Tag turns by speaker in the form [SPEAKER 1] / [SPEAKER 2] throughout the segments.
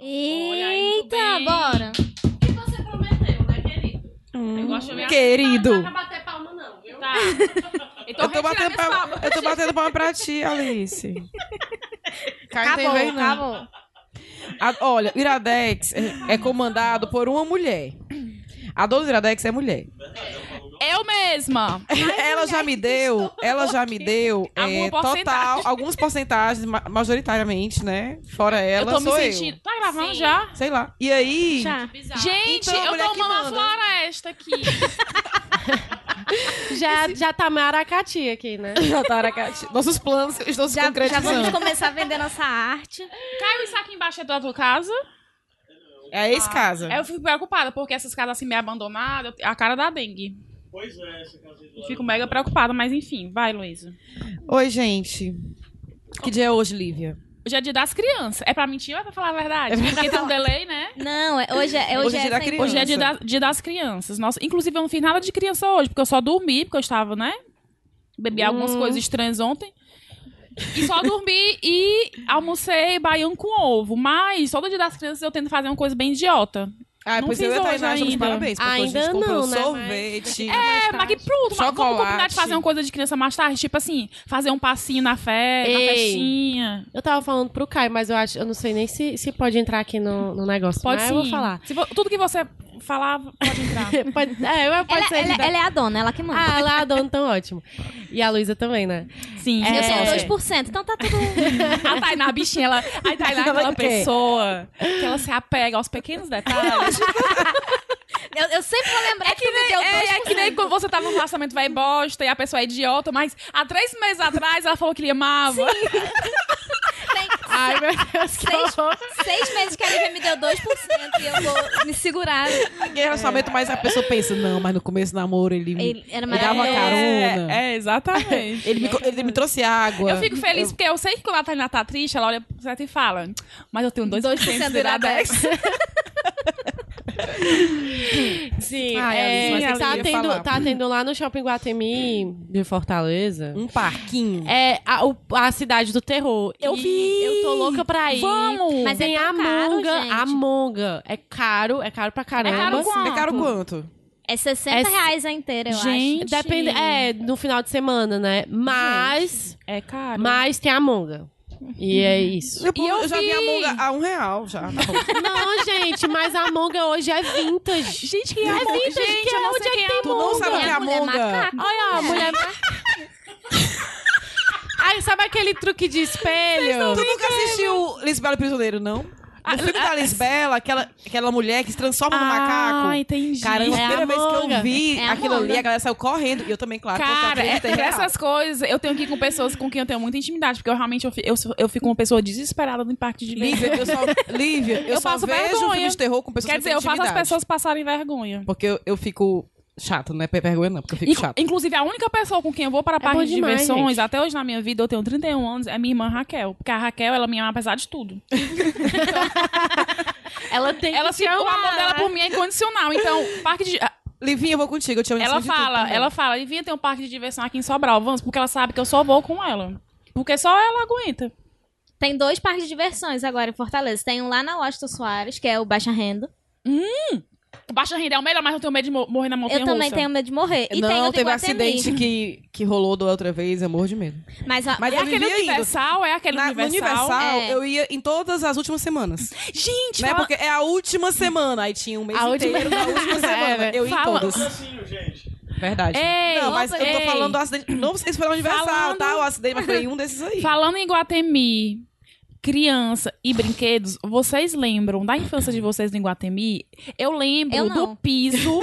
[SPEAKER 1] Eita,
[SPEAKER 2] bem.
[SPEAKER 1] bora.
[SPEAKER 2] O que você prometeu, né, querido? Eu gosto de me
[SPEAKER 3] querido.
[SPEAKER 2] assustar, Não é pra bater palma, não, viu?
[SPEAKER 4] Tá. Então
[SPEAKER 3] Eu tô, batendo palma, eu tô batendo palma pra ti, Alice. Cai não tem
[SPEAKER 1] Acabou,
[SPEAKER 3] vez, não.
[SPEAKER 1] acabou.
[SPEAKER 3] A- olha, o Iradex é- é comandado por uma mulher. A dona do Iradex é mulher.
[SPEAKER 4] Eu mesma.
[SPEAKER 3] ela já me deu, ela já me deu
[SPEAKER 4] Alguma
[SPEAKER 3] é,
[SPEAKER 4] porcentagem.
[SPEAKER 3] total, algumas porcentagens, ma- majoritariamente, né? Fora ela,
[SPEAKER 4] eu tô me
[SPEAKER 3] sou
[SPEAKER 4] sentindo. Tá gravando
[SPEAKER 2] Sim.
[SPEAKER 4] já?
[SPEAKER 3] eu. Sei lá. E aí,
[SPEAKER 1] Já,
[SPEAKER 2] Bizarro.
[SPEAKER 4] Gente,
[SPEAKER 3] Então, a
[SPEAKER 4] eu
[SPEAKER 3] mulher
[SPEAKER 4] tô
[SPEAKER 3] que
[SPEAKER 4] uma
[SPEAKER 3] manda.
[SPEAKER 4] floresta aqui.
[SPEAKER 5] Já, já tá Maracati aqui, né?
[SPEAKER 3] já tá, Aracati. nossos planos estão se
[SPEAKER 1] já, já vamos
[SPEAKER 3] concretizando.
[SPEAKER 1] começar a vender nossa arte.
[SPEAKER 4] Caiu isso aqui embaixo é da tua casa?
[SPEAKER 3] É a ex-casa.
[SPEAKER 4] Aí Eu fico preocupada, porque essas casas assim meio abandonadas, a cara da dengue.
[SPEAKER 6] Pois é, essa casinha do
[SPEAKER 4] Eu
[SPEAKER 6] lado.
[SPEAKER 4] Fico mega preocupada, mas enfim, vai, Luísa.
[SPEAKER 3] Oi, gente. Que dia é hoje, Lívia?
[SPEAKER 4] Hoje é dia das crianças. É pra mentir ou é pra falar a verdade? porque tem um delay, né?
[SPEAKER 1] Não, é- hoje é, é-
[SPEAKER 3] Hoje
[SPEAKER 1] hoje
[SPEAKER 3] é
[SPEAKER 1] é
[SPEAKER 3] dia da
[SPEAKER 1] essa
[SPEAKER 3] criança.
[SPEAKER 1] empresa.
[SPEAKER 4] Hoje é dia, da- dia das crianças. Nossa, inclusive eu não fiz nada de criança hoje, porque eu só dormi, porque eu estava, né? Bebi algumas
[SPEAKER 5] Hum.
[SPEAKER 4] coisas estranhas ontem. E só dormi e almocei baião com ovo. Mas todo dia das crianças eu tento fazer uma coisa bem idiota.
[SPEAKER 3] Ah,
[SPEAKER 4] Não
[SPEAKER 3] pois eu
[SPEAKER 4] fiz
[SPEAKER 3] e a
[SPEAKER 4] hoje
[SPEAKER 3] Tainá estamos de
[SPEAKER 4] ainda.
[SPEAKER 3] parabéns, porque hoje a gente
[SPEAKER 5] Ainda
[SPEAKER 3] comprou
[SPEAKER 5] não, né,
[SPEAKER 3] sorvete.
[SPEAKER 4] É, mas que pronto, mas vamos combinar
[SPEAKER 3] Chocolate.
[SPEAKER 4] de fazer uma coisa de criança mais tarde? Tipo assim, fazer um passinho na, fe na
[SPEAKER 5] Ei.
[SPEAKER 4] festinha.
[SPEAKER 5] Eu tava falando pro Caio, mas eu acho, eu não sei nem se, se pode entrar aqui no, no negócio.
[SPEAKER 4] Pode
[SPEAKER 5] mas
[SPEAKER 4] sim.
[SPEAKER 5] eu vou falar.
[SPEAKER 4] Se vo- tudo que você falar, pode entrar.
[SPEAKER 5] Pode, é, mas pode
[SPEAKER 1] Ela,
[SPEAKER 5] ser.
[SPEAKER 1] ela-
[SPEAKER 5] de-
[SPEAKER 1] ela é a dona, ela que manda.
[SPEAKER 5] Ah, lá a dona tão ótimo. E a Luísa também, né?
[SPEAKER 4] Sim,
[SPEAKER 1] eu
[SPEAKER 4] é.
[SPEAKER 1] tenho 2%, então tá tudo.
[SPEAKER 4] um. A Tainá, a bichinha, ela. A Tainá é
[SPEAKER 5] Ela
[SPEAKER 4] aquela
[SPEAKER 5] quer.
[SPEAKER 4] pessoa que ela se apega aos pequenos detalhes.
[SPEAKER 1] Eu, eu sempre vou lembrar que, tu me deu
[SPEAKER 4] É, é
[SPEAKER 1] 2%.
[SPEAKER 4] que nem quando você tá num relacionamento vai bosta e a pessoa é idiota, mas há três meses atrás ela falou que lhe amava.
[SPEAKER 1] Tem
[SPEAKER 5] Ai, meu Deus, que
[SPEAKER 1] Seis-
[SPEAKER 5] horror.
[SPEAKER 1] seis meses que a Lívia me deu 2% e eu vou me segurar.
[SPEAKER 3] Em relacionamento, mas a pessoa pensa, não, mas no começo do namoro ele, me-
[SPEAKER 1] Ele era
[SPEAKER 3] me dava
[SPEAKER 1] maravilhoso.
[SPEAKER 3] carona.
[SPEAKER 4] É, é, exatamente.
[SPEAKER 3] Ele, me, co- ele me trouxe água.
[SPEAKER 4] Eu fico feliz porque eu sei que quando a Tainá tá triste, ela olha pro Zé e fala, mas eu tenho 2%, 2 de Iradex.
[SPEAKER 5] Sim,
[SPEAKER 3] Ai,
[SPEAKER 5] é,
[SPEAKER 3] Alice, mas
[SPEAKER 5] tá,
[SPEAKER 3] eu queria falar.
[SPEAKER 5] tendo, tá tendo lá no Shopping Guatemi de Fortaleza.
[SPEAKER 3] Um parquinho.
[SPEAKER 5] É a, o- a cidade do terror.
[SPEAKER 4] Eu
[SPEAKER 5] E
[SPEAKER 4] vi!
[SPEAKER 5] Eu tô louca pra ir.
[SPEAKER 4] Vamos!
[SPEAKER 1] Mas
[SPEAKER 5] Tem
[SPEAKER 1] é
[SPEAKER 5] a
[SPEAKER 1] tão caro,
[SPEAKER 5] monga,
[SPEAKER 1] gente.
[SPEAKER 5] a monga. É caro, é caro pra caramba.
[SPEAKER 4] caro
[SPEAKER 3] É caro quanto?
[SPEAKER 1] É 60
[SPEAKER 5] É-
[SPEAKER 1] reais a inteira, eu
[SPEAKER 4] Gente.
[SPEAKER 1] acho.
[SPEAKER 5] Depende, é, no final de semana, né? Mas,
[SPEAKER 4] É caro.
[SPEAKER 5] mas tem a monga. E é isso.
[SPEAKER 3] E eu,
[SPEAKER 4] eu
[SPEAKER 3] já vi
[SPEAKER 4] vi-
[SPEAKER 3] a monga a um real já. na rua.
[SPEAKER 5] Não, gente, mas a monga hoje é vintage.
[SPEAKER 4] Gente, quem é a Monga? Gente, eu não sei quem é a
[SPEAKER 3] Tu não
[SPEAKER 4] Monga.
[SPEAKER 3] sabe o que é a
[SPEAKER 1] mulher
[SPEAKER 3] monga?
[SPEAKER 1] macaco.
[SPEAKER 5] Olha, a mulher... Aí, sabe aquele truque de espelho?
[SPEAKER 3] Tu nunca assistiu Lisbela e o Prisioneiro, não? No filme da Lisbela, aquela, aquela mulher que se transforma no
[SPEAKER 4] Ah,
[SPEAKER 3] macaco.
[SPEAKER 4] entendi.
[SPEAKER 3] Caramba,
[SPEAKER 5] É
[SPEAKER 3] a
[SPEAKER 5] a
[SPEAKER 3] primeira vez que eu
[SPEAKER 5] monga.
[SPEAKER 3] vi
[SPEAKER 1] É a
[SPEAKER 3] aquilo ali,
[SPEAKER 1] monga.
[SPEAKER 3] a galera saiu correndo. E eu também, claro,
[SPEAKER 4] Cara,
[SPEAKER 3] porque eu
[SPEAKER 4] é,
[SPEAKER 3] acredito em real.
[SPEAKER 4] essas coisas eu tenho que ir com pessoas com quem eu tenho muita intimidade, porque eu realmente eu, fi- eu, sou- eu fico uma pessoa desesperada no impacto de ver.
[SPEAKER 3] Lívia, eu só, Lívia, eu
[SPEAKER 4] Eu
[SPEAKER 3] só
[SPEAKER 4] passo
[SPEAKER 3] vejo
[SPEAKER 4] vergonha.
[SPEAKER 3] filmes de terror com pessoas
[SPEAKER 4] Quer
[SPEAKER 3] que têm
[SPEAKER 4] dizer, eu faço as
[SPEAKER 3] intimidade.
[SPEAKER 4] pessoas passarem vergonha.
[SPEAKER 3] Porque eu, eu fico chato, não é vergonha não, porque eu fico É
[SPEAKER 4] Inclu-
[SPEAKER 3] chato.
[SPEAKER 4] Inclusive, a única pessoa com quem eu vou para
[SPEAKER 5] bom
[SPEAKER 4] parques de
[SPEAKER 5] demais,
[SPEAKER 4] diversões,
[SPEAKER 5] gente.
[SPEAKER 4] até hoje na minha vida, eu tenho 31 anos, é minha irmã Raquel. Porque a Raquel, ela me ama apesar de tudo.
[SPEAKER 5] Ela tem
[SPEAKER 4] Ela
[SPEAKER 5] que
[SPEAKER 4] se, o amor
[SPEAKER 5] amar.
[SPEAKER 4] dela por mim é incondicional. Então, parque de.
[SPEAKER 3] Livinha, eu vou contigo, Ah, eu te amo
[SPEAKER 4] Ela
[SPEAKER 3] acima de tudo
[SPEAKER 4] fala,
[SPEAKER 3] também.
[SPEAKER 4] ela fala, e vinha ter um parque de diversão aqui em Sobral, vamos, porque ela sabe que eu só vou com ela. Porque só ela aguenta.
[SPEAKER 1] Tem dois parques de diversões agora em Fortaleza. Tem um lá na Washington Soares, que é o Baixa Renda.
[SPEAKER 4] Baixa render é o melhor, mas eu tenho medo de mo- morrer na montanha
[SPEAKER 1] eu também
[SPEAKER 4] russa.
[SPEAKER 1] tenho medo de morrer. E tem
[SPEAKER 3] não,
[SPEAKER 1] o do
[SPEAKER 3] teve um
[SPEAKER 1] Iguatemi.
[SPEAKER 3] acidente que, que rolou da outra vez, eu morro de medo.
[SPEAKER 1] Mas, a-
[SPEAKER 3] Mas
[SPEAKER 4] É
[SPEAKER 3] eu
[SPEAKER 4] aquele
[SPEAKER 3] vivia indo.
[SPEAKER 4] universal, é aquele
[SPEAKER 3] Na- no
[SPEAKER 4] universal.
[SPEAKER 3] Universal,
[SPEAKER 1] É.
[SPEAKER 3] eu ia em todas as últimas semanas.
[SPEAKER 4] Gente,
[SPEAKER 3] Né?
[SPEAKER 4] fala-
[SPEAKER 3] Porque é a última semana. Aí tinha um mês
[SPEAKER 5] A
[SPEAKER 3] inteiro
[SPEAKER 5] última-
[SPEAKER 3] da última
[SPEAKER 5] É,
[SPEAKER 3] semana.
[SPEAKER 5] velho.
[SPEAKER 3] eu ia em
[SPEAKER 4] Fala.
[SPEAKER 3] todas.
[SPEAKER 6] Assim, gente.
[SPEAKER 3] Verdade.
[SPEAKER 4] Ei,
[SPEAKER 3] não, mas eu tô
[SPEAKER 4] ei.
[SPEAKER 3] falando do acidente. Não sei se foi no Universal,
[SPEAKER 4] Falando-
[SPEAKER 3] tá? O acidente, mas foi um desses aí.
[SPEAKER 4] Falando em Guatemi, criança e brinquedos, vocês lembram da infância de vocês em Guatemi? Eu lembro
[SPEAKER 1] Eu não.
[SPEAKER 4] do piso.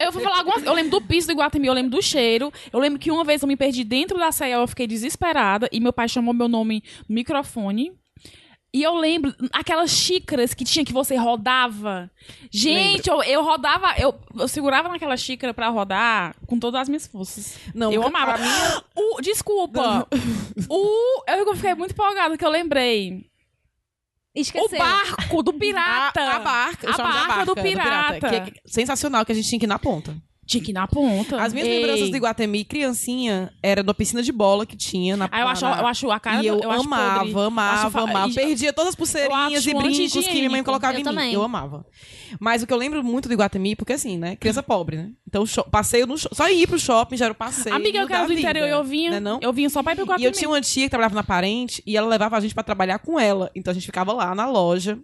[SPEAKER 4] eu vou falar algumas. Eu lembro do piso do Guatemi, eu lembro do cheiro. Eu lembro que uma vez eu me perdi dentro da ceia, eu fiquei desesperada e meu pai chamou meu nome no microfone. E eu lembro aquelas xícaras que tinha que você rodava. Gente, eu, eu rodava, eu, eu segurava naquela xícara pra rodar com todas as minhas forças.
[SPEAKER 3] Não,
[SPEAKER 4] eu
[SPEAKER 3] a
[SPEAKER 4] amava. O, desculpa. O, eu fiquei muito empolgada que eu lembrei.
[SPEAKER 1] Esqueceu.
[SPEAKER 4] O barco do pirata.
[SPEAKER 3] A, a barca. eu
[SPEAKER 4] A
[SPEAKER 3] chamo de
[SPEAKER 4] barca do pirata.
[SPEAKER 3] que é sensacional que a gente tinha que ir na ponta.
[SPEAKER 4] Tinha que ir na ponta.
[SPEAKER 3] As minhas
[SPEAKER 5] Ei.
[SPEAKER 3] lembranças de Iguatemi, criancinha, era na piscina de bola que tinha na
[SPEAKER 4] Aí Ah, eu acho,
[SPEAKER 3] na-
[SPEAKER 4] eu acho a cara
[SPEAKER 3] E
[SPEAKER 4] do-
[SPEAKER 3] eu,
[SPEAKER 4] acho
[SPEAKER 3] amava,
[SPEAKER 4] podre.
[SPEAKER 3] amava,
[SPEAKER 4] Acho fa-
[SPEAKER 3] amava.
[SPEAKER 4] e-
[SPEAKER 3] Perdia todas as pulseirinhas
[SPEAKER 4] acho
[SPEAKER 3] e brincos que minha mãe
[SPEAKER 4] anti-higiênico.
[SPEAKER 1] Eu
[SPEAKER 3] colocava em mim.
[SPEAKER 1] também.
[SPEAKER 3] Eu amava. Mas o que eu lembro muito do Iguatemi, porque assim, né? Criança pobre, né? Então, sho- passeio no sho- Só ir pro shopping já era o passeio.
[SPEAKER 4] Amiga, eu que
[SPEAKER 3] da
[SPEAKER 4] era do
[SPEAKER 3] vida,
[SPEAKER 4] interior e eu vinha.
[SPEAKER 3] Né, não?
[SPEAKER 4] Eu vinha só pra ir pro
[SPEAKER 3] E eu
[SPEAKER 4] Guatemi.
[SPEAKER 3] tinha uma tia que trabalhava na parente e ela levava a gente pra trabalhar com ela. Então a gente ficava lá na loja.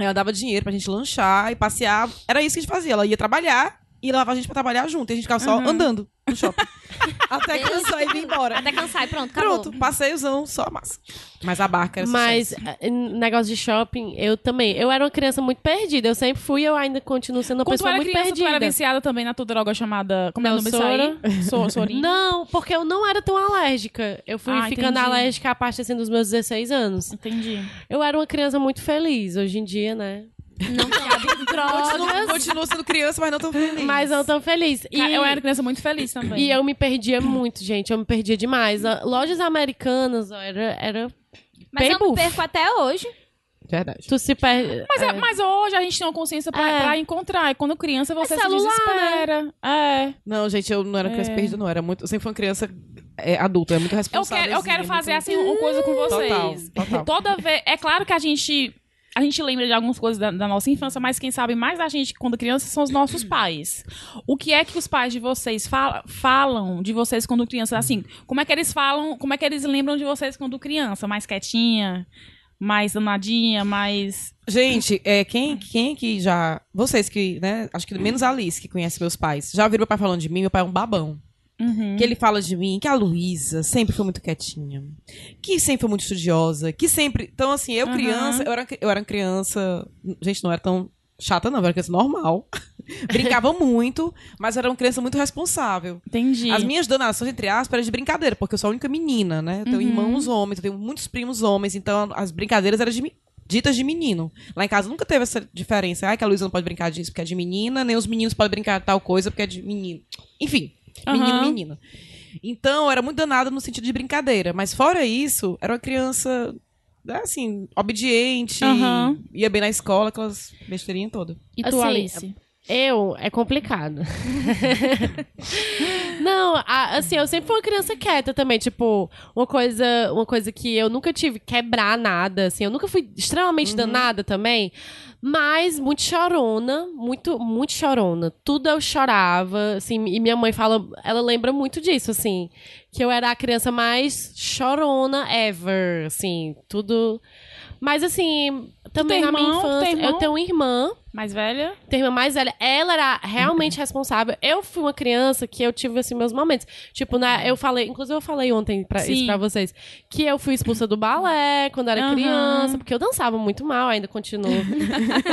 [SPEAKER 3] Ela dava dinheiro pra gente lanchar e passear. Era isso que a gente fazia. Ela ia trabalhar e levava a gente pra trabalhar junto. E a gente ficava
[SPEAKER 4] Uhum.
[SPEAKER 3] só andando no shopping. Até cansar e vir embora.
[SPEAKER 1] Até cansar e pronto, acabou.
[SPEAKER 3] Pronto, passeiozão, só massa. Mas a barca era
[SPEAKER 5] Mas eh, negócio de shopping, eu também. Eu era uma criança muito perdida. Eu sempre fui e eu ainda continuo sendo uma
[SPEAKER 4] Quando tu
[SPEAKER 5] pessoa
[SPEAKER 4] era
[SPEAKER 5] muito
[SPEAKER 4] criança, tu era
[SPEAKER 5] perdida.
[SPEAKER 4] viciada também na tua droga chamada... Como é o nome disso
[SPEAKER 5] Sora.
[SPEAKER 4] aí? So, Sorin.
[SPEAKER 5] Não, porque eu não era tão alérgica. Eu fui
[SPEAKER 4] Ah,
[SPEAKER 5] ficando
[SPEAKER 4] entendi.
[SPEAKER 5] alérgica a partir assim, dos meus 16 anos.
[SPEAKER 4] Entendi.
[SPEAKER 5] Eu era uma criança muito feliz hoje em dia, né?
[SPEAKER 1] Não
[SPEAKER 3] Continua,
[SPEAKER 5] Drogas,
[SPEAKER 3] continua sendo criança, mas não tão feliz.
[SPEAKER 5] mas não tão feliz. E
[SPEAKER 4] E eu era criança muito feliz também.
[SPEAKER 5] E eu me perdia muito, gente. Eu me perdia demais. A- Lojas americanas, ó, era. era...
[SPEAKER 1] Mas eu me
[SPEAKER 5] Paybooth.
[SPEAKER 1] perco até hoje.
[SPEAKER 3] Verdade.
[SPEAKER 5] Tu se perde.
[SPEAKER 4] Mas, é- mas hoje a gente tem uma consciência pra,
[SPEAKER 5] É.
[SPEAKER 4] pra encontrar. E quando criança você
[SPEAKER 5] É
[SPEAKER 4] se
[SPEAKER 5] celular,
[SPEAKER 4] desespera.
[SPEAKER 3] né?
[SPEAKER 4] É.
[SPEAKER 3] Não, gente, eu não era criança
[SPEAKER 4] É.
[SPEAKER 3] perdida, não. Era muito, eu sempre fui uma criança é, adulta, é muito
[SPEAKER 4] Eu
[SPEAKER 3] responsável.
[SPEAKER 4] quero, eu quero fazer assim uma coisa com vocês.
[SPEAKER 3] né? Total, total.
[SPEAKER 4] Toda vez. É claro que a gente. A gente lembra de algumas coisas da, da nossa infância, mas quem sabe mais da gente quando criança são os nossos pais. O que é que os pais de vocês fala- falam de vocês quando criança? Assim, como é que eles falam, como é que eles lembram de vocês quando criança? Mais quietinha, mais danadinha, mais.
[SPEAKER 3] Gente, é, quem, quem que já. Vocês que, né? Acho que menos a Alice, que conhece meus pais, já ouviram meu pai falando de mim? Meu pai é um babão.
[SPEAKER 4] Uhum.
[SPEAKER 3] Que ele fala de mim, que a Luísa sempre foi muito quietinha, que sempre foi muito estudiosa, que sempre. Então, assim, eu
[SPEAKER 4] Uhum.
[SPEAKER 3] criança, eu era, eu era uma criança. Gente, não era tão chata, não, eu era uma criança normal. Brincava muito, mas eu era uma criança muito responsável.
[SPEAKER 4] Entendi.
[SPEAKER 3] As minhas donações, entre aspas, eram de brincadeira, porque eu sou a única menina, né? Eu tenho
[SPEAKER 4] Uhum.
[SPEAKER 3] irmãos homens, eu tenho muitos primos homens, então as brincadeiras eram de me- ditas de menino. Lá em casa nunca teve essa diferença. Ai, que a Luísa não pode brincar disso porque é de menina, nem os meninos podem brincar de tal coisa porque é de menino. Enfim, menino,
[SPEAKER 4] Aham.
[SPEAKER 3] menina. Então, eu era muito danada no sentido de brincadeira. Mas fora isso, era uma criança, né, assim, obediente,
[SPEAKER 4] Aham.
[SPEAKER 3] ia bem na escola, aquelas besteirinhas todas.
[SPEAKER 4] E tu,
[SPEAKER 5] assim,
[SPEAKER 4] Alice?
[SPEAKER 5] Eu, é complicado. não, a- assim, eu sempre fui uma criança quieta também, tipo, uma coisa, uma coisa que eu nunca tive quebrar nada, assim, eu nunca fui extremamente
[SPEAKER 4] Uhum.
[SPEAKER 5] danada também, mas muito chorona, muito, muito chorona. Tudo eu chorava, assim, e minha mãe fala, ela lembra muito disso, assim, que eu era a criança mais chorona ever, assim, tudo. Mas assim, também
[SPEAKER 4] tem
[SPEAKER 5] na minha
[SPEAKER 4] irmão? Tu tem
[SPEAKER 5] infância, eu
[SPEAKER 4] irmão?
[SPEAKER 5] tenho um uma irmã
[SPEAKER 4] Mais velha?
[SPEAKER 5] tem irmã é mais velha, ela era realmente responsável. Eu fui uma criança que eu tive, assim, meus momentos. Tipo, né, eu falei, inclusive eu falei ontem pra, isso
[SPEAKER 4] Sim.
[SPEAKER 5] pra vocês, que eu fui expulsa do balé quando era
[SPEAKER 4] Aham.
[SPEAKER 5] criança, porque eu dançava muito mal, ainda continuo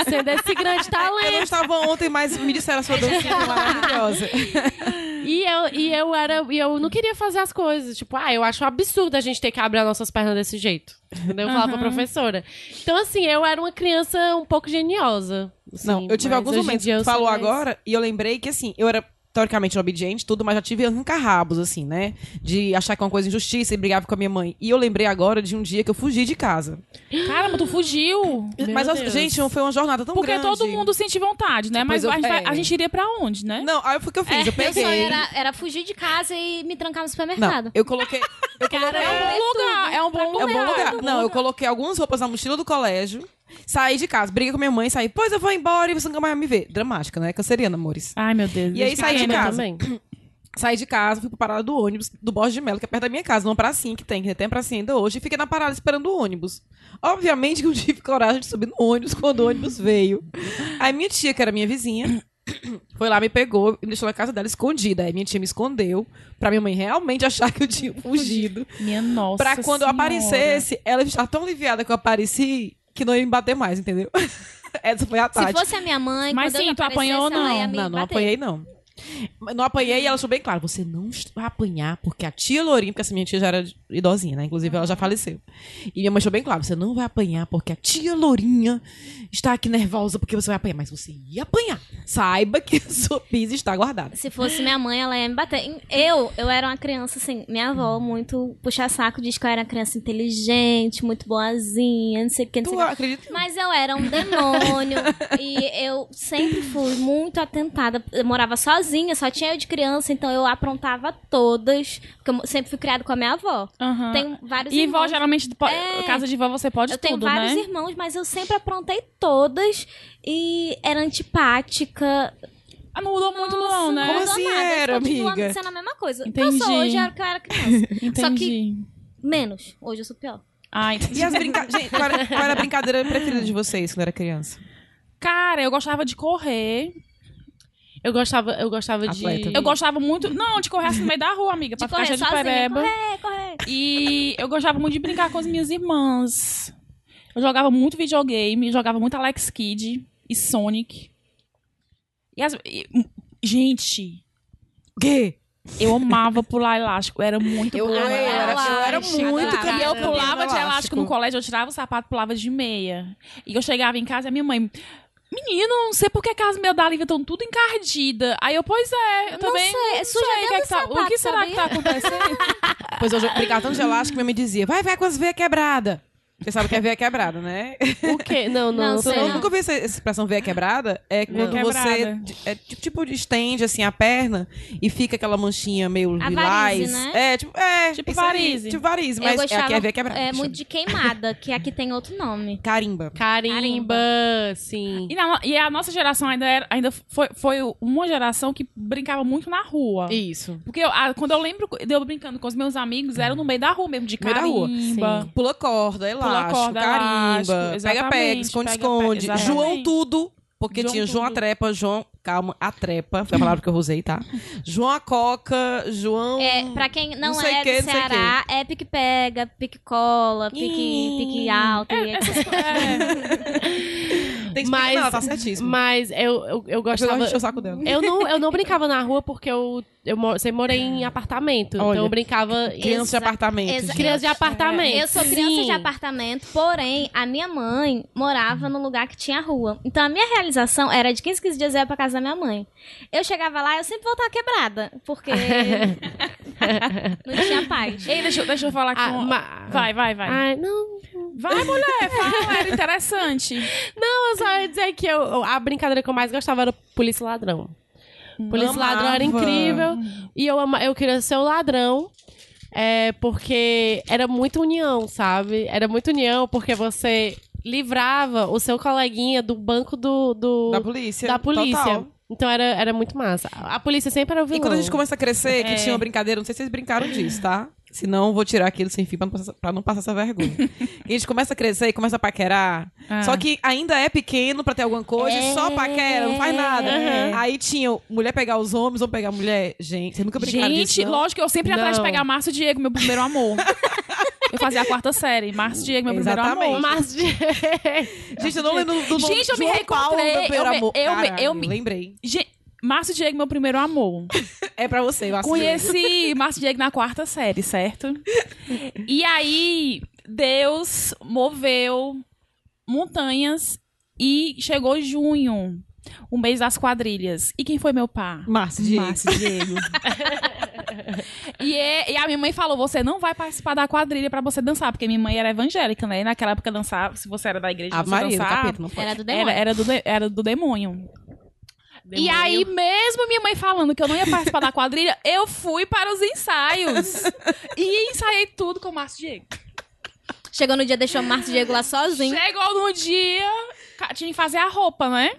[SPEAKER 5] sendo esse grande
[SPEAKER 4] é
[SPEAKER 3] Eu não
[SPEAKER 5] talento.
[SPEAKER 3] estava ontem, mas me disseram a sua dancinha maravilhosa.
[SPEAKER 5] E eu, e eu era, e eu não queria fazer as coisas. Tipo, ah, eu acho um absurdo a gente ter que abrir as nossas pernas desse jeito. Entendeu? Eu falava pra
[SPEAKER 4] Aham.
[SPEAKER 5] professora. Então, assim, eu era uma criança um pouco geniosa. assim,
[SPEAKER 3] Não, eu tive
[SPEAKER 5] mas
[SPEAKER 3] alguns
[SPEAKER 5] hoje em
[SPEAKER 3] momentos
[SPEAKER 5] dia
[SPEAKER 3] que
[SPEAKER 5] eu
[SPEAKER 3] tu
[SPEAKER 5] sou
[SPEAKER 3] falou
[SPEAKER 5] mais-
[SPEAKER 3] agora e eu lembrei que, assim, eu era teoricamente obediente, tudo, mas já tive arranca-rabos, assim, né? De achar que é uma coisa injustiça e brigava com a minha mãe. E eu lembrei agora de um dia que eu fugi de casa.
[SPEAKER 4] Caramba, tu fugiu!
[SPEAKER 3] mas, eu-
[SPEAKER 5] Deus.
[SPEAKER 3] gente, foi uma jornada tão
[SPEAKER 4] Porque
[SPEAKER 3] grande.
[SPEAKER 4] todo mundo sente vontade, né? Mas
[SPEAKER 3] Pois eu-
[SPEAKER 4] a, gente vai-
[SPEAKER 3] é.
[SPEAKER 4] a gente iria pra onde, né?
[SPEAKER 3] Não, aí foi o que eu
[SPEAKER 5] É,
[SPEAKER 3] fiz. Eu
[SPEAKER 1] É, Meu sonho
[SPEAKER 3] peguei.
[SPEAKER 1] era, era fugir de casa e me trancar no
[SPEAKER 3] Não,
[SPEAKER 1] supermercado.
[SPEAKER 3] eu coloquei. Eu
[SPEAKER 4] É
[SPEAKER 3] coloquei
[SPEAKER 4] um bom lugar, é um bom
[SPEAKER 3] É um
[SPEAKER 4] lugar.
[SPEAKER 3] bom lugar. Não, eu coloquei algumas roupas na mochila do colégio, saí de casa, briguei com minha mãe, saí, pois eu vou embora e você nunca mais vai me ver. Dramática, né? Canceriana, amores.
[SPEAKER 4] Ai, meu Deus.
[SPEAKER 3] E aí saí de
[SPEAKER 5] Também,
[SPEAKER 3] casa.
[SPEAKER 5] também.
[SPEAKER 3] Saí de casa, fui pra parada do ônibus do Bosque de Melo, que é perto da minha casa, numa pracinha que tem, que tem pracinha ainda hoje, e fiquei na parada esperando o ônibus. Obviamente que eu tive coragem de subir no ônibus quando o ônibus veio. Aí minha tia, que era minha vizinha, foi lá, me pegou e me deixou na casa dela escondida. Aí minha tia me escondeu, pra minha mãe realmente achar que eu tinha fugido.
[SPEAKER 4] Minha nossa
[SPEAKER 3] pra quando eu
[SPEAKER 4] Senhora.
[SPEAKER 3] aparecesse, ela estar tão aliviada que eu apareci que não ia me bater mais, entendeu? Essa foi a
[SPEAKER 1] Se
[SPEAKER 3] tática.
[SPEAKER 1] fosse a minha mãe,
[SPEAKER 4] Mas
[SPEAKER 1] quando
[SPEAKER 4] sim,
[SPEAKER 1] eu
[SPEAKER 4] tu apanhou ou
[SPEAKER 1] aparecesse, ela
[SPEAKER 4] não?
[SPEAKER 1] ia me
[SPEAKER 3] Não, não
[SPEAKER 1] bater.
[SPEAKER 3] apanhei, não. Mas Não apanhei e ela deixou bem claro: você não est- vai apanhar, porque a tia Lourinha, porque essa minha tia já era idosinha, né? Inclusive, ela já faleceu. E minha mãe deixou bem claro: você não vai apanhar, porque a tia Lourinha está aqui nervosa, porque você vai apanhar. Mas você ia apanhar. Saiba que a sua pisa está guardada.
[SPEAKER 1] Se fosse minha mãe, ela ia me bater. Eu, eu era uma criança, assim, minha avó muito puxa saco, diz que eu era uma criança inteligente, muito boazinha, não sei o que, não sei o
[SPEAKER 3] Tu
[SPEAKER 1] que.
[SPEAKER 3] acredita?
[SPEAKER 1] Mas eu era um demônio e eu sempre fui muito atentada. Eu morava sozinha, sozinha, só tinha eu de criança, então eu aprontava todas. Porque eu sempre fui criada com a minha avó.
[SPEAKER 4] Aham.
[SPEAKER 1] Tenho vários
[SPEAKER 4] Ah. E vó,
[SPEAKER 1] irmãos.
[SPEAKER 4] geralmente, po-
[SPEAKER 1] É.
[SPEAKER 4] casa de vó, você pode
[SPEAKER 1] eu
[SPEAKER 4] tudo,
[SPEAKER 1] tenho vários
[SPEAKER 4] né?
[SPEAKER 1] irmãos, mas eu sempre aprontei todas e era antipática.
[SPEAKER 4] Ah, não mudou muito não, né?
[SPEAKER 1] Não mudou
[SPEAKER 3] Como assim
[SPEAKER 1] nada,
[SPEAKER 3] era,
[SPEAKER 1] continuando
[SPEAKER 3] amiga?
[SPEAKER 1] sendo a mesma coisa.
[SPEAKER 4] Entendi.
[SPEAKER 1] Eu sou hoje, era o que eu era criança.
[SPEAKER 4] Entendi.
[SPEAKER 1] Só que- Menos. Hoje eu sou pior.
[SPEAKER 4] Ah, entendi.
[SPEAKER 3] E as brincadeiras. Qual era qual era a brincadeira preferida de vocês quando era criança?
[SPEAKER 4] Cara, eu gostava de correr.
[SPEAKER 5] Eu gostava, eu gostava de.
[SPEAKER 3] Atleta.
[SPEAKER 4] Eu gostava muito... Não, de correr assim no meio da rua, amiga. Pra
[SPEAKER 1] De
[SPEAKER 4] ficar
[SPEAKER 1] correr
[SPEAKER 4] cheia de
[SPEAKER 1] sozinha,
[SPEAKER 4] pereba.
[SPEAKER 1] correr, correr.
[SPEAKER 4] E eu gostava muito de brincar com as minhas irmãs. Eu jogava muito videogame, jogava muito Alex Kidd e Sonic. E as- e- gente,
[SPEAKER 3] O quê?
[SPEAKER 4] eu amava pular elástico, eu era muito
[SPEAKER 3] Eu,
[SPEAKER 4] boa.
[SPEAKER 3] eu,
[SPEAKER 4] no
[SPEAKER 3] era,
[SPEAKER 4] elástico.
[SPEAKER 3] eu era
[SPEAKER 5] Elástico.
[SPEAKER 1] Ah,
[SPEAKER 3] muito
[SPEAKER 5] Adorava.
[SPEAKER 4] E
[SPEAKER 3] campeã
[SPEAKER 4] eu
[SPEAKER 3] do
[SPEAKER 4] pulava de elástico no colégio, eu tirava o sapato, pulava de meia. E eu chegava em casa e a minha mãe, menino, não sei por que que as meias da Lívia estão tudo encardida. Aí eu, pois é, eu
[SPEAKER 1] Não
[SPEAKER 4] também
[SPEAKER 1] sei,
[SPEAKER 4] não
[SPEAKER 1] suja
[SPEAKER 4] sei o
[SPEAKER 1] dentro
[SPEAKER 4] que, é
[SPEAKER 1] do
[SPEAKER 4] que tá, o
[SPEAKER 1] sapato,
[SPEAKER 4] que será que tá acontecendo?
[SPEAKER 3] Pois eu jo- brincava tanto de elástico que minha mãe dizia: vai, vai com as veias quebradas. Você sabe o que é veia quebrada, né?
[SPEAKER 5] O quê? Não, não,
[SPEAKER 1] Não,
[SPEAKER 5] não
[SPEAKER 1] sei
[SPEAKER 3] Eu
[SPEAKER 5] sei.
[SPEAKER 1] não.
[SPEAKER 3] nunca vi essa essa expressão veia quebrada. É
[SPEAKER 5] Veia
[SPEAKER 3] quando
[SPEAKER 4] quebrada.
[SPEAKER 3] você de- é, ti- tipo estende assim a perna e fica aquela manchinha meio
[SPEAKER 1] A
[SPEAKER 3] lilás.
[SPEAKER 1] varize, né?
[SPEAKER 3] É, tipo, é,
[SPEAKER 4] Tipo
[SPEAKER 3] isso aí,
[SPEAKER 4] varize.
[SPEAKER 3] Tipo varize,
[SPEAKER 1] Eu
[SPEAKER 3] mas é,
[SPEAKER 1] gostava,
[SPEAKER 3] aqui é veia quebrada.
[SPEAKER 1] É
[SPEAKER 3] chama.
[SPEAKER 1] muito de queimada, que aqui tem outro nome.
[SPEAKER 3] Carimba.
[SPEAKER 5] Carimba, sim.
[SPEAKER 4] E, na- e a nossa geração ainda, era- ainda foi, foi uma geração que brincava muito na rua.
[SPEAKER 5] Isso.
[SPEAKER 4] Porque eu- a- quando eu lembro de eu brincando com os meus amigos, era no meio da rua mesmo, de
[SPEAKER 3] Meio da rua.
[SPEAKER 4] carimba.
[SPEAKER 3] Pula corda, elástico,
[SPEAKER 4] corda, elástico,
[SPEAKER 3] carimba, pega pega,
[SPEAKER 4] exatamente,
[SPEAKER 3] esconde,
[SPEAKER 4] pega-pega,
[SPEAKER 3] esconde.
[SPEAKER 4] exatamente.
[SPEAKER 3] João tudo. Porque
[SPEAKER 4] João
[SPEAKER 3] tinha João
[SPEAKER 4] tudo.
[SPEAKER 3] Atrepa, João. Calma, Atrepa, foi a palavra que eu usei, tá? João a Coca, João.
[SPEAKER 1] É, pra quem não,
[SPEAKER 3] Não sei
[SPEAKER 1] é
[SPEAKER 3] quê,
[SPEAKER 1] do
[SPEAKER 3] não sei
[SPEAKER 1] Ceará, é pique pega, pique cola, pique,
[SPEAKER 3] Ih.
[SPEAKER 1] pique alto. e etc.
[SPEAKER 4] É.
[SPEAKER 3] Tem que
[SPEAKER 5] Mas-
[SPEAKER 3] explicar, ela tá certíssimo.
[SPEAKER 5] Mas eu, eu, eu
[SPEAKER 3] Eu gosto
[SPEAKER 5] gostava.
[SPEAKER 3] de encher o saco dela.
[SPEAKER 4] É,
[SPEAKER 5] Eu não, eu não brincava na rua porque eu, eu mo- sempre morei em apartamento.
[SPEAKER 3] Olha,
[SPEAKER 5] então eu brincava em
[SPEAKER 3] Criança de
[SPEAKER 1] Exa-
[SPEAKER 3] apartamento.
[SPEAKER 1] exa-
[SPEAKER 3] gente.
[SPEAKER 5] criança de apartamento.
[SPEAKER 1] Eu sou criança
[SPEAKER 5] sim.
[SPEAKER 1] de apartamento, porém, a minha mãe morava num lugar que tinha rua. Então a minha realização era de 15, 15 dias eu ia pra casa da minha mãe. Eu chegava lá, eu sempre voltava quebrada, porque não tinha paz.
[SPEAKER 4] Ei, deixa, eu- deixa eu falar aqui.
[SPEAKER 5] Ah,
[SPEAKER 4] um-
[SPEAKER 5] ma-
[SPEAKER 4] Vai, vai, vai.
[SPEAKER 3] Ah.
[SPEAKER 5] Ai, não,
[SPEAKER 4] Vai, mulher, fala, era interessante.
[SPEAKER 5] eu só ia dizer que eu, a brincadeira que eu mais gostava era polícia e ladrão. Polícia e ladrão era
[SPEAKER 3] Amava.
[SPEAKER 5] incrível. E eu, ama- eu queria ser o ladrão. É, porque era muito união, sabe? Era muito união porque você livrava o seu coleguinha do banco do, do-
[SPEAKER 3] Da polícia.
[SPEAKER 5] da polícia.
[SPEAKER 3] Total.
[SPEAKER 5] Então era, era muito massa. A polícia sempre era o vilão.
[SPEAKER 3] E quando a gente começa a crescer, que
[SPEAKER 4] É.
[SPEAKER 3] tinha uma brincadeira, não sei se vocês brincaram disso, tá? Senão eu vou tirar aquilo sem fim pra não passar, pra não passar essa vergonha. E a gente começa a crescer e começa a paquerar.
[SPEAKER 4] Ah.
[SPEAKER 3] Só que ainda é pequeno pra ter alguma coisa, e só paquera, não faz nada. Aí tinha o mulher pegar os homens, ou pegar a mulher. Gente, vocês nunca brincaram
[SPEAKER 4] Gente,
[SPEAKER 3] disso, não?
[SPEAKER 4] lógico, eu sempre ia atrás de
[SPEAKER 5] Não.
[SPEAKER 4] pegar Márcio Diego, meu primeiro amor. eu fazia a quarta série. Márcio Diego, meu primeiro
[SPEAKER 3] Exatamente.
[SPEAKER 4] amor.
[SPEAKER 5] Mas de...
[SPEAKER 3] Gente, eu não lembro do nome.
[SPEAKER 4] Gente, eu me
[SPEAKER 3] João Paulo,
[SPEAKER 4] reencontrei,
[SPEAKER 3] meu primeiro
[SPEAKER 4] eu me-
[SPEAKER 3] amor.
[SPEAKER 4] eu me- eu
[SPEAKER 3] Caralho,
[SPEAKER 4] me-
[SPEAKER 3] Lembrei.
[SPEAKER 4] Gente, Márcio Diego, meu primeiro amor.
[SPEAKER 3] É pra você, eu acho.
[SPEAKER 4] Conheci Márcio Diego na quarta série, certo? E aí, Deus moveu montanhas e chegou junho, o mês das quadrilhas. E quem foi meu par?
[SPEAKER 3] Márcio, Diego.
[SPEAKER 4] Márcio Diego. e, é- e a minha mãe falou: você não vai participar da quadrilha pra você dançar, porque minha mãe era evangélica, né? E naquela época dançava, se você era da igreja,
[SPEAKER 3] A
[SPEAKER 4] você
[SPEAKER 3] Maria, do
[SPEAKER 4] dançava.
[SPEAKER 3] capeta, não É, né? pode.
[SPEAKER 1] Era do demônio.
[SPEAKER 4] Era, era, do de- era do demônio. E
[SPEAKER 5] Demônio.
[SPEAKER 4] aí, mesmo minha mãe falando que eu não ia participar da quadrilha, eu fui para os ensaios. e ensaiei tudo com o Márcio Diego.
[SPEAKER 1] Chegou no dia, deixou o Márcio Diego lá sozinho.
[SPEAKER 4] Chegou no dia, ca- tinha que fazer a roupa, né?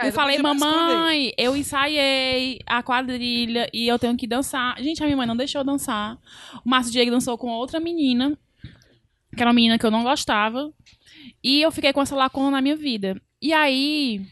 [SPEAKER 3] É,
[SPEAKER 4] eu falei,
[SPEAKER 3] não podia mais
[SPEAKER 4] mamãe, eu ensaiei a quadrilha e eu tenho que dançar. Gente, a minha mãe não deixou eu dançar. O Márcio Diego dançou com outra menina, que era uma menina que eu não gostava. E eu fiquei com essa lacuna na minha vida. E aí,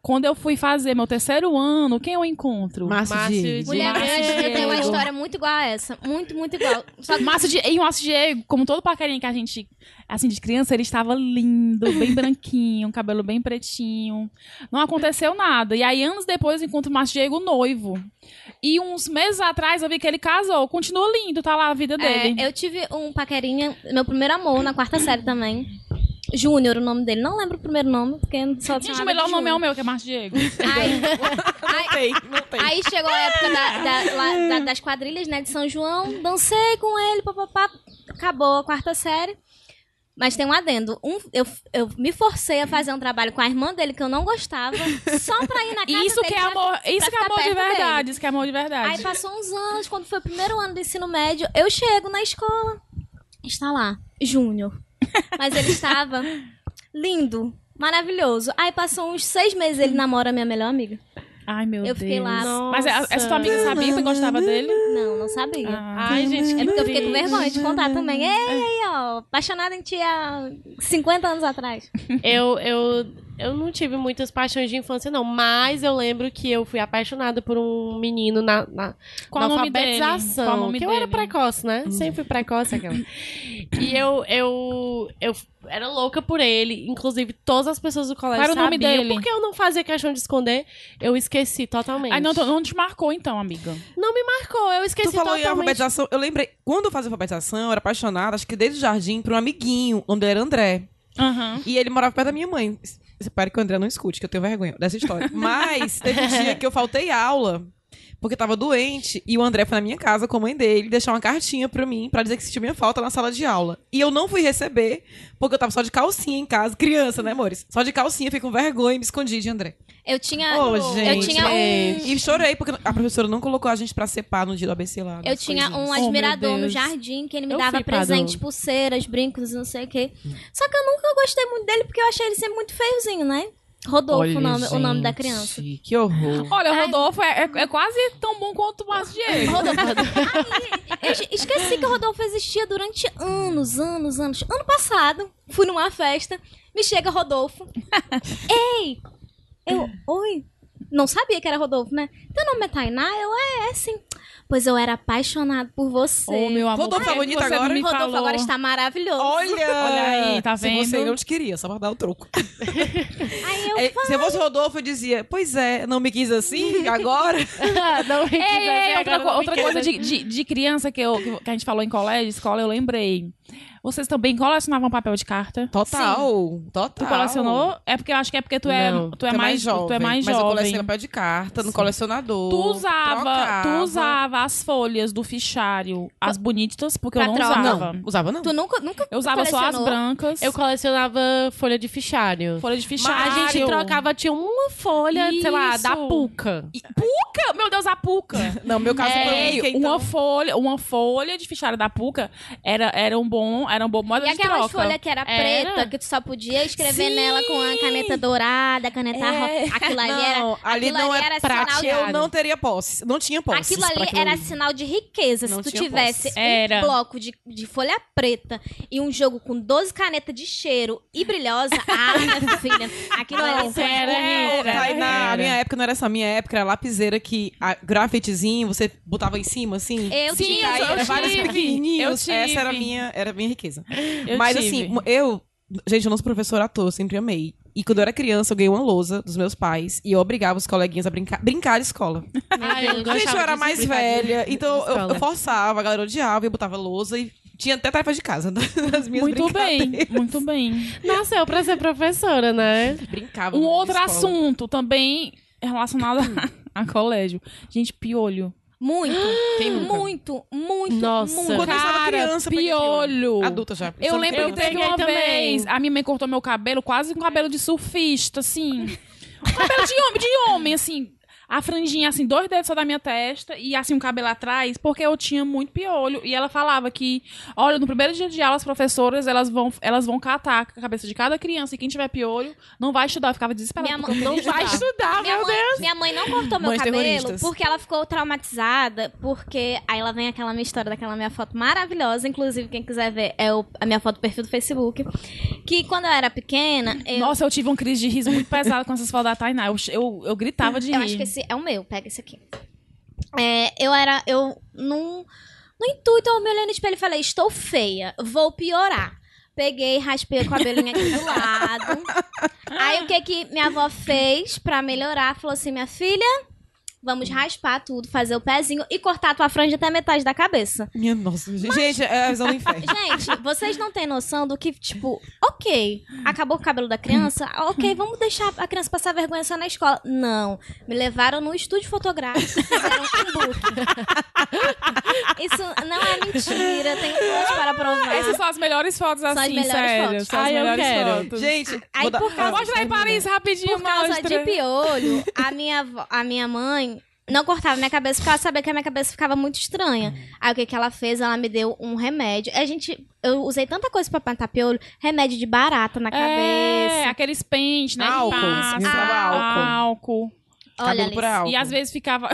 [SPEAKER 4] quando eu fui fazer meu terceiro ano, quem eu encontro?
[SPEAKER 3] Márcio,
[SPEAKER 5] Márcio
[SPEAKER 3] Diego.
[SPEAKER 1] Mulher,
[SPEAKER 4] Márcio
[SPEAKER 1] eu eu tenho uma
[SPEAKER 4] Diego.
[SPEAKER 1] história muito igual a essa. Muito, muito igual. Só que
[SPEAKER 4] Márcio Diego, e o Márcio Diego, um como todo paquerinha que a gente, assim, de criança, ele estava lindo, bem branquinho, um cabelo bem pretinho. Não aconteceu nada. E aí, anos depois, eu encontro o Márcio Diego noivo. E uns meses atrás, eu vi que ele casou. Continua lindo, tá lá a vida dele.
[SPEAKER 1] É, eu tive um paquerinha, meu primeiro amor, na quarta série também. Júnior, o nome dele. Não lembro o primeiro nome, porque só
[SPEAKER 4] Gente,
[SPEAKER 1] chamava
[SPEAKER 4] o melhor
[SPEAKER 1] de
[SPEAKER 4] nome é o
[SPEAKER 1] Júnior.
[SPEAKER 4] meu, que é Márcio Diego.
[SPEAKER 1] Aí,
[SPEAKER 3] Não tem, não tem.
[SPEAKER 1] aí chegou a época da- da- lá- da- das quadrilhas, né, de São João. Dancei com ele, papapá. Acabou a quarta série. Mas tem um adendo. Um, eu, eu me forcei a fazer um trabalho com a irmã dele que eu não gostava, só pra ir na casa
[SPEAKER 4] Isso
[SPEAKER 1] dele
[SPEAKER 4] que é
[SPEAKER 1] pra
[SPEAKER 4] amor, isso que é
[SPEAKER 1] ficar
[SPEAKER 4] amor de
[SPEAKER 1] perto
[SPEAKER 4] verdade,
[SPEAKER 1] dele.
[SPEAKER 4] isso que é amor de
[SPEAKER 1] Aí
[SPEAKER 4] verdade.
[SPEAKER 1] passou uns anos, quando foi o primeiro ano do ensino médio, eu chego na escola. Está lá, Júnior. Mas ele estava lindo, maravilhoso. Aí passou uns seis meses, ele namora a minha melhor amiga.
[SPEAKER 4] Ai, meu
[SPEAKER 1] eu fiquei lá.
[SPEAKER 4] Mas a- essa tua amiga sabia que tu gostava dele?
[SPEAKER 1] Não, não sabia.
[SPEAKER 3] Ah.
[SPEAKER 5] Ai, gente, que
[SPEAKER 1] É porque eu fiquei com
[SPEAKER 5] triste.
[SPEAKER 1] vergonha de contar também.
[SPEAKER 3] É.
[SPEAKER 1] Ei, ó, apaixonada em ti há 50 anos atrás.
[SPEAKER 5] Eu, eu, eu não tive muitas paixões de infância, não. Mas eu lembro que eu fui apaixonada por um menino na, na,
[SPEAKER 4] Qual
[SPEAKER 5] na
[SPEAKER 4] o nome dele?
[SPEAKER 5] alfabetização.
[SPEAKER 4] Qual o nome
[SPEAKER 5] que eu
[SPEAKER 4] dele?
[SPEAKER 5] era precoce, né? Sempre precoce aquela. e eu, eu, eu era louca por ele. Inclusive, todas as pessoas do colégio
[SPEAKER 4] Qual era o nome
[SPEAKER 5] sabiam.
[SPEAKER 4] dele?
[SPEAKER 5] Porque eu não fazia questão de esconder, eu esqueci totalmente.
[SPEAKER 4] Ai, não, tu- não te marcou então, amiga.
[SPEAKER 5] Não me marcou, eu esqueci
[SPEAKER 3] Tu falou
[SPEAKER 4] tá
[SPEAKER 3] em
[SPEAKER 5] totalmente.
[SPEAKER 3] alfabetização. Eu lembrei, quando eu fazia alfabetização, eu era apaixonada, acho que desde o jardim, por um amiguinho. O nome dele era André.
[SPEAKER 4] Aham.
[SPEAKER 3] E ele morava perto da minha mãe. Separe que o André não escute, que eu tenho vergonha dessa história. Mas teve um dia que eu faltei aula, porque tava doente, e o André foi na minha casa com a mãe dele deixar uma cartinha pra mim, pra dizer que sentiu minha falta na sala de aula. E eu não fui receber, porque eu tava só de calcinha em casa, criança, né, amores? Só de calcinha, fiquei com vergonha e me escondi de André.
[SPEAKER 1] Eu tinha.
[SPEAKER 3] Ô,
[SPEAKER 1] eu
[SPEAKER 3] gente.
[SPEAKER 1] tinha um.
[SPEAKER 3] E chorei, porque a professora não colocou a gente pra cepar no dia do ABC lá.
[SPEAKER 1] Eu
[SPEAKER 3] das
[SPEAKER 1] tinha
[SPEAKER 3] coisinhas.
[SPEAKER 1] um
[SPEAKER 4] meu
[SPEAKER 1] admirador no
[SPEAKER 4] Deus.
[SPEAKER 1] jardim que ele me
[SPEAKER 5] Eu
[SPEAKER 1] dava
[SPEAKER 5] fui pra
[SPEAKER 1] presentes,
[SPEAKER 5] do-
[SPEAKER 1] pulseiras, brincos, não sei o quê. Só que eu nunca gostei muito dele porque eu achei ele sempre muito feiozinho, né? Rodolfo, o, nome, o nome da criança.
[SPEAKER 3] Que horror.
[SPEAKER 4] Olha, o Rodolfo é, é- é quase tão bom quanto o Márcio Diego.
[SPEAKER 1] Eu es- esqueci que o Rodolfo existia durante anos, anos, anos. Ano passado, fui numa festa, me chega Rodolfo. Ei! Eu, oi? Não sabia que era Rodolfo, né? Teu nome é Tainá? Eu, é, é sim. Pois eu era apaixonado por você.
[SPEAKER 4] Ô, meu amor.
[SPEAKER 3] Rodolfo
[SPEAKER 4] por
[SPEAKER 3] tá
[SPEAKER 4] que
[SPEAKER 3] bonito
[SPEAKER 4] você não
[SPEAKER 3] agora?
[SPEAKER 4] me
[SPEAKER 1] Rodolfo
[SPEAKER 4] falou?
[SPEAKER 1] agora está maravilhoso.
[SPEAKER 3] Olha!
[SPEAKER 4] Olha aí, tá
[SPEAKER 3] Se você
[SPEAKER 4] vendo?
[SPEAKER 3] não te queria, só pra dar o troco.
[SPEAKER 1] Aí eu
[SPEAKER 3] É, se eu fosse Rodolfo, eu dizia, pois é, não me quis assim, agora.
[SPEAKER 5] Ah, não, é me
[SPEAKER 4] Ei,
[SPEAKER 5] quiser,
[SPEAKER 4] ei, outra,
[SPEAKER 5] agora
[SPEAKER 4] co-
[SPEAKER 5] não me
[SPEAKER 4] outra
[SPEAKER 5] quer.
[SPEAKER 4] coisa de, de- de criança que, eu- que a gente falou em colégio, escola, eu lembrei. Vocês também colecionavam papel de carta?
[SPEAKER 3] Total,
[SPEAKER 4] Tu
[SPEAKER 3] total.
[SPEAKER 4] colecionou? É porque eu acho que é porque tu é,
[SPEAKER 5] Não,
[SPEAKER 4] tu é, mais, jovem, tu é mais
[SPEAKER 3] Mas eu
[SPEAKER 4] jovem.
[SPEAKER 3] colecionei papel de carta, no
[SPEAKER 4] Sim.
[SPEAKER 3] colecionador.
[SPEAKER 4] Tu usava,
[SPEAKER 3] trocava.
[SPEAKER 4] tu usava as folhas do fichário, as bonitas, porque eu
[SPEAKER 1] Pra
[SPEAKER 4] não
[SPEAKER 1] troca.
[SPEAKER 4] usava.
[SPEAKER 3] Não, usava não.
[SPEAKER 1] Tu nunca, nunca
[SPEAKER 4] Eu usava só as
[SPEAKER 1] colecionou?
[SPEAKER 4] brancas.
[SPEAKER 5] Eu colecionava folha de fichário.
[SPEAKER 4] Folha de
[SPEAKER 5] A
[SPEAKER 4] fichário.
[SPEAKER 5] gente trocava, tinha uma folha, sei lá,
[SPEAKER 4] Isso.
[SPEAKER 5] da Puca.
[SPEAKER 4] E- Puca! Meu Deus, a Puca!
[SPEAKER 3] Não, meu caso foi
[SPEAKER 4] É,
[SPEAKER 3] Mickey, então.
[SPEAKER 4] uma folha, uma folha de fichário da Puca era, era um bom, era um bom modo
[SPEAKER 1] E
[SPEAKER 4] de
[SPEAKER 1] aquela
[SPEAKER 4] troca.
[SPEAKER 1] folha que era
[SPEAKER 5] Era?
[SPEAKER 1] preta, que tu só podia escrever
[SPEAKER 4] Sim!
[SPEAKER 1] nela com a caneta dourada, a caneta
[SPEAKER 4] É.
[SPEAKER 1] rosa. Aquilo ali era.
[SPEAKER 3] Não, ali
[SPEAKER 1] aquilo
[SPEAKER 3] não
[SPEAKER 1] ali
[SPEAKER 3] é
[SPEAKER 1] era sinal de-
[SPEAKER 3] prático. Eu não teria posse. Não tinha posse.
[SPEAKER 1] aquilo ali era sinal de riqueza.
[SPEAKER 3] Não
[SPEAKER 1] Se tu
[SPEAKER 3] tinha
[SPEAKER 1] tivesse
[SPEAKER 3] posse.
[SPEAKER 1] um
[SPEAKER 4] Era.
[SPEAKER 1] bloco de, de folha preta e um jogo com 12 canetas de cheiro e brilhosa, ah, minha filha, aquilo
[SPEAKER 3] é
[SPEAKER 4] Ah,
[SPEAKER 1] ali foi
[SPEAKER 5] era,
[SPEAKER 4] é,
[SPEAKER 1] um-
[SPEAKER 5] era.
[SPEAKER 3] tá Aí na a minha época não era essa, a minha época era lapiseira que a grafitezinho você botava em cima assim.
[SPEAKER 1] Eu
[SPEAKER 4] Sim,
[SPEAKER 1] tinha.
[SPEAKER 3] Aí
[SPEAKER 4] eu
[SPEAKER 3] era vários
[SPEAKER 4] tive,
[SPEAKER 3] pequenininhos.
[SPEAKER 4] eu
[SPEAKER 3] Essa era a
[SPEAKER 4] tive.
[SPEAKER 3] minha, era a minha riqueza.
[SPEAKER 4] Eu
[SPEAKER 3] Mas
[SPEAKER 4] tive.
[SPEAKER 3] assim, eu. Gente, eu não sou professora à toa, eu sempre amei. E quando eu era criança, eu ganhei uma lousa dos meus pais e eu obrigava os coleguinhas a brincar, brincar de escola.
[SPEAKER 5] Ai, eu gostava
[SPEAKER 3] Gente, eu era
[SPEAKER 5] disso,
[SPEAKER 3] mais
[SPEAKER 5] brincadeira
[SPEAKER 3] velha,
[SPEAKER 5] de
[SPEAKER 3] então eu- eu,
[SPEAKER 5] escola.
[SPEAKER 3] forçava, a galera odiava, eu botava lousa e tinha até tarefas de casa nas minhas
[SPEAKER 4] Muito
[SPEAKER 3] brincadeiras.
[SPEAKER 4] bem, muito bem.
[SPEAKER 5] Nasceu pra ser professora, né?
[SPEAKER 3] Brincava.
[SPEAKER 4] Um
[SPEAKER 3] na
[SPEAKER 4] outro
[SPEAKER 3] escola.
[SPEAKER 4] assunto também relacionado a, a colégio. Gente, piolho.
[SPEAKER 1] Muito,
[SPEAKER 3] Quem nunca?
[SPEAKER 1] muito, muito,
[SPEAKER 5] Nossa.
[SPEAKER 1] muito.
[SPEAKER 3] Quando eu estava
[SPEAKER 4] Cara,
[SPEAKER 3] criança, eu peguei
[SPEAKER 4] piolho.
[SPEAKER 3] aquilo. Adulta já.
[SPEAKER 4] Eu lembro
[SPEAKER 5] Eu
[SPEAKER 1] um
[SPEAKER 4] que teve
[SPEAKER 5] peguei
[SPEAKER 4] uma
[SPEAKER 5] também.
[SPEAKER 4] vez, a minha mãe cortou meu cabelo quase com cabelo de surfista, assim. Um cabelo de homem, de homem, assim. A franjinha, assim, dois dedos só da minha testa e, assim, um cabelo atrás, porque eu tinha muito piolho. E ela falava que, olha, no primeiro dia de aula, as professoras, elas vão, elas vão catar a cabeça de cada criança e quem tiver piolho não vai estudar. Eu ficava desesperada.
[SPEAKER 1] Minha
[SPEAKER 4] porque eu
[SPEAKER 1] mãe-
[SPEAKER 4] não vai estudar.
[SPEAKER 3] Ah,
[SPEAKER 1] Minha mãe, minha mãe não cortou meu
[SPEAKER 3] Mães
[SPEAKER 1] cabelo
[SPEAKER 3] terroristas.
[SPEAKER 1] porque ela ficou traumatizada, porque aí ela vem aquela minha história daquela minha foto maravilhosa, inclusive quem quiser ver é o- a minha foto do perfil do Facebook, que quando eu era pequena, eu,
[SPEAKER 4] Nossa, eu tive um crise de riso muito pesado com essas fotos da Tainá. Eu, eu, eu gritava de
[SPEAKER 1] eu
[SPEAKER 4] rir.
[SPEAKER 1] acho que esse é o meu, pega esse aqui. É, eu era, eu num, no intuito, eu me olhando no espelho e falei, estou feia, vou piorar. Peguei, raspei o cabelinho aqui do lado. Aí o que que minha avó fez pra melhorar? Falou assim, minha filha, Vamos raspar tudo, fazer o pezinho e cortar a tua franja até a metade da cabeça.
[SPEAKER 3] Minha nossa, gente, é a visão do inferno.
[SPEAKER 1] Gente, vocês não têm noção do que, tipo, ok, acabou o cabelo da criança, ok, vamos deixar a criança passar vergonha só na escola. Não, me levaram no estúdio fotográfico, fizeram um book. Isso não é mentira, tem fotos para provar.
[SPEAKER 4] Essas são as melhores fotos
[SPEAKER 1] as
[SPEAKER 4] assim,
[SPEAKER 1] melhores
[SPEAKER 4] sério.
[SPEAKER 1] fotos.
[SPEAKER 4] São as
[SPEAKER 5] Ai, eu
[SPEAKER 4] melhores
[SPEAKER 5] quero.
[SPEAKER 4] fotos.
[SPEAKER 3] Gente,
[SPEAKER 1] Aí,
[SPEAKER 3] vou dar- Ah,
[SPEAKER 1] por causa-
[SPEAKER 4] Mostra aí, Paris, rapidinho,
[SPEAKER 1] Por causa
[SPEAKER 4] mostra.
[SPEAKER 1] de piolho, a minha, avó- a minha mãe não cortava minha cabeça porque ela sabia que a minha cabeça ficava muito estranha. Aí o que, que ela fez? Ela me deu um remédio. A gente, eu usei tanta coisa pra matar piolho, remédio de barata na
[SPEAKER 4] É,
[SPEAKER 1] cabeça.
[SPEAKER 4] aqueles pentes, né? que
[SPEAKER 3] Álcool,
[SPEAKER 4] passa,
[SPEAKER 3] me usava álcool.
[SPEAKER 4] álcool.
[SPEAKER 1] Olha,
[SPEAKER 3] cabelo por
[SPEAKER 1] Alice,
[SPEAKER 3] álcool.
[SPEAKER 4] E às vezes ficava.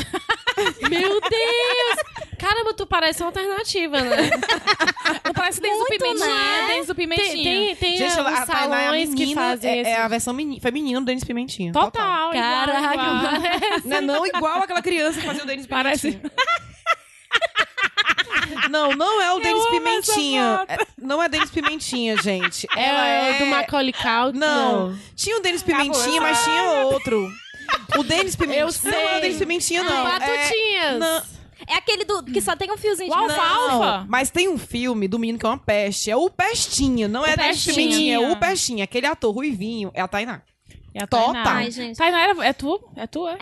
[SPEAKER 5] Meu Deus! Caramba, tu parece uma alternativa, né?
[SPEAKER 4] Não parece dentes do pimentinha.
[SPEAKER 1] né?
[SPEAKER 4] Dentes do
[SPEAKER 5] Tem,
[SPEAKER 4] pimentinha.
[SPEAKER 5] tem, tem
[SPEAKER 3] Gente, ela-
[SPEAKER 5] uns
[SPEAKER 3] a Tainá é a
[SPEAKER 5] salões que
[SPEAKER 3] menina,
[SPEAKER 5] fazem
[SPEAKER 3] é,
[SPEAKER 5] esse-
[SPEAKER 3] é a versão meni- feminina do Denis Pimentinha.
[SPEAKER 4] Total, igual,
[SPEAKER 5] Caraca,
[SPEAKER 4] igual.
[SPEAKER 3] Não é não igual aquela criança que fazia o Denis
[SPEAKER 4] Parece-
[SPEAKER 3] Pimentinha. Não, não é o Denis
[SPEAKER 4] amo essa
[SPEAKER 3] Pimentinha. É- Não é Denis Pimentinha, gente.
[SPEAKER 5] É,
[SPEAKER 3] Ela
[SPEAKER 5] é o do Macaulay Culkin?
[SPEAKER 3] Não. Tinha o Denis Pimentinha, mas tinha outro. O Denis Pimentinha.
[SPEAKER 5] Eu
[SPEAKER 3] Não, não é
[SPEAKER 5] sei.
[SPEAKER 3] o Denis Pimentinha,
[SPEAKER 5] Não.
[SPEAKER 3] não. É...
[SPEAKER 5] Batutinhas.
[SPEAKER 3] Não,
[SPEAKER 1] é aquele do, que só tem um fiozinho de
[SPEAKER 4] Uau,
[SPEAKER 1] cabelo.
[SPEAKER 4] uau. Alfa.
[SPEAKER 3] Não, mas tem um filme do menino que é uma peste. É o Pestinha, não é Denis
[SPEAKER 4] Pestinha.
[SPEAKER 3] Pimentinha. É o Pestinha. Aquele ator ruivinho é a Tainá.
[SPEAKER 4] E a
[SPEAKER 3] Total.
[SPEAKER 4] Tainá.
[SPEAKER 1] Ai, gente.
[SPEAKER 4] Tainá, era- é tu? É tu, é?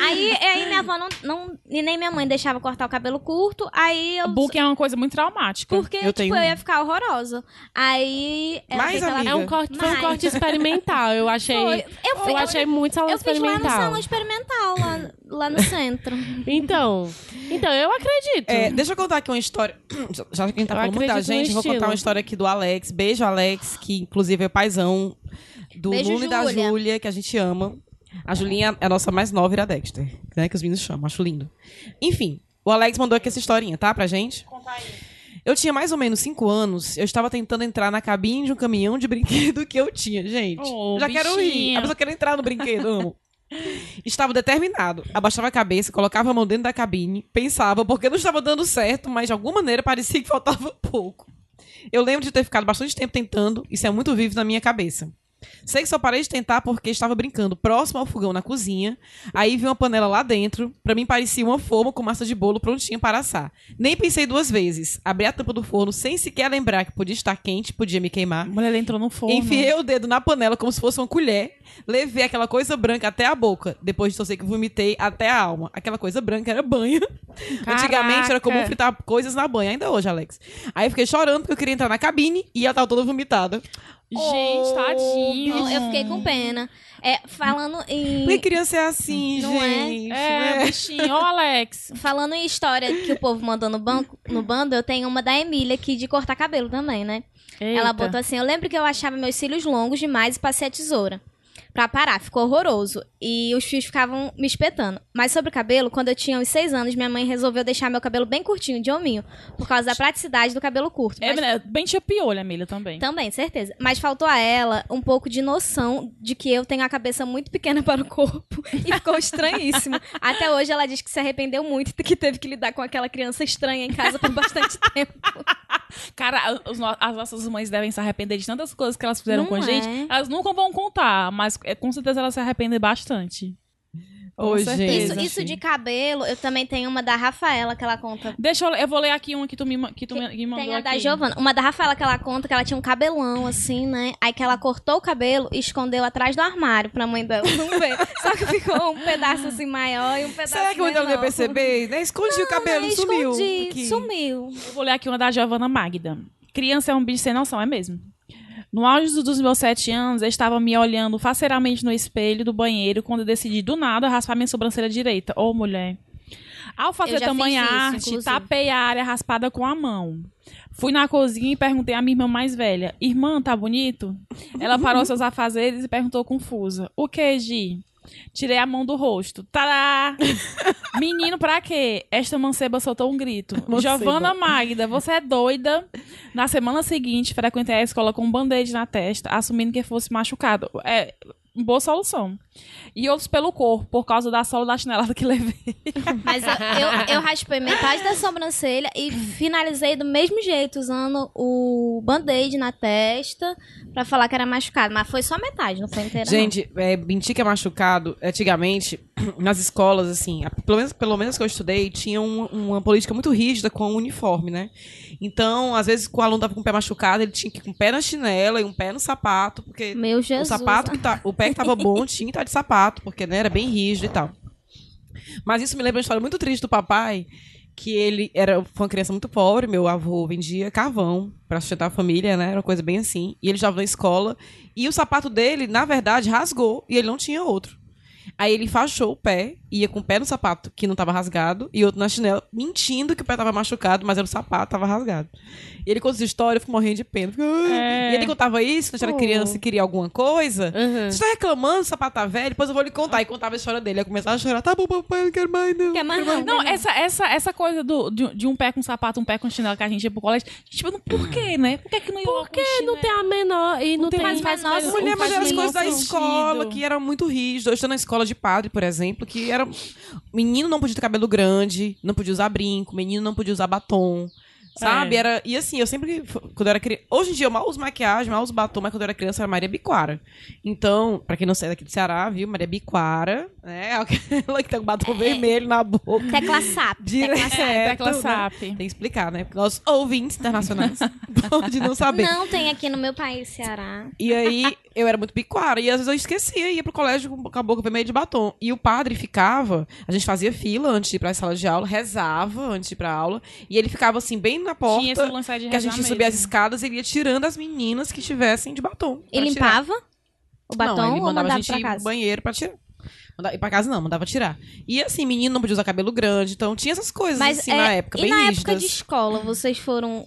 [SPEAKER 1] Aí, aí minha avó não, não. E nem minha mãe deixava cortar o cabelo curto. Aí eu.
[SPEAKER 4] Book é uma coisa muito traumática.
[SPEAKER 1] Porque,
[SPEAKER 3] Eu
[SPEAKER 1] tipo,
[SPEAKER 3] tenho
[SPEAKER 1] eu
[SPEAKER 3] um.
[SPEAKER 1] ia ficar horrorosa. Aí. ela
[SPEAKER 3] Mais,
[SPEAKER 1] fez ela-
[SPEAKER 3] amiga?
[SPEAKER 5] É um corte, foi um
[SPEAKER 1] Mas-
[SPEAKER 5] corte experimental, eu achei.
[SPEAKER 1] Foi. Eu fui-
[SPEAKER 5] eu achei muito salão
[SPEAKER 1] Eu fiz lá no
[SPEAKER 5] experimental.
[SPEAKER 1] salão experimental, lá, lá no centro.
[SPEAKER 5] Então, então eu acredito.
[SPEAKER 3] É, deixa eu contar aqui uma história. Já- Já que a gente tá
[SPEAKER 5] Eu
[SPEAKER 3] falando muita
[SPEAKER 5] acredito no
[SPEAKER 3] gente, eu vou
[SPEAKER 5] estilo.
[SPEAKER 3] contar uma história aqui do Alex. Beijo, Alex, que inclusive é paizão do
[SPEAKER 1] Beijo,
[SPEAKER 3] Lula e da
[SPEAKER 1] Júlia.
[SPEAKER 3] Júlia, que a gente ama. A Julinha é a nossa mais nova, era Dexter, né? Que os meninos chamam, acho lindo. Enfim, o Alex mandou aqui essa historinha, tá? Pra gente. Eu tinha mais ou menos cinco anos, eu estava tentando entrar na cabine de um caminhão de brinquedo que eu tinha, gente.
[SPEAKER 4] Oh,
[SPEAKER 3] já quero ir.
[SPEAKER 4] bichinho.
[SPEAKER 3] A pessoa quer entrar no brinquedo, amo. Estava determinado. Abaixava a cabeça, colocava a mão dentro da cabine, pensava, porque não estava dando certo, mas de alguma maneira parecia que faltava pouco. Eu lembro de ter ficado bastante tempo tentando, isso é muito vivo na minha cabeça. Sei que só parei de tentar porque estava brincando próximo ao fogão na cozinha. Aí vi uma panela lá dentro. Pra mim parecia uma forma com massa de bolo prontinha para assar. Nem pensei duas vezes. Abri a tampa do forno sem sequer lembrar que podia estar quente, podia me
[SPEAKER 4] A
[SPEAKER 3] queimar.
[SPEAKER 4] mulher ela entrou no Um forno.
[SPEAKER 3] Enfiei o dedo na panela como se fosse uma colher. Levei aquela coisa branca até a boca. Depois disso eu sei que vomitei até a alma. Aquela coisa branca era banha. Antigamente era comum fritar coisas na banha. Ainda hoje, Alex. Aí eu fiquei chorando porque eu queria entrar na cabine e ela tava toda vomitada.
[SPEAKER 4] Gente, tadinho.
[SPEAKER 1] Bom, Então, eu fiquei com pena. É, falando em.
[SPEAKER 3] Porque criança é assim,
[SPEAKER 1] Não é?
[SPEAKER 3] gente.
[SPEAKER 4] É, bichinho. Ô, Alex.
[SPEAKER 1] Falando em história que o povo mandou no, banco, no bando, eu tenho uma da Emília aqui de cortar cabelo também, né? Ela
[SPEAKER 4] Eita.
[SPEAKER 1] botou assim: Eu lembro que eu achava meus cílios longos demais e passei a tesoura. Pra parar, ficou horroroso. E os fios ficavam me espetando. Mas sobre o cabelo, quando eu tinha uns seis anos, minha mãe resolveu deixar meu cabelo bem curtinho, de hominho, por causa da praticidade do cabelo curto.
[SPEAKER 4] É,
[SPEAKER 1] Mas
[SPEAKER 4] né, bem tinha piolho, Emília, também.
[SPEAKER 1] Também, certeza. Mas faltou a ela um pouco de noção de que eu tenho a cabeça muito pequena para o corpo e ficou estranhíssimo. Até hoje ela diz que se arrependeu muito que teve que lidar com aquela criança estranha em casa por bastante tempo.
[SPEAKER 4] Cara, os no- as nossas mães devem se arrepender de tantas coisas que elas fizeram
[SPEAKER 1] Não
[SPEAKER 4] com a
[SPEAKER 1] é?
[SPEAKER 4] gente. Elas nunca vão contar, mas é, com certeza elas se arrependem bastante.
[SPEAKER 3] Ô,
[SPEAKER 4] Com
[SPEAKER 1] Isso,
[SPEAKER 4] certeza.
[SPEAKER 3] gente.
[SPEAKER 1] isso de cabelo, eu também tenho uma da Rafaela que ela conta.
[SPEAKER 4] Deixa eu, eu vou ler aqui uma que tu me, ma- que tu me- que mandou
[SPEAKER 1] Tem a da
[SPEAKER 4] aqui.
[SPEAKER 1] Giovana. Uma da Rafaela que ela conta que ela tinha um cabelão, assim, né? Aí que ela cortou o cabelo e escondeu atrás do armário pra mãe dela não ver. Só que ficou um pedaço assim maior e um pedaço
[SPEAKER 3] Será que o Mandela
[SPEAKER 1] menor.
[SPEAKER 3] ia perceber? Né? Escondi o cabelo,
[SPEAKER 1] Aí
[SPEAKER 3] sumiu.
[SPEAKER 1] escondi,
[SPEAKER 3] Aqui.
[SPEAKER 1] Sumiu.
[SPEAKER 4] Eu vou ler aqui uma da Giovana Magda. Criança é um bicho sem noção, é mesmo? No auge dos meus sete anos, eu estava me olhando faceiramente no espelho do banheiro quando eu decidi do nada raspar minha sobrancelha direita. Ô, mulher. Ao
[SPEAKER 1] Eu
[SPEAKER 4] fazer
[SPEAKER 1] já
[SPEAKER 4] tamanha
[SPEAKER 1] fiz isso,
[SPEAKER 4] arte,
[SPEAKER 1] inclusive.
[SPEAKER 4] tapei a área raspada com a mão. Fui na cozinha e perguntei à minha irmã mais velha: Irmã, tá bonito? Ela parou seus afazeres e perguntou confusa: O que, Gi? Tirei a mão do rosto. Tará! Menino, pra quê? Esta manceba soltou um grito.
[SPEAKER 3] Manceba.
[SPEAKER 4] Giovana Magda, você é doida? Na semana seguinte, frequentei a escola com um band-aid na testa, assumindo que fosse machucado. É, boa solução. E outros pelo corpo, por causa da sola da chinelada que levei.
[SPEAKER 1] Mas eu, eu, eu raspei metade da sobrancelha e finalizei do mesmo jeito, usando o band-aid na testa pra né? falar que era machucado. Mas foi só metade, não foi inteira.
[SPEAKER 3] Gente, é, mentir que é machucado, antigamente, nas escolas, assim, a- pelo menos, pelo menos que eu estudei, tinha um- uma política muito rígida com o uniforme, né? Então, às vezes, quando o aluno tava com o pé machucado, ele tinha que ir com o pé na chinela e um pé no sapato, porque
[SPEAKER 1] Meu Jesus.
[SPEAKER 3] o sapato que tá, o pé que tava bom tinha que tá de sapato, porque né, era bem rígido e tal. Mas isso me lembra uma história muito triste do papai, que ele era foi uma criança muito pobre, meu avô vendia carvão para sustentar a família, né? Era uma coisa bem assim. E ele estava na escola e o sapato dele, na verdade, rasgou e ele não tinha outro. Aí ele fachou o pé, ia com o pé no sapato que não estava rasgado e outro na chinela, mentindo que o pé estava machucado, mas era o sapato estava rasgado. E ele conta essa história, eu fico morrendo de pena. Fico, "Ah". E ele contava isso, quando eu era criança e queria alguma coisa. Você tá reclamando, o sapato tá velho? Depois eu vou lhe contar. E contava a história dele. Aí começava a chorar. Tá bom, papai, eu não quero mais, não.
[SPEAKER 1] Quer mais né?
[SPEAKER 4] Não, essa, essa, essa coisa do, de, de um pé com sapato, um pé com chinelo que a gente ia pro colégio. Tipo, não- por quê, né? Por que, que não ia Por que
[SPEAKER 5] Não tem a menor. E não, tem.
[SPEAKER 1] né? mais faz
[SPEAKER 5] mais-
[SPEAKER 1] nossa-
[SPEAKER 3] Mulher,
[SPEAKER 1] não
[SPEAKER 3] mas
[SPEAKER 1] faz
[SPEAKER 3] eram as
[SPEAKER 1] nenhum
[SPEAKER 3] coisas da
[SPEAKER 1] sentido.
[SPEAKER 3] escola que eram muito rígidas. Eu estou na escola de padre, por exemplo, que era. um Menino não podia ter cabelo grande, não podia usar brinco, menino não podia usar batom. Sabe?
[SPEAKER 4] É.
[SPEAKER 3] Era. E assim, eu sempre. que- Quando eu era criança. Hoje em dia eu mal uso maquiagem, mal uso batom, mas quando eu era criança era Maria Biquara. Então, pra quem não sai daqui do Ceará, viu? Maria Biquara, né? Aquela que tem um batom vermelho na boca.
[SPEAKER 1] Tecla SAP.
[SPEAKER 3] é Direto.
[SPEAKER 4] Tecla
[SPEAKER 3] né?
[SPEAKER 4] SAP.
[SPEAKER 3] Tem que explicar, né? Porque nossos ouvintes internacionais podem não saber.
[SPEAKER 1] Não tem aqui no meu país, Ceará.
[SPEAKER 3] E aí, eu era muito picuara. E às vezes eu esquecia, ia pro colégio com com a boca vermelha de batom. E o padre ficava, a gente fazia fila antes de ir pra sala de aula, rezava antes de ir pra aula. E ele ficava assim, bem na porta,
[SPEAKER 4] Tinha esse lance de
[SPEAKER 3] que a gente ia
[SPEAKER 4] rezar
[SPEAKER 3] subia as
[SPEAKER 4] mesmo.
[SPEAKER 3] escadas, ele ia tirando as meninas que estivessem de batom. pra
[SPEAKER 1] E
[SPEAKER 3] tirar.
[SPEAKER 1] limpava o batom
[SPEAKER 3] não, ele
[SPEAKER 1] ou
[SPEAKER 3] mandava
[SPEAKER 1] mandava
[SPEAKER 3] a gente
[SPEAKER 1] pra
[SPEAKER 3] ir pro
[SPEAKER 1] casa?
[SPEAKER 3] banheiro pra tirar. Manda- Ir pra casa não, mandava tirar. E assim, menino não podia usar cabelo grande, então tinha essas coisas assim
[SPEAKER 1] é,
[SPEAKER 3] na época,
[SPEAKER 1] e
[SPEAKER 3] bem
[SPEAKER 1] na época
[SPEAKER 3] rígidas.
[SPEAKER 1] de escola, vocês foram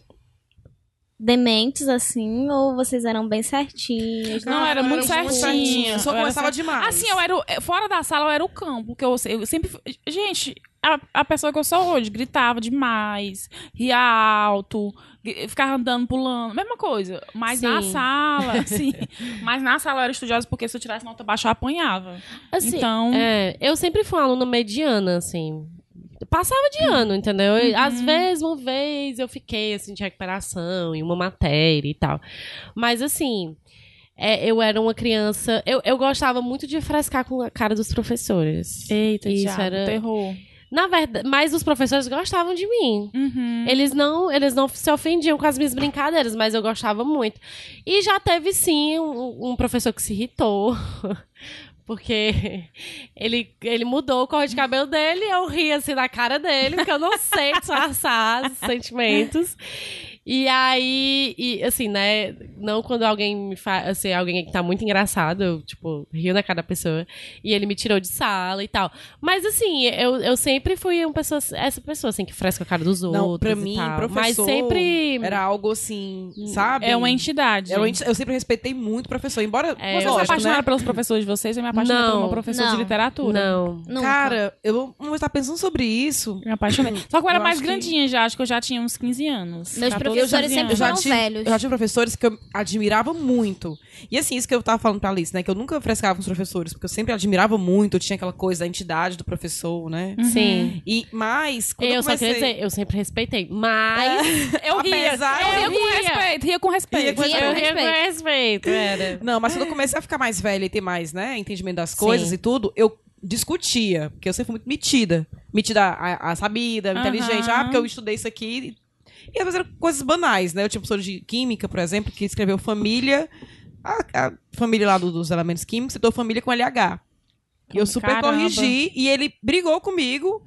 [SPEAKER 1] dementes assim ou vocês eram bem certinhos?
[SPEAKER 4] Não, era
[SPEAKER 3] eu
[SPEAKER 4] muito certinha.
[SPEAKER 3] certinha, Só
[SPEAKER 4] Eu era
[SPEAKER 3] começava demais.
[SPEAKER 4] Assim, eu era. o- eh, Fora da sala, eu era o cão, porque eu, eu sempre. fui- Gente, a, a pessoa que eu sou hoje gritava demais, ria alto, gri- ficava andando, pulando, mesma coisa. Mas na
[SPEAKER 5] Sim.
[SPEAKER 4] sala, sim. Mas na sala eu era estudiosa, porque se eu tirasse nota baixa, eu apanhava.
[SPEAKER 5] Assim,
[SPEAKER 4] então.
[SPEAKER 5] É, eu sempre fui uma aluna mediana, assim. Passava
[SPEAKER 4] Uhum.
[SPEAKER 5] de ano, entendeu? E, Às vezes, uma vez eu fiquei, assim, de recuperação em uma matéria e tal. Mas, assim, é, eu era uma criança. Eu, eu gostava muito de frescar com a cara dos professores.
[SPEAKER 4] Eita,
[SPEAKER 5] Isso
[SPEAKER 4] isso Thiago,
[SPEAKER 5] era-
[SPEAKER 4] terror.
[SPEAKER 5] Na verdade, mas os professores gostavam de mim.
[SPEAKER 4] Uhum.
[SPEAKER 5] Eles não, eles não se ofendiam com as minhas brincadeiras, mas eu gostava muito. E já teve sim um, um professor que se irritou. Porque ele, ele mudou o cor de cabelo dele, eu ri assim na cara dele, porque eu não sei disfarçar os sentimentos. E aí, e, assim, né? Não quando alguém me faz. Assim, alguém que tá muito engraçado, eu, tipo, rio na cara da pessoa. E ele me tirou de sala e tal. Mas, assim, eu, eu sempre fui uma pessoa, essa pessoa, assim, que fresca a cara dos
[SPEAKER 3] Não,
[SPEAKER 5] outros.
[SPEAKER 3] pra
[SPEAKER 5] e
[SPEAKER 3] mim,
[SPEAKER 5] tal.
[SPEAKER 3] professor
[SPEAKER 5] Mas sempre.
[SPEAKER 3] era algo assim, sabe?
[SPEAKER 4] É uma entidade.
[SPEAKER 3] Era uma enti- Eu sempre respeitei muito o professor, embora...
[SPEAKER 4] Vocês
[SPEAKER 5] É,
[SPEAKER 3] lógico,
[SPEAKER 4] se
[SPEAKER 5] gosto,
[SPEAKER 4] apaixonaram
[SPEAKER 3] né?
[SPEAKER 4] pelos professores de vocês, eu me apaixonei
[SPEAKER 5] Não,
[SPEAKER 4] por uma professora
[SPEAKER 1] não,
[SPEAKER 4] de literatura.
[SPEAKER 5] Não.
[SPEAKER 1] Nunca.
[SPEAKER 3] Cara, eu vou estar pensando sobre isso.
[SPEAKER 4] Eu me apaixonei. Só que eu era
[SPEAKER 3] Uhum. Eu
[SPEAKER 4] mais
[SPEAKER 3] acho que-
[SPEAKER 4] grandinha já, acho que eu já tinha uns 15 anos.
[SPEAKER 1] Meus
[SPEAKER 4] 14,
[SPEAKER 1] professores
[SPEAKER 4] 15
[SPEAKER 1] sempre
[SPEAKER 4] anos.
[SPEAKER 3] já
[SPEAKER 1] foram
[SPEAKER 3] tive-
[SPEAKER 1] velhos.
[SPEAKER 3] Eu já tive professores que eu admirava muito. E assim, isso que eu tava falando pra Alice, né? Que eu nunca frescava com os professores, porque eu sempre admirava muito, tinha aquela coisa da entidade do professor,
[SPEAKER 4] Hum. Uhum.
[SPEAKER 3] né?
[SPEAKER 5] Sim.
[SPEAKER 3] E, mas, quando eu,
[SPEAKER 5] Eu só
[SPEAKER 3] comecei...
[SPEAKER 5] queria dizer, eu sempre respeitei. Mas.
[SPEAKER 4] Eu ria.
[SPEAKER 3] Apesar-
[SPEAKER 4] Eu ria com
[SPEAKER 5] ria.
[SPEAKER 4] respeito, ria com
[SPEAKER 3] Ria
[SPEAKER 4] respeito.
[SPEAKER 3] com
[SPEAKER 5] Eu
[SPEAKER 1] respeito.
[SPEAKER 5] ria com respeito, era.
[SPEAKER 3] Não, mas quando eu comecei a ficar mais velha e ter mais, né, entendimento das coisas e tudo, eu discutia, porque eu sempre fui muito metida. Metida a, a sabida,
[SPEAKER 4] Aham.
[SPEAKER 3] inteligente. Ah, porque eu estudei isso aqui. E às vezes eram coisas banais, né? Eu tinha professor de química, por exemplo, que escreveu família, a, a família lá do- dos elementos químicos, citou família com LH. E eu super
[SPEAKER 4] Caramba.
[SPEAKER 3] corrigi, e ele brigou comigo,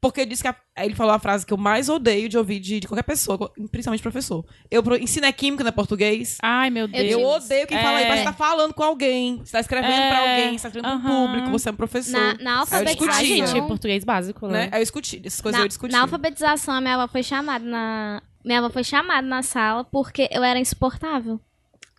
[SPEAKER 3] porque disse que a- aí ele falou a frase que eu mais odeio de ouvir de, de qualquer pessoa, principalmente professor. Eu pro- ensino é química, não é português.
[SPEAKER 4] Ai, meu Deus.
[SPEAKER 3] Eu odeio quem fala
[SPEAKER 4] É.
[SPEAKER 3] aí, mas você tá falando com alguém, você tá escrevendo
[SPEAKER 4] É.
[SPEAKER 3] pra alguém, você tá escrevendo pro
[SPEAKER 4] Aham.
[SPEAKER 3] público, você é um professor.
[SPEAKER 1] Na, na
[SPEAKER 3] Aí eu discutia.
[SPEAKER 1] alfabetização,
[SPEAKER 5] Ai, gente,
[SPEAKER 3] Não.
[SPEAKER 5] português básico,
[SPEAKER 3] Né?
[SPEAKER 5] né?
[SPEAKER 3] Aí eu discuti, essas coisas
[SPEAKER 1] na,
[SPEAKER 3] eu discuti.
[SPEAKER 1] na alfabetização, a minha avó foi chamada na minha avó foi chamada na sala porque eu era insuportável.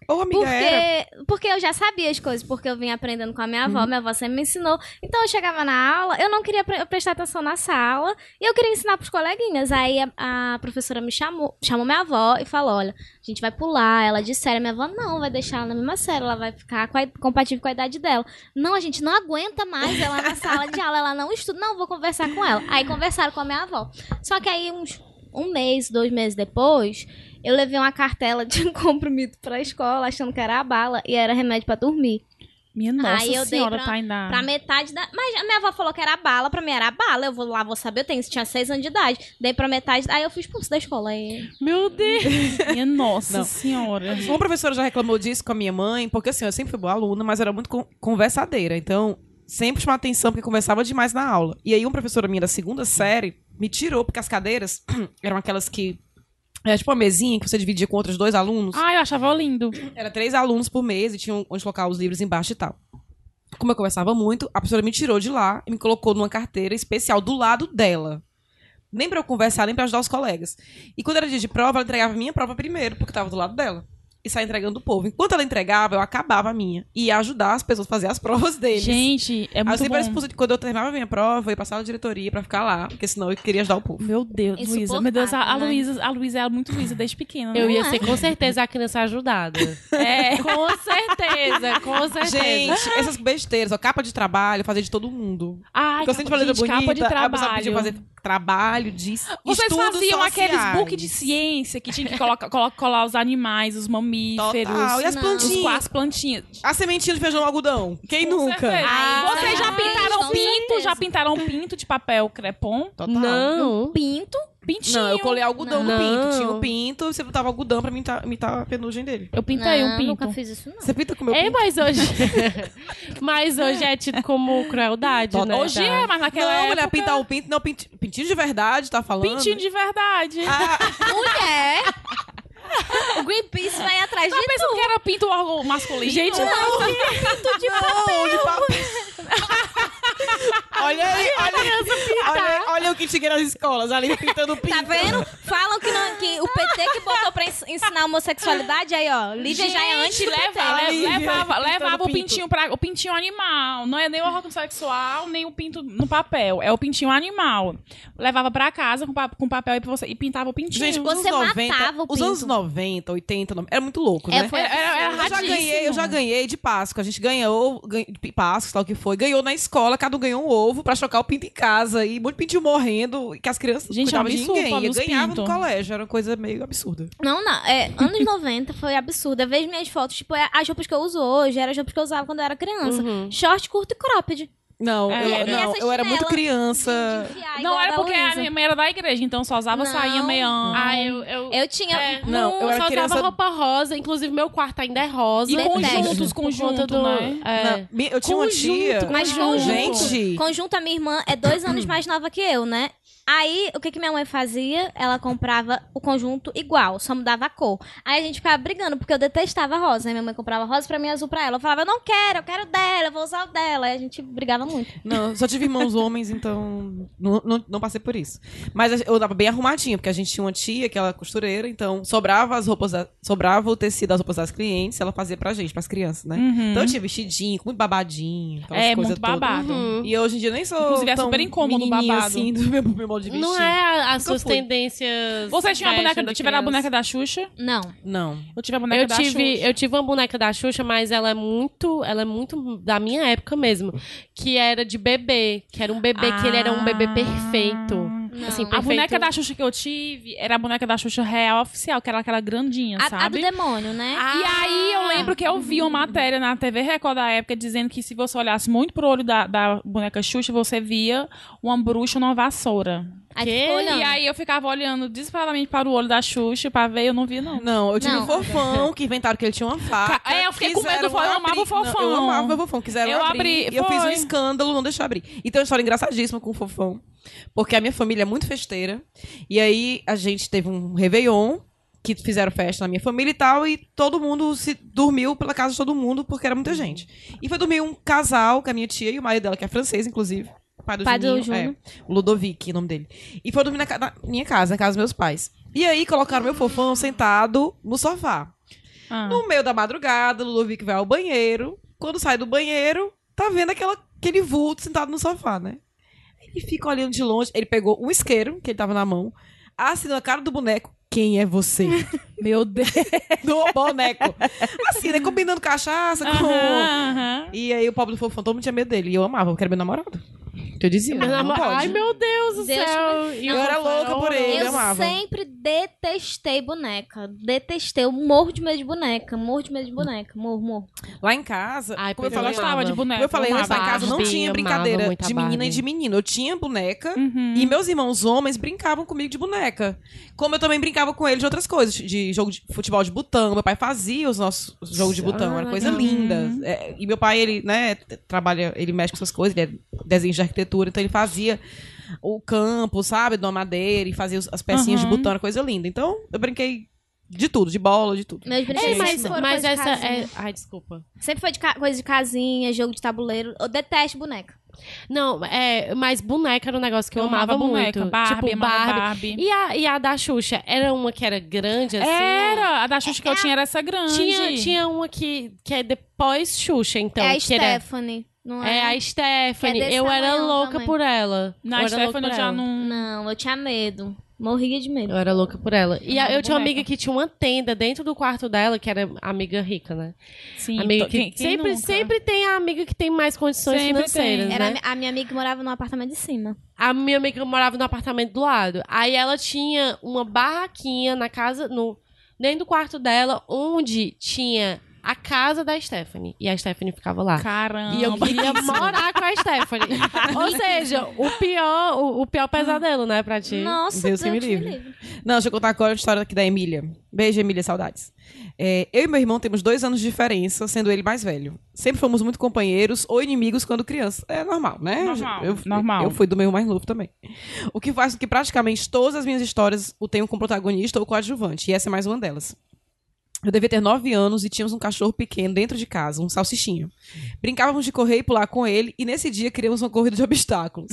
[SPEAKER 3] Ô, amiga,
[SPEAKER 1] Porque,
[SPEAKER 3] era. Uhum.
[SPEAKER 1] porque eu já sabia as coisas, porque eu vinha aprendendo com a minha avó, minha avó sempre me ensinou. Então eu chegava na aula, eu não queria pre- prestar atenção na sala e eu queria ensinar pros coleguinhas. Aí a, a professora me chamou, chamou minha avó e falou: olha, a gente vai pular, ela de série. Minha avó não vai deixar ela na mesma série, ela vai ficar com a- compatível com a idade dela. Não, a gente não aguenta mais ela na sala de aula, ela não estuda, não, vou conversar com ela. Aí conversaram com a minha avó. Só que aí uns um mês, dois meses depois, eu levei uma cartela de um comprimido pra escola, achando que era a bala, e era remédio pra dormir.
[SPEAKER 4] Minha nossa
[SPEAKER 1] Aí eu dei
[SPEAKER 4] senhora, tá
[SPEAKER 1] pra-
[SPEAKER 4] Tainá.
[SPEAKER 1] Pra metade da. Mas a minha avó falou que era bala, pra mim era bala. Eu vou lá, vou saber, eu tenho, tinha seis anos de idade. Dei pra metade. Aí eu fui expulso da escola. Aí...
[SPEAKER 5] Meu Deus.
[SPEAKER 4] Minha nossa
[SPEAKER 3] Não.
[SPEAKER 4] senhora.
[SPEAKER 3] Uma professora já reclamou disso com a minha mãe, porque assim, eu sempre fui boa aluna, mas era muito con- conversadeira. Então, sempre chamava atenção porque conversava demais na aula. E aí, uma professora minha da segunda série me tirou, porque as cadeiras eram aquelas que. Era tipo uma mesinha que você dividia com outros dois alunos.
[SPEAKER 4] Ai, eu achava lindo.
[SPEAKER 3] Era três alunos por mês e tinham onde colocar os livros embaixo e tal. Como eu conversava muito, a professora me tirou de lá e me colocou numa carteira especial do lado dela. Nem pra eu conversar, nem pra ajudar os colegas. E quando era dia de prova, ela entregava a minha prova primeiro, porque tava do lado dela. E saia entregando o povo. Enquanto ela entregava, eu acabava a minha. E ia ajudar as pessoas a fazer as provas deles.
[SPEAKER 4] Gente, é
[SPEAKER 3] Aí eu
[SPEAKER 4] muito
[SPEAKER 3] sempre era
[SPEAKER 4] bom.
[SPEAKER 3] expulsa de quando eu terminava a minha prova, eu ia passar na diretoria pra ficar lá, porque senão eu queria ajudar o povo.
[SPEAKER 4] Meu Deus, Luísa. Meu Deus, a, a
[SPEAKER 1] Insuportável, né?
[SPEAKER 4] Luísa, a Luísa é muito Luísa desde pequena. né?
[SPEAKER 5] Eu ia
[SPEAKER 1] Não é.
[SPEAKER 5] ser com certeza a criança ajudada. É. Com certeza, com certeza.
[SPEAKER 3] Gente, essas besteiras, ó, capa de trabalho, fazer de todo mundo.
[SPEAKER 4] Ai,
[SPEAKER 3] Porque
[SPEAKER 4] capa,
[SPEAKER 3] eu sempre falei da
[SPEAKER 4] gente,
[SPEAKER 3] bonita,
[SPEAKER 4] capa de
[SPEAKER 3] a pessoa
[SPEAKER 4] trabalho.
[SPEAKER 3] pediu fazer trabalho de
[SPEAKER 4] Vocês
[SPEAKER 3] estudos
[SPEAKER 4] faziam aqueles
[SPEAKER 3] sociais.
[SPEAKER 4] book de ciência que tinha que colocar, colo- colar os animais, os mamíferos,
[SPEAKER 3] Total, e as
[SPEAKER 1] Não.
[SPEAKER 4] os,
[SPEAKER 3] plantinhas?
[SPEAKER 4] as plantinhas.
[SPEAKER 3] A sementinha de feijão algodão. Quem
[SPEAKER 4] Com
[SPEAKER 3] nunca?
[SPEAKER 4] certeza.
[SPEAKER 5] Ah,
[SPEAKER 4] Vocês já
[SPEAKER 1] com
[SPEAKER 4] pintaram pinto?
[SPEAKER 1] certeza.
[SPEAKER 4] Já pintaram pinto de papel crepom?
[SPEAKER 3] Total.
[SPEAKER 4] Um
[SPEAKER 5] Não.
[SPEAKER 1] Pinto.
[SPEAKER 4] Pintinho.
[SPEAKER 3] Não, eu colei algodão
[SPEAKER 5] Não.
[SPEAKER 3] no pinto. Tinha um pinto, você botava algodão pra imitar, imitar a penugem dele.
[SPEAKER 4] Eu pintei
[SPEAKER 1] não,
[SPEAKER 4] um pinto.
[SPEAKER 1] nunca fiz isso, não.
[SPEAKER 3] Você pinta com o meu
[SPEAKER 5] É,
[SPEAKER 3] pinto?
[SPEAKER 5] mas hoje. mas hoje é tido como crueldade, né?
[SPEAKER 4] Hoje é, mas
[SPEAKER 3] Não,
[SPEAKER 4] naquela
[SPEAKER 3] mulher,
[SPEAKER 4] época...
[SPEAKER 3] pintar o pinto. Não, pinti- pintinho de verdade, tá falando?
[SPEAKER 4] Pintinho de verdade.
[SPEAKER 3] Ah,
[SPEAKER 1] Mulher! o Greenpeace vai atrás de
[SPEAKER 4] Eu pensei Tá que era pinto órgão masculino.
[SPEAKER 5] Gente,
[SPEAKER 1] tudo de
[SPEAKER 3] não, de papel. olha aí, olha aí. Olha, olha o que tinha nas escolas, ali pintando pinto.
[SPEAKER 1] Tá vendo? Falam que, não- que o PT que botou pra ens- ensinar a homossexualidade, aí, ó. Lívia já é antes do PT.
[SPEAKER 4] leva, le-
[SPEAKER 3] Lívia,
[SPEAKER 4] levava,
[SPEAKER 3] pintando
[SPEAKER 4] levava o
[SPEAKER 3] pinto.
[SPEAKER 4] pintinho pra, o pintinho animal. Não é nem o órgão sexual, nem o pinto no papel. É o pintinho animal. Levava pra casa com, pa- com papel e, você, e pintava o pintinho.
[SPEAKER 3] Gente, os
[SPEAKER 1] Você
[SPEAKER 3] anos 90,
[SPEAKER 1] matava o
[SPEAKER 3] os anos
[SPEAKER 1] pinto.
[SPEAKER 3] 90, 80, no- era muito louco, né?
[SPEAKER 1] É, foi-
[SPEAKER 4] era, era, era
[SPEAKER 3] Eu já
[SPEAKER 4] radíssimo.
[SPEAKER 3] ganhei, eu já ganhei de Páscoa. A gente ganhou ganha, de Páscoa, tal que foi. Ganhou na escola, cada um ganhou um ovo pra chocar o pinto em casa. E muito pintinho morrendo, e que as crianças
[SPEAKER 4] Gente, é um
[SPEAKER 3] cuidavam de
[SPEAKER 4] absurdo,
[SPEAKER 3] ninguém.
[SPEAKER 4] Pablo,
[SPEAKER 3] Eu
[SPEAKER 4] os
[SPEAKER 3] ganhava
[SPEAKER 4] pinto.
[SPEAKER 3] no colégio, era uma coisa meio absurda.
[SPEAKER 1] Não, não. É, anos 90 foi absurdo. Eu vejo minhas fotos, tipo, é- as roupas que eu uso hoje eram as roupas que eu usava quando eu era criança.
[SPEAKER 5] Uhum.
[SPEAKER 3] Uhum.
[SPEAKER 1] Short, curto e cropped.
[SPEAKER 3] Não,
[SPEAKER 4] É,
[SPEAKER 3] eu,
[SPEAKER 1] e
[SPEAKER 3] não,
[SPEAKER 1] essas
[SPEAKER 3] eu era muito
[SPEAKER 1] chinelas
[SPEAKER 3] criança.
[SPEAKER 1] De enfiar, igual
[SPEAKER 4] Ah. Não, era
[SPEAKER 1] da
[SPEAKER 4] porque é a
[SPEAKER 1] Luísa.
[SPEAKER 4] minha mãe era da igreja, então só usava
[SPEAKER 1] Não.
[SPEAKER 4] sainha meião.
[SPEAKER 5] Ah, eu. eu...
[SPEAKER 1] Eu tinha...
[SPEAKER 4] É.
[SPEAKER 3] Não, eu
[SPEAKER 5] um só
[SPEAKER 3] era
[SPEAKER 5] usava
[SPEAKER 3] criança-
[SPEAKER 5] roupa rosa, inclusive meu quarto ainda é rosa.
[SPEAKER 4] E
[SPEAKER 1] Detesto.
[SPEAKER 4] conjuntos,
[SPEAKER 5] Por conta
[SPEAKER 4] conjunto,
[SPEAKER 5] do-
[SPEAKER 4] né?
[SPEAKER 5] é.
[SPEAKER 3] Não, mi- eu tinha
[SPEAKER 5] Conjunto,
[SPEAKER 3] uma tia.
[SPEAKER 1] Mas
[SPEAKER 5] Conjunto.
[SPEAKER 1] conjunto,
[SPEAKER 3] Gente.
[SPEAKER 1] conjunto, a minha irmã é dois anos mais nova que eu, né? Aí, o que, que minha mãe fazia? Ela comprava o conjunto igual, só mudava a cor. Aí a gente ficava brigando, porque eu detestava rosa. Aí minha mãe comprava rosa pra mim e azul pra ela. Eu falava, eu não quero, eu quero dela, eu vou usar o dela. Aí a gente brigava muito.
[SPEAKER 3] Não, só tive irmãos homens, então não, não, não passei por isso. Mas eu tava bem arrumadinha, porque a gente tinha uma tia que ela era costureira, então sobrava as roupas, da- sobrava o tecido das roupas das clientes, ela fazia pra gente, pras crianças, né?
[SPEAKER 4] Uhum.
[SPEAKER 3] Então eu tinha vestidinho, com muito babadinho, aquelas
[SPEAKER 4] É,
[SPEAKER 3] coisas
[SPEAKER 4] muito
[SPEAKER 3] todas.
[SPEAKER 4] babado.
[SPEAKER 5] Uhum.
[SPEAKER 3] E hoje em dia eu nem sou
[SPEAKER 4] Inclusive, é
[SPEAKER 3] tão
[SPEAKER 4] super incômodo o
[SPEAKER 3] menininha,
[SPEAKER 4] babado.
[SPEAKER 3] assim, do meu, meu modo de vestir.
[SPEAKER 5] Não é a- as suas
[SPEAKER 3] fui.
[SPEAKER 5] tendências.
[SPEAKER 4] Vocês tinham a
[SPEAKER 5] fashion
[SPEAKER 4] boneca,
[SPEAKER 5] de
[SPEAKER 4] tiveram a
[SPEAKER 5] criança?
[SPEAKER 4] boneca da Xuxa?
[SPEAKER 1] Não.
[SPEAKER 3] Não.
[SPEAKER 4] Eu tive a boneca
[SPEAKER 5] Eu
[SPEAKER 4] da
[SPEAKER 5] tive,
[SPEAKER 4] Xuxa.
[SPEAKER 5] eu tive uma boneca da Xuxa, mas ela é muito, ela é muito da minha época mesmo, que era de bebê, que era um bebê que ele era um bebê
[SPEAKER 4] Ah.
[SPEAKER 5] perfeito.
[SPEAKER 1] não.
[SPEAKER 5] Assim,
[SPEAKER 4] A
[SPEAKER 5] perfeito.
[SPEAKER 4] boneca da Xuxa que eu tive era a boneca da Xuxa real oficial, que era aquela grandinha,
[SPEAKER 1] A- a, do
[SPEAKER 4] sabe?
[SPEAKER 1] demônio, né?
[SPEAKER 4] E aí
[SPEAKER 5] Ah.
[SPEAKER 4] eu lembro que eu vi uma matéria na TV Record da época dizendo que se você olhasse muito pro olho da, da boneca Xuxa, você via uma bruxa numa vassoura.
[SPEAKER 1] Aí tu ficou olhando.
[SPEAKER 4] E aí eu ficava olhando desesperadamente para o olho da Xuxa, pra ver, eu não via, não.
[SPEAKER 3] Não, eu tive
[SPEAKER 1] Não.
[SPEAKER 3] um fofão que inventaram que ele tinha uma faca.
[SPEAKER 4] Ca- é, eu fiquei com medo do
[SPEAKER 3] quiseram
[SPEAKER 4] fofão, eu amava o
[SPEAKER 3] abrir- não,
[SPEAKER 4] fofão.
[SPEAKER 3] eu amava o meu fofão, quiseram
[SPEAKER 4] Eu
[SPEAKER 3] abrir.
[SPEAKER 4] abri-
[SPEAKER 3] e eu fiz um
[SPEAKER 4] foi.
[SPEAKER 3] escândalo, não deixa abrir. E tem uma história engraçadíssima com o fofão. Porque a minha família é muito festeira. E aí a gente teve um Réveillon, que fizeram festa na minha família e tal. E todo mundo se dormiu pela casa de todo mundo, porque era
[SPEAKER 1] Uhum.
[SPEAKER 3] muita gente. E foi dormir um casal com a minha tia e o marido dela, que é francês, inclusive. Pai do
[SPEAKER 1] Pai do
[SPEAKER 3] Juninho,
[SPEAKER 1] Júnior.
[SPEAKER 3] é. o Ludovic, o nome dele. E foi dormir na, ca- na minha casa, na casa dos meus pais. E aí colocaram meu fofão sentado no sofá.
[SPEAKER 4] Ah.
[SPEAKER 3] No meio da madrugada, o Ludovic vai ao banheiro. Quando sai do banheiro, tá vendo aquela, aquele vulto sentado no sofá, né? Ele fica olhando de longe. Ele pegou um isqueiro que ele tava na mão, assinou a cara do boneco. Quem é você?
[SPEAKER 4] Meu Deus.
[SPEAKER 3] do boneco. Assim, né? Combinando cachaça com
[SPEAKER 4] Aham, aham.
[SPEAKER 3] E aí o pobre do Fofo Fantôme tinha medo dele. E eu amava, eu quero meu namorado. Que eu dizia,
[SPEAKER 5] Meu
[SPEAKER 3] não, não
[SPEAKER 5] namor-
[SPEAKER 3] pode.
[SPEAKER 5] Ai, meu Deus do
[SPEAKER 1] Deus
[SPEAKER 5] céu. E
[SPEAKER 3] Eu
[SPEAKER 5] o
[SPEAKER 3] era
[SPEAKER 5] Rafael-
[SPEAKER 3] louca por ele,
[SPEAKER 1] Eu
[SPEAKER 3] eu
[SPEAKER 4] é
[SPEAKER 3] amava.
[SPEAKER 1] sempre detestei boneca. Detestei. Eu morro de medo de boneca. Morro de medo de boneca. Morro, morro.
[SPEAKER 3] Lá em casa,
[SPEAKER 5] Ai,
[SPEAKER 3] como eu
[SPEAKER 5] pois
[SPEAKER 4] Eu
[SPEAKER 3] falei,
[SPEAKER 5] eu
[SPEAKER 4] gostava
[SPEAKER 5] amava.
[SPEAKER 4] de boneco.
[SPEAKER 3] como eu falei, lá em
[SPEAKER 4] é. Né, amava.
[SPEAKER 3] casa não
[SPEAKER 5] Barbie,
[SPEAKER 3] tinha
[SPEAKER 5] eu
[SPEAKER 3] brincadeira
[SPEAKER 5] amava muito a
[SPEAKER 3] de menina e
[SPEAKER 5] Barbie.
[SPEAKER 3] de menino. Eu tinha boneca
[SPEAKER 4] Uhum.
[SPEAKER 3] e meus irmãos homens brincavam comigo de boneca. Como eu também brincava com eles de outras coisas, de jogo de futebol de botão. Meu pai fazia os nossos jogos de botão, era coisa
[SPEAKER 5] legal.
[SPEAKER 3] linda. É, e meu pai, ele, né, t- trabalha, ele mexe com essas coisas, ele é desenho de arquitetura, então ele fazia o campo, sabe, de uma madeira e fazia os- as pecinhas
[SPEAKER 4] Uhum.
[SPEAKER 3] de botão, era coisa linda. Então, eu brinquei de tudo, de bola, de tudo.
[SPEAKER 1] Meus
[SPEAKER 5] Ei,
[SPEAKER 1] brinquedos
[SPEAKER 5] mas,
[SPEAKER 1] sempre foram
[SPEAKER 5] mas
[SPEAKER 1] coisa de
[SPEAKER 5] essa
[SPEAKER 1] casinha.
[SPEAKER 5] é. Ai, desculpa.
[SPEAKER 1] Sempre foi de ca- coisa de casinha, jogo de tabuleiro. Eu detesto boneca.
[SPEAKER 5] Não, é, mas boneca era um negócio que eu, amava,
[SPEAKER 4] boneca,
[SPEAKER 5] muito.
[SPEAKER 4] Barbie,
[SPEAKER 5] tipo,
[SPEAKER 4] amava
[SPEAKER 5] Barbie.
[SPEAKER 4] Barbie.
[SPEAKER 5] E, a, e a da Xuxa? Era uma que era grande, assim? É,
[SPEAKER 4] Era, a da Xuxa que eu tinha era essa grande.
[SPEAKER 5] Tinha, tinha uma que, que é depois Xuxa, então.
[SPEAKER 1] é a
[SPEAKER 5] que era-
[SPEAKER 1] Stephanie. Não
[SPEAKER 5] É
[SPEAKER 1] é?
[SPEAKER 5] a Stephanie.
[SPEAKER 1] Que é desse
[SPEAKER 5] eu era
[SPEAKER 1] tamanhão
[SPEAKER 5] louca
[SPEAKER 1] também.
[SPEAKER 5] por ela. eu
[SPEAKER 4] Na
[SPEAKER 5] era
[SPEAKER 4] Stephanie
[SPEAKER 5] louca
[SPEAKER 4] eu
[SPEAKER 5] por
[SPEAKER 4] já
[SPEAKER 5] ela.
[SPEAKER 4] não.
[SPEAKER 1] Não, eu tinha medo. Morria de medo.
[SPEAKER 5] Eu era louca por ela. E a-
[SPEAKER 4] Amava
[SPEAKER 5] eu tinha uma
[SPEAKER 4] boneca.
[SPEAKER 5] amiga que tinha uma tenda dentro do quarto dela, que era amiga rica, né?
[SPEAKER 4] Sim,
[SPEAKER 5] amiga
[SPEAKER 4] to-
[SPEAKER 5] que
[SPEAKER 4] quem- quem
[SPEAKER 5] sempre,
[SPEAKER 4] nunca?
[SPEAKER 5] sempre tem a amiga que tem mais condições
[SPEAKER 4] Sempre tem.
[SPEAKER 5] financeiras, né?
[SPEAKER 1] Era a mi- a minha amiga que morava num apartamento de cima.
[SPEAKER 5] A minha amiga morava no apartamento do lado. Aí ela tinha uma barraquinha na casa, no, dentro do quarto dela, onde tinha a casa da Stephanie. E a Stephanie ficava lá.
[SPEAKER 4] Caramba.
[SPEAKER 5] E eu queria morar com a Stephanie. Ou seja, o pior, o, o pior pesadelo, né, pra ti?
[SPEAKER 1] Nossa,
[SPEAKER 3] Deus que me
[SPEAKER 1] te
[SPEAKER 3] livre. Não, deixa eu contar agora a história aqui da Emília. Beijo, Emília, saudades. É, eu e meu irmão temos dois anos de diferença, sendo ele mais velho. Sempre fomos muito companheiros ou inimigos quando criança. É normal, né?
[SPEAKER 4] Normal,
[SPEAKER 3] eu,
[SPEAKER 4] normal.
[SPEAKER 3] Eu fui do meu mais novo também. O que faz com que praticamente todas as minhas histórias o tenham como protagonista ou coadjuvante. E essa é mais uma delas. Eu devia ter nove anos e tínhamos um cachorro pequeno dentro de casa, um salsichinho. Brincávamos de correr e pular com ele, e nesse dia criamos uma corrida de obstáculos.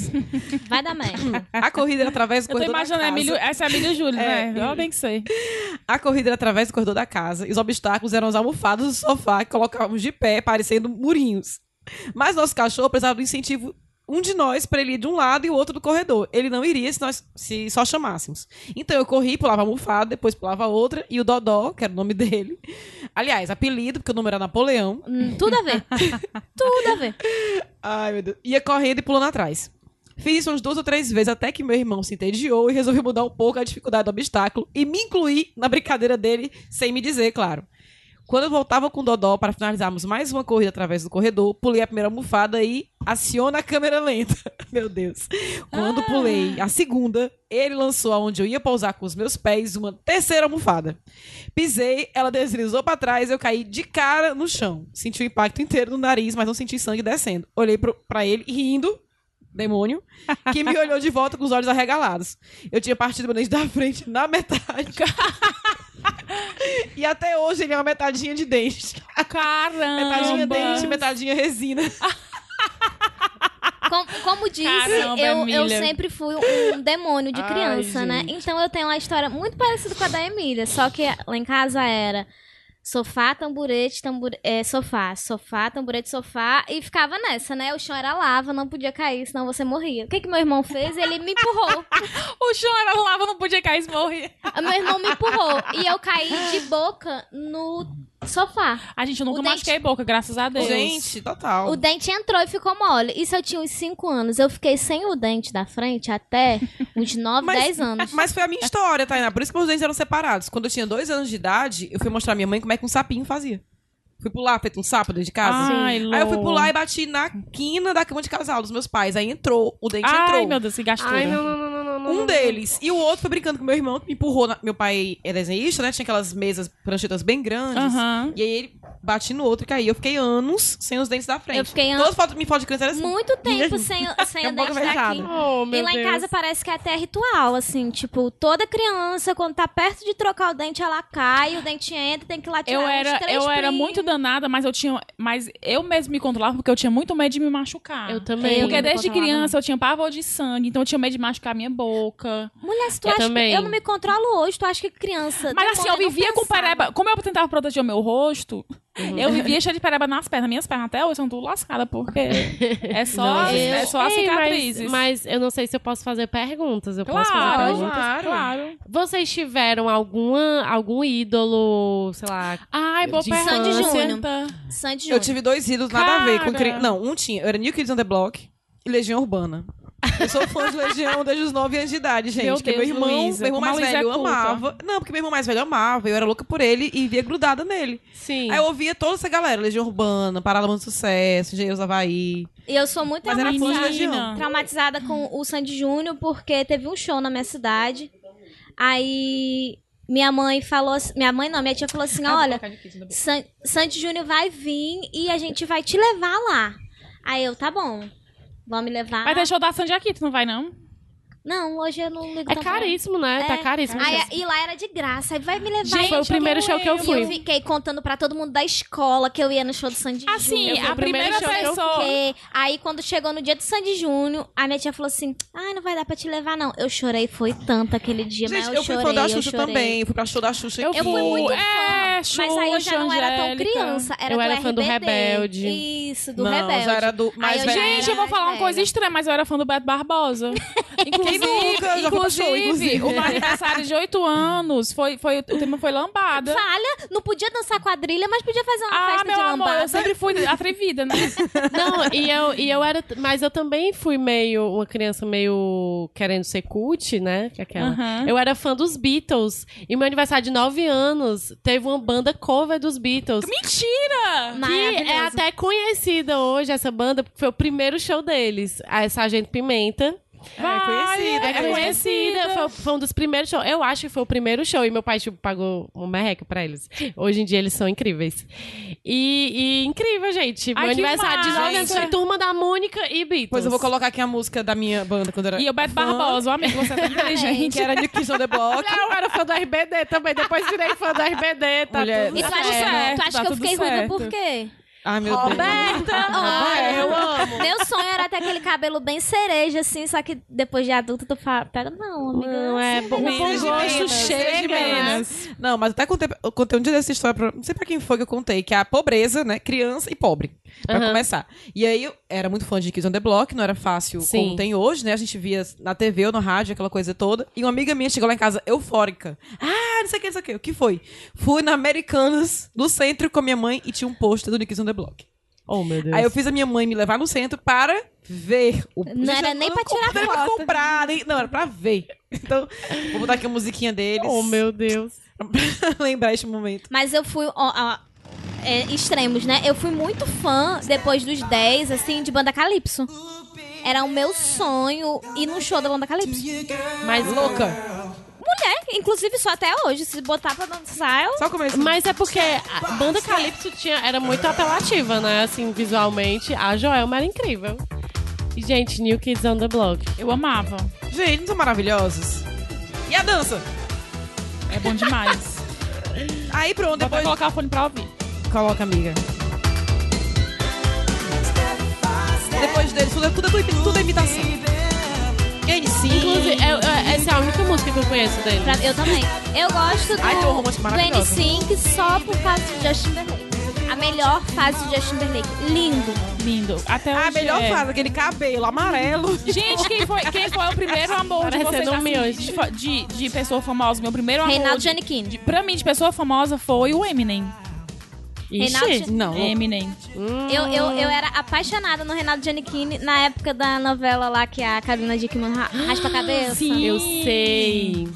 [SPEAKER 1] Vai dar merda.
[SPEAKER 3] A corrida era através do
[SPEAKER 4] Eu tô
[SPEAKER 3] corredor da
[SPEAKER 4] imaginando,
[SPEAKER 3] casa.
[SPEAKER 4] Emílio, essa é a Emílio Júlio,
[SPEAKER 3] É,
[SPEAKER 4] né? Eu bem que sei.
[SPEAKER 3] A corrida era através do corredor da casa e os obstáculos eram as almofadas do sofá que colocávamos de pé, parecendo murinhos. Mas nosso cachorro precisava do incentivo um de nós para ele ir de um lado e o outro do corredor. Ele não iria se nós se só chamássemos. Então eu corri, pulava a almofada, depois pulava a outra e o Dodó, que era o nome dele. Aliás, apelido, porque o nome era Napoleão.
[SPEAKER 1] Hum, Tudo a ver. Tudo a ver.
[SPEAKER 3] Ai, meu Deus. Ia correndo e pulando atrás. Fiz isso umas duas ou três vezes até que meu irmão se entediou e resolveu mudar um pouco a dificuldade do obstáculo e me incluir na brincadeira dele sem me dizer, claro. Quando eu voltava com o Dodó para finalizarmos mais uma corrida através do corredor, pulei a primeira almofada e aciona a câmera lenta. Meu Deus. Quando pulei a segunda, ele lançou aonde eu ia pousar com os meus pés uma terceira almofada. Pisei, ela deslizou pra trás, eu caí de cara no chão. Senti o impacto inteiro no nariz, mas não senti sangue descendo. Olhei pro, pra ele rindo, demônio, que me olhou de volta com os olhos arregalados. Eu tinha partido meu dente da frente na metade. e até hoje ele é uma metadinha de dente.
[SPEAKER 4] Caramba.
[SPEAKER 1] É
[SPEAKER 3] Metadinha dente,
[SPEAKER 1] tipo,
[SPEAKER 3] metadinha resina.
[SPEAKER 1] Com- Como, disse,
[SPEAKER 4] Caramba,
[SPEAKER 1] eu, eu
[SPEAKER 4] Emília.
[SPEAKER 1] sempre fui um demônio de criança, né? Então eu tenho uma história muito parecida com a da Emília, só que lá em casa era sofá, tamborete, tambor... é, sofá, sofá, tamborete, sofá, e ficava nessa, né? O chão era lava, não podia cair, senão você morria. O que que meu irmão fez? Ele me empurrou.
[SPEAKER 4] O chão era um lava, não podia cair, se morria.
[SPEAKER 1] meu irmão me empurrou e eu caí de boca no sofá.
[SPEAKER 4] A gente eu nunca
[SPEAKER 1] O dente-
[SPEAKER 4] machuquei boca, graças a Deus.
[SPEAKER 3] Gente, total.
[SPEAKER 1] O dente entrou e ficou mole. Isso eu tinha uns 5 anos. Eu fiquei sem o dente da frente até uns 9,
[SPEAKER 3] Mas-
[SPEAKER 1] 10 anos.
[SPEAKER 3] Mas foi a minha história, Tainá. Por isso que meus dentes eram separados. Quando eu tinha dois anos de idade, eu fui mostrar à minha mãe como é que um sapinho fazia. Fui pular, feito um sapo dentro de casa.
[SPEAKER 4] Ai,
[SPEAKER 3] Aí eu fui
[SPEAKER 4] Lô.
[SPEAKER 3] pular e bati na quina da cama de casal dos meus pais. Aí entrou, o dente
[SPEAKER 4] Ai,
[SPEAKER 3] entrou.
[SPEAKER 4] meu Deus, que gastura.
[SPEAKER 5] Ai, não, não, não, não, não, não.
[SPEAKER 3] Um deles. E o outro foi brincando com meu irmão, que me empurrou. na- Meu pai é desenhista, né? Tinha aquelas mesas, pranchetas bem grandes.
[SPEAKER 4] Aham.
[SPEAKER 3] E aí ele bati no outro e caiu. Eu fiquei anos sem os dentes da frente.
[SPEAKER 1] Eu fiquei an-
[SPEAKER 3] Todas as fotos, minha foto de criança era assim.
[SPEAKER 1] muito tempo sem, sem
[SPEAKER 3] É
[SPEAKER 1] o
[SPEAKER 3] um pouco
[SPEAKER 1] dente daqui.
[SPEAKER 3] beijado.
[SPEAKER 5] Oh, meu
[SPEAKER 1] E lá em
[SPEAKER 5] Deus.
[SPEAKER 1] casa parece que é até ritual, assim, tipo, toda criança, quando tá perto de trocar o dente, ela cai, o dente entra, tem que ir lá tirar
[SPEAKER 4] Eu
[SPEAKER 1] uns
[SPEAKER 4] era,
[SPEAKER 1] três
[SPEAKER 4] eu era
[SPEAKER 1] primos.
[SPEAKER 4] muito danada, mas eu tinha. Mas eu mesmo me controlava porque eu tinha muito medo de me machucar.
[SPEAKER 5] Eu também.
[SPEAKER 1] Eu
[SPEAKER 4] Porque
[SPEAKER 1] não
[SPEAKER 4] desde
[SPEAKER 1] controlava,
[SPEAKER 4] criança eu tinha pavor de sangue, então eu tinha medo de machucar minha boca.
[SPEAKER 1] Mulher, se tu
[SPEAKER 5] Eu
[SPEAKER 1] acha
[SPEAKER 5] também.
[SPEAKER 1] que eu não me controlo hoje, tu acha que criança.
[SPEAKER 4] Mas assim, eu
[SPEAKER 1] demônio, não
[SPEAKER 4] vivia com
[SPEAKER 1] pensava. Uhum.
[SPEAKER 4] pereba. Como eu tentava proteger o meu rosto, Eu vivia cheio de pereba nas pernas. Minhas pernas até hoje são tudo lascadas, porque é só,
[SPEAKER 5] Nossa.
[SPEAKER 4] é só as
[SPEAKER 5] Ei, mas-
[SPEAKER 4] cicatrizes.
[SPEAKER 5] Mas, eu não sei se eu posso fazer perguntas. Eu posso fazer
[SPEAKER 4] claro,
[SPEAKER 5] perguntas?
[SPEAKER 4] claro,
[SPEAKER 5] Vocês tiveram alguma, algum ídolo, sei lá...
[SPEAKER 4] Ai, vou
[SPEAKER 5] De
[SPEAKER 4] perguntar.
[SPEAKER 1] Sandy Júnior. Sandy
[SPEAKER 3] Eu
[SPEAKER 1] Júnior.
[SPEAKER 3] tive dois ídolos nada a ver com
[SPEAKER 4] Cara.
[SPEAKER 3] criança. Não, um tinha. Eu era New Kids on the Block e Legião Urbana. Eu sou fã de Legião desde os 9 anos de idade, gente.
[SPEAKER 4] Meu
[SPEAKER 3] porque
[SPEAKER 4] Deus,
[SPEAKER 3] meu irmão,
[SPEAKER 4] Luísa,
[SPEAKER 3] meu irmão
[SPEAKER 4] como a
[SPEAKER 3] mais
[SPEAKER 4] Luísa é
[SPEAKER 3] velho eu
[SPEAKER 4] culta.
[SPEAKER 3] amava. Não, porque meu irmão mais velho eu amava. Eu era louca por ele e via grudada nele.
[SPEAKER 5] Sim.
[SPEAKER 1] É
[SPEAKER 3] Aí eu ouvia toda essa galera, Legião Urbana, Paralama do Sucesso, Engenheiros Havaí.
[SPEAKER 1] E eu sou muito
[SPEAKER 3] Mas era fã de
[SPEAKER 1] traumatizada,
[SPEAKER 3] Legião.
[SPEAKER 1] traumatizada com o Sandy Júnior, porque teve um show na minha cidade. Aí minha mãe falou assim, minha mãe não, minha tia falou
[SPEAKER 4] Tá
[SPEAKER 1] assim, olha, San- Sandy Júnior vai vir e a gente vai te levar lá. Aí eu, tá bom, vão me levar.
[SPEAKER 4] Mas deixa eu dar Sandy aqui, tu não vai, não?
[SPEAKER 1] Não, hoje eu não ligo
[SPEAKER 5] É
[SPEAKER 1] tanto pra-
[SPEAKER 5] caríssimo, né? Tá
[SPEAKER 1] É.
[SPEAKER 5] caríssimo.
[SPEAKER 1] Aí,
[SPEAKER 5] gente.
[SPEAKER 1] e lá era de graça, aí vai me levar.
[SPEAKER 5] Gente, foi o primeiro show que eu
[SPEAKER 1] E eu
[SPEAKER 5] fui.
[SPEAKER 1] fiquei contando pra todo mundo da escola que eu ia no show do Sandy Júnior.
[SPEAKER 5] Ah,
[SPEAKER 4] Assim,
[SPEAKER 5] fui
[SPEAKER 4] a
[SPEAKER 5] o primeiro
[SPEAKER 4] primeira
[SPEAKER 5] show que eu
[SPEAKER 4] pessoa...
[SPEAKER 1] Porque aí quando chegou no dia do Sandy Júnior, a minha tia falou assim: Ai, não vai dar pra te levar, não. Eu chorei, foi tanto aquele dia, mas
[SPEAKER 3] Gente,
[SPEAKER 1] eu,
[SPEAKER 3] eu, fui
[SPEAKER 1] chorei.
[SPEAKER 3] fã da
[SPEAKER 1] eu
[SPEAKER 3] Xuxa
[SPEAKER 1] chorei.
[SPEAKER 3] também. Fui pra show da Xuxa
[SPEAKER 5] Eu
[SPEAKER 3] aqui.
[SPEAKER 1] Eu fui muito
[SPEAKER 4] É,
[SPEAKER 1] fã. Mas aí eu já não era tão
[SPEAKER 4] Angélica.
[SPEAKER 1] criança. Era
[SPEAKER 5] Eu
[SPEAKER 1] do
[SPEAKER 5] era
[SPEAKER 1] RBD.
[SPEAKER 5] fã do Rebelde.
[SPEAKER 1] Isso, do
[SPEAKER 3] não,
[SPEAKER 1] Rebelde.
[SPEAKER 3] já era do mais
[SPEAKER 1] eu
[SPEAKER 3] velho.
[SPEAKER 1] já era-
[SPEAKER 4] Gente, eu vou falar uma
[SPEAKER 3] É,
[SPEAKER 1] velha.
[SPEAKER 4] coisa estranha, mas eu era fã do Beto Barbosa. Inclusive,
[SPEAKER 3] nunca? Eu já fui pro show, inclusive.
[SPEAKER 4] o meu aniversário de 8 anos, foi, foi, o tema foi lambada.
[SPEAKER 1] Falha, não podia dançar quadrilha, mas podia fazer uma
[SPEAKER 4] Ah,
[SPEAKER 1] festa
[SPEAKER 4] meu
[SPEAKER 1] de
[SPEAKER 4] amor,
[SPEAKER 1] lambada.
[SPEAKER 4] eu sempre fui atrevida, né?
[SPEAKER 5] Não, e eu, e eu era. Mas eu também fui meio. Uma criança meio querendo ser cult, né? Que é Aquela.
[SPEAKER 4] Aham.
[SPEAKER 5] Eu era fã dos Beatles. E meu aniversário de 9 anos teve uma banda cover dos Beatles.
[SPEAKER 4] Mentira!
[SPEAKER 5] Que
[SPEAKER 1] Maravilhoso.
[SPEAKER 5] é até conhecida hoje, essa banda, porque foi o primeiro show deles. A Sargento Pimenta.
[SPEAKER 4] Vai,
[SPEAKER 3] conhecida,
[SPEAKER 4] é
[SPEAKER 5] É conhecida, foi, foi um dos primeiros shows. Eu acho que foi o primeiro show. E meu pai, tipo, pagou um merreca pra eles. Hoje em dia eles são incríveis. E, e incrível, gente. Meu
[SPEAKER 4] Ai, que
[SPEAKER 5] aniversário de 9 anos
[SPEAKER 4] massa.
[SPEAKER 5] foi Turma da Mônica e Beatles.
[SPEAKER 3] Depois eu vou colocar aqui a música da minha banda quando eu era.
[SPEAKER 4] E o Beto Barbosa, o amigo, você é tão inteligente.
[SPEAKER 3] Que era New Kids on the Block.
[SPEAKER 5] Eu Ah, era fã do RBD também. Depois virei fã do RBD. Tá
[SPEAKER 3] Mulher, é
[SPEAKER 5] tudo
[SPEAKER 1] E tu acha,
[SPEAKER 4] certo,
[SPEAKER 1] tu acha
[SPEAKER 4] tá
[SPEAKER 1] que eu
[SPEAKER 4] tudo
[SPEAKER 1] fiquei ruiva
[SPEAKER 4] certo.
[SPEAKER 1] por quê?
[SPEAKER 3] Ai, meu Deus.
[SPEAKER 1] Ah,
[SPEAKER 3] é.
[SPEAKER 5] eu amo.
[SPEAKER 1] Meu sonho era ter aquele cabelo bem cereja, assim, só que depois de adulto tu fala, pera, não, amiga.
[SPEAKER 5] Não, é bom, bom
[SPEAKER 3] Meninas de
[SPEAKER 5] gosto
[SPEAKER 3] Minas,
[SPEAKER 5] cheio de
[SPEAKER 3] meninas.
[SPEAKER 5] menos.
[SPEAKER 3] Não, mas até contei, eu contei um dia dessa história, pra, não sei pra quem foi que eu contei, que é a pobreza, né? Criança e pobre, pra
[SPEAKER 5] Aham.
[SPEAKER 3] começar. E aí, eu era muito fã de Kids on the Block, não era fácil
[SPEAKER 5] Sim.
[SPEAKER 3] como tem hoje, né? A gente via na TV ou no rádio, aquela coisa toda. E uma amiga minha chegou lá em casa eufórica. Ah, não sei o que, não sei o que. O que foi? Fui na Americanas, no centro, com a minha mãe, e tinha um pôster do New Kids on the Block.
[SPEAKER 5] Oh, meu Deus.
[SPEAKER 3] Aí eu fiz a minha mãe me levar no centro para ver. O...
[SPEAKER 1] Não era nem
[SPEAKER 3] eu
[SPEAKER 1] pra
[SPEAKER 3] comp-
[SPEAKER 1] tirar
[SPEAKER 3] Não era pra
[SPEAKER 1] foto.
[SPEAKER 3] comprar, nem... não, era pra ver. Então, vou botar aqui a musiquinha deles.
[SPEAKER 5] Oh, meu Deus.
[SPEAKER 3] pra lembrar este momento.
[SPEAKER 1] Mas eu fui. ó, ó, é, extremos, né? Eu fui muito fã depois dos 10, assim, de banda Calypso. Era o meu sonho ir num show da banda Calypso.
[SPEAKER 5] Mas
[SPEAKER 3] Louca.
[SPEAKER 1] Mulher, inclusive só até hoje. Se botar pra dançar, eu.
[SPEAKER 3] Só começo.
[SPEAKER 5] Mas é porque a banda Calypso tinha, era muito apelativa, né? Assim, visualmente. A Joelma era incrível. E, gente, New Kids on the Block.
[SPEAKER 4] Eu amava.
[SPEAKER 3] Gente, não são maravilhosos. E a dança?
[SPEAKER 4] É bom demais.
[SPEAKER 3] Aí pronto,
[SPEAKER 4] Vou até
[SPEAKER 3] depois.
[SPEAKER 4] colocar o fone pra ouvir.
[SPEAKER 3] Coloca, amiga. Depois deles, tudo, é- tudo, é- tudo, é- tudo é imitação.
[SPEAKER 5] Inclusive,
[SPEAKER 3] N5.
[SPEAKER 5] é- é- essa é a única música que eu conheço dele.
[SPEAKER 1] Pra- eu também. Eu gosto do,
[SPEAKER 3] Ai, tem um romance
[SPEAKER 1] do
[SPEAKER 3] maravilhoso.
[SPEAKER 1] N5 só por causa do Justin Timberlake. A melhor fase do Justin Timberlake. Lindo.
[SPEAKER 4] Lindo. Até hoje
[SPEAKER 3] A Ah, melhor
[SPEAKER 4] é.
[SPEAKER 3] fase, aquele cabelo amarelo.
[SPEAKER 4] Gente, quem foi, quem foi o primeiro amor de vocês,
[SPEAKER 5] Parecendo um
[SPEAKER 4] assim,
[SPEAKER 5] miojo.
[SPEAKER 4] de, fa- de, de pessoa famosa? Meu primeiro amor...
[SPEAKER 1] Reinaldo
[SPEAKER 4] de,
[SPEAKER 1] Giannichini.
[SPEAKER 4] de- pra mim, de pessoa famosa, foi o Eminem.
[SPEAKER 1] Reinaldo-
[SPEAKER 3] Não.
[SPEAKER 4] Eminem.
[SPEAKER 5] Hum.
[SPEAKER 1] Eu, eu, eu era apaixonada no Renato Giannichini na época da novela lá que a Carolina Dickman ra-
[SPEAKER 3] Ah,
[SPEAKER 1] raspa a cabeça.
[SPEAKER 5] Eu sei.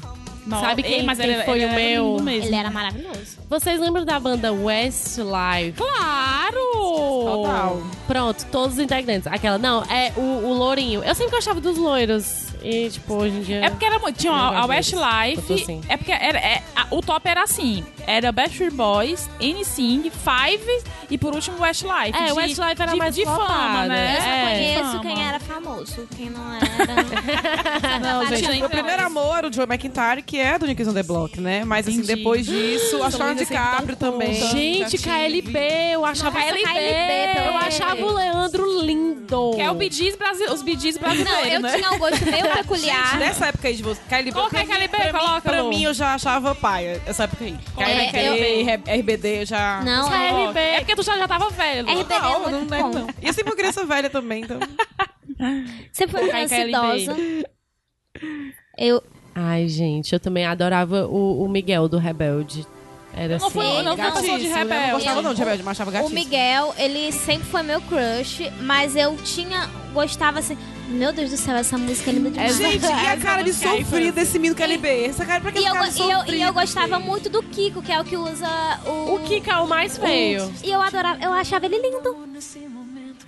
[SPEAKER 4] Nossa,
[SPEAKER 5] Sabe quem-
[SPEAKER 4] ei, mas
[SPEAKER 5] quem
[SPEAKER 4] ele,
[SPEAKER 5] foi
[SPEAKER 4] ele é
[SPEAKER 5] o
[SPEAKER 4] era
[SPEAKER 5] meu?
[SPEAKER 4] lindo mesmo.
[SPEAKER 1] Ele era maravilhoso.
[SPEAKER 5] Vocês lembram da banda Westlife?
[SPEAKER 4] Claro!
[SPEAKER 3] Total.
[SPEAKER 5] Pronto, todos os integrantes. Aquela, não, é o, o Lourinho. Eu sempre gostava dos loiros. E, tipo, hoje em dia.
[SPEAKER 4] É porque era muito. Tinha a, a
[SPEAKER 5] Eu gosto disso. Eu tô
[SPEAKER 4] Westlife.
[SPEAKER 5] assim.
[SPEAKER 4] É porque era, é- a- o top era assim: era Backstreet Boys, NSYNC, Five e por último Westlife.
[SPEAKER 5] É,
[SPEAKER 4] De-
[SPEAKER 5] Westlife era
[SPEAKER 4] de,
[SPEAKER 5] mais
[SPEAKER 4] de fama,
[SPEAKER 5] flopada.
[SPEAKER 1] Eu só
[SPEAKER 4] né?
[SPEAKER 5] É.
[SPEAKER 1] conheço
[SPEAKER 4] Fama.
[SPEAKER 1] quem era famoso. Quem não era.
[SPEAKER 4] Não, gente,
[SPEAKER 3] Meu primeiro amor era o Joe McIntyre, que é do Nick on the Block, né? Mas assim,
[SPEAKER 4] Entendi.
[SPEAKER 3] depois
[SPEAKER 4] é
[SPEAKER 3] disso, a Charlotte DiCaprio também.
[SPEAKER 5] Gente,
[SPEAKER 3] Já tive.
[SPEAKER 5] KLB, eu achava
[SPEAKER 1] Nossa,
[SPEAKER 5] KLB.
[SPEAKER 1] KLB, pelo
[SPEAKER 5] eu
[SPEAKER 1] amor de
[SPEAKER 5] achava o Leandro lindo.
[SPEAKER 4] Que é o bidis brasi... os bidis brasileiros,
[SPEAKER 1] Não, eu
[SPEAKER 4] né?
[SPEAKER 1] tinha um gosto meio peculiar.
[SPEAKER 3] Nessa época aí de você. Kylie Bell,
[SPEAKER 4] Coloca
[SPEAKER 3] pra
[SPEAKER 4] aí, Kylie
[SPEAKER 3] mim-
[SPEAKER 4] Bell,
[SPEAKER 3] pra mim-
[SPEAKER 4] coloca,
[SPEAKER 3] Pra
[SPEAKER 4] Lu.
[SPEAKER 3] mim, eu já achava paia. Essa época aí.
[SPEAKER 4] Coloca
[SPEAKER 3] Kylie
[SPEAKER 1] aí,
[SPEAKER 3] Bell, e Re- RBD, eu já...
[SPEAKER 1] Não,
[SPEAKER 4] Coloca.
[SPEAKER 1] é.
[SPEAKER 4] É porque tu já, já tava velho. Lu.
[SPEAKER 1] RBD é
[SPEAKER 3] Não,
[SPEAKER 1] muito
[SPEAKER 3] não
[SPEAKER 1] bom.
[SPEAKER 3] lembro, não. E assim, eu sempre fui criança velha também, então...
[SPEAKER 1] Você foi uma
[SPEAKER 4] Ai,
[SPEAKER 1] criança
[SPEAKER 4] Kylie
[SPEAKER 1] idosa. Eu,
[SPEAKER 5] Ai, gente, eu também adorava o, o Miguel do Rebelde. Era
[SPEAKER 4] Não
[SPEAKER 5] assim.
[SPEAKER 4] foi- não foi
[SPEAKER 3] Gatíssimo,
[SPEAKER 4] pessoa de
[SPEAKER 3] Eu né? não
[SPEAKER 4] rebelde.
[SPEAKER 3] gostava não de rebelde, mas achava
[SPEAKER 1] o
[SPEAKER 3] gatíssimo.
[SPEAKER 1] Miguel, ele sempre foi meu crush, mas eu tinha. Gostava assim. Meu Deus do céu, essa música é linda demais.
[SPEAKER 3] Gente, e a cara de sofrido desse menino Kylie Bell? Essa cara, pra que
[SPEAKER 1] E
[SPEAKER 3] essa
[SPEAKER 1] eu,
[SPEAKER 3] cara
[SPEAKER 1] e,
[SPEAKER 3] de
[SPEAKER 1] eu, e eu
[SPEAKER 3] sofrido?
[SPEAKER 1] gostava muito do Kiko, que é o que usa o.
[SPEAKER 5] O Kika é o mais feio.
[SPEAKER 1] E eu adorava, eu achava ele lindo.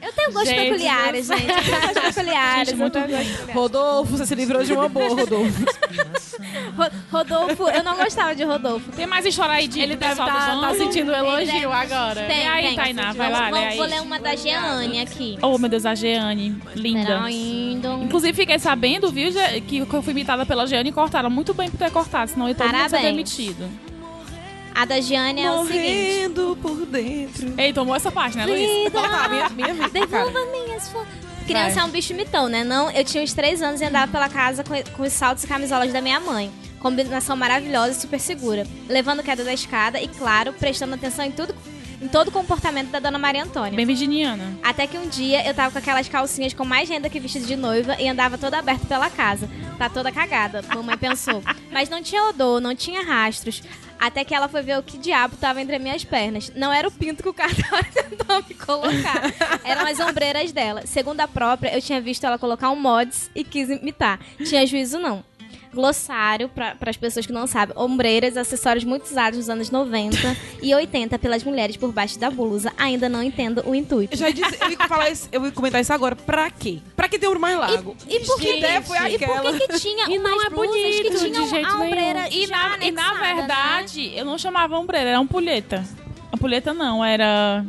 [SPEAKER 1] Eu tenho gostos
[SPEAKER 4] Gente,
[SPEAKER 1] peculiares, gente. Eu tenho gostos peculiares.
[SPEAKER 4] Gente, muito
[SPEAKER 1] eu tenho
[SPEAKER 3] Rodolfo, você se livrou de uma boa, Rodolfo.
[SPEAKER 1] gostos- Ro- Rodolfo, eu não gostava de Rodolfo.
[SPEAKER 4] Tem mais história aí de
[SPEAKER 5] Ele
[SPEAKER 4] do
[SPEAKER 5] deve
[SPEAKER 4] pessoal do
[SPEAKER 5] tá,
[SPEAKER 4] Zan?
[SPEAKER 5] tá sentindo um elogio
[SPEAKER 1] Tem,
[SPEAKER 5] agora.
[SPEAKER 1] Tem,
[SPEAKER 4] aí,
[SPEAKER 1] tem.
[SPEAKER 4] Tainá,
[SPEAKER 1] Vamos-
[SPEAKER 4] vai lá,
[SPEAKER 1] vamos-
[SPEAKER 4] lê aí.
[SPEAKER 1] Vou ler uma da Jeane aqui.
[SPEAKER 4] Oh, meu Deus, a Jeane. Linda.
[SPEAKER 1] Será indo.
[SPEAKER 4] Inclusive, fiquei sabendo, viu, Je- que eu fui imitada pela Jeane e cortaram. Muito bem por ter cortado, senão eu ia todo mundo ser
[SPEAKER 1] Parabéns.
[SPEAKER 4] demitido.
[SPEAKER 1] A da Jeane é o seguinte.
[SPEAKER 3] Morrendo por dentro.
[SPEAKER 4] Ei, tomou essa parte, né, Luiz?
[SPEAKER 1] Vida,
[SPEAKER 3] Tá, minha, minha vida, cara.
[SPEAKER 1] Devolva minhas flores. Criança é um bicho mitão, né? Não, eu tinha uns três anos e andava pela casa com, com os saltos e camisolas da minha mãe. Combinação maravilhosa e super segura. Levando queda da escada e, claro, prestando atenção em tudo, em todo o comportamento da dona Maria Antônia.
[SPEAKER 4] Bem virginiana.
[SPEAKER 1] Até que um dia eu tava com aquelas calcinhas com mais renda que vestido de noiva e andava toda aberta pela casa. Tá toda cagada, mamãe pensou. Mas não tinha odor, não tinha rastros. Até que ela foi ver o que diabo tava entre as minhas pernas. Não era o pinto que o cartaz tentou me colocar. Eram as ombreiras dela. Segundo a própria, eu tinha visto ela colocar um mods e quis imitar. Tinha juízo não. Glossário, para as pessoas que não sabem, ombreiras, acessórios muito usados nos anos 90 e 80 pelas mulheres por baixo da blusa. Ainda não entendo o intuito.
[SPEAKER 3] Eu já disse, eu ia, falar isso, eu ia comentar isso agora. Pra quê? Pra que ter o mais largo?
[SPEAKER 1] E por que,
[SPEAKER 3] Que ideia foi
[SPEAKER 1] e por
[SPEAKER 3] aquela?
[SPEAKER 1] que, que tinha
[SPEAKER 5] E não
[SPEAKER 1] umas
[SPEAKER 5] é
[SPEAKER 1] blusas
[SPEAKER 5] bonito
[SPEAKER 1] que
[SPEAKER 5] de
[SPEAKER 1] tinham
[SPEAKER 5] jeito
[SPEAKER 1] a
[SPEAKER 5] nenhum.
[SPEAKER 1] ombreira
[SPEAKER 4] E
[SPEAKER 1] já
[SPEAKER 4] na, e na
[SPEAKER 1] anexada, né?
[SPEAKER 4] verdade, eu não chamava ombreira, era ampulheta. Ampulheta não, era.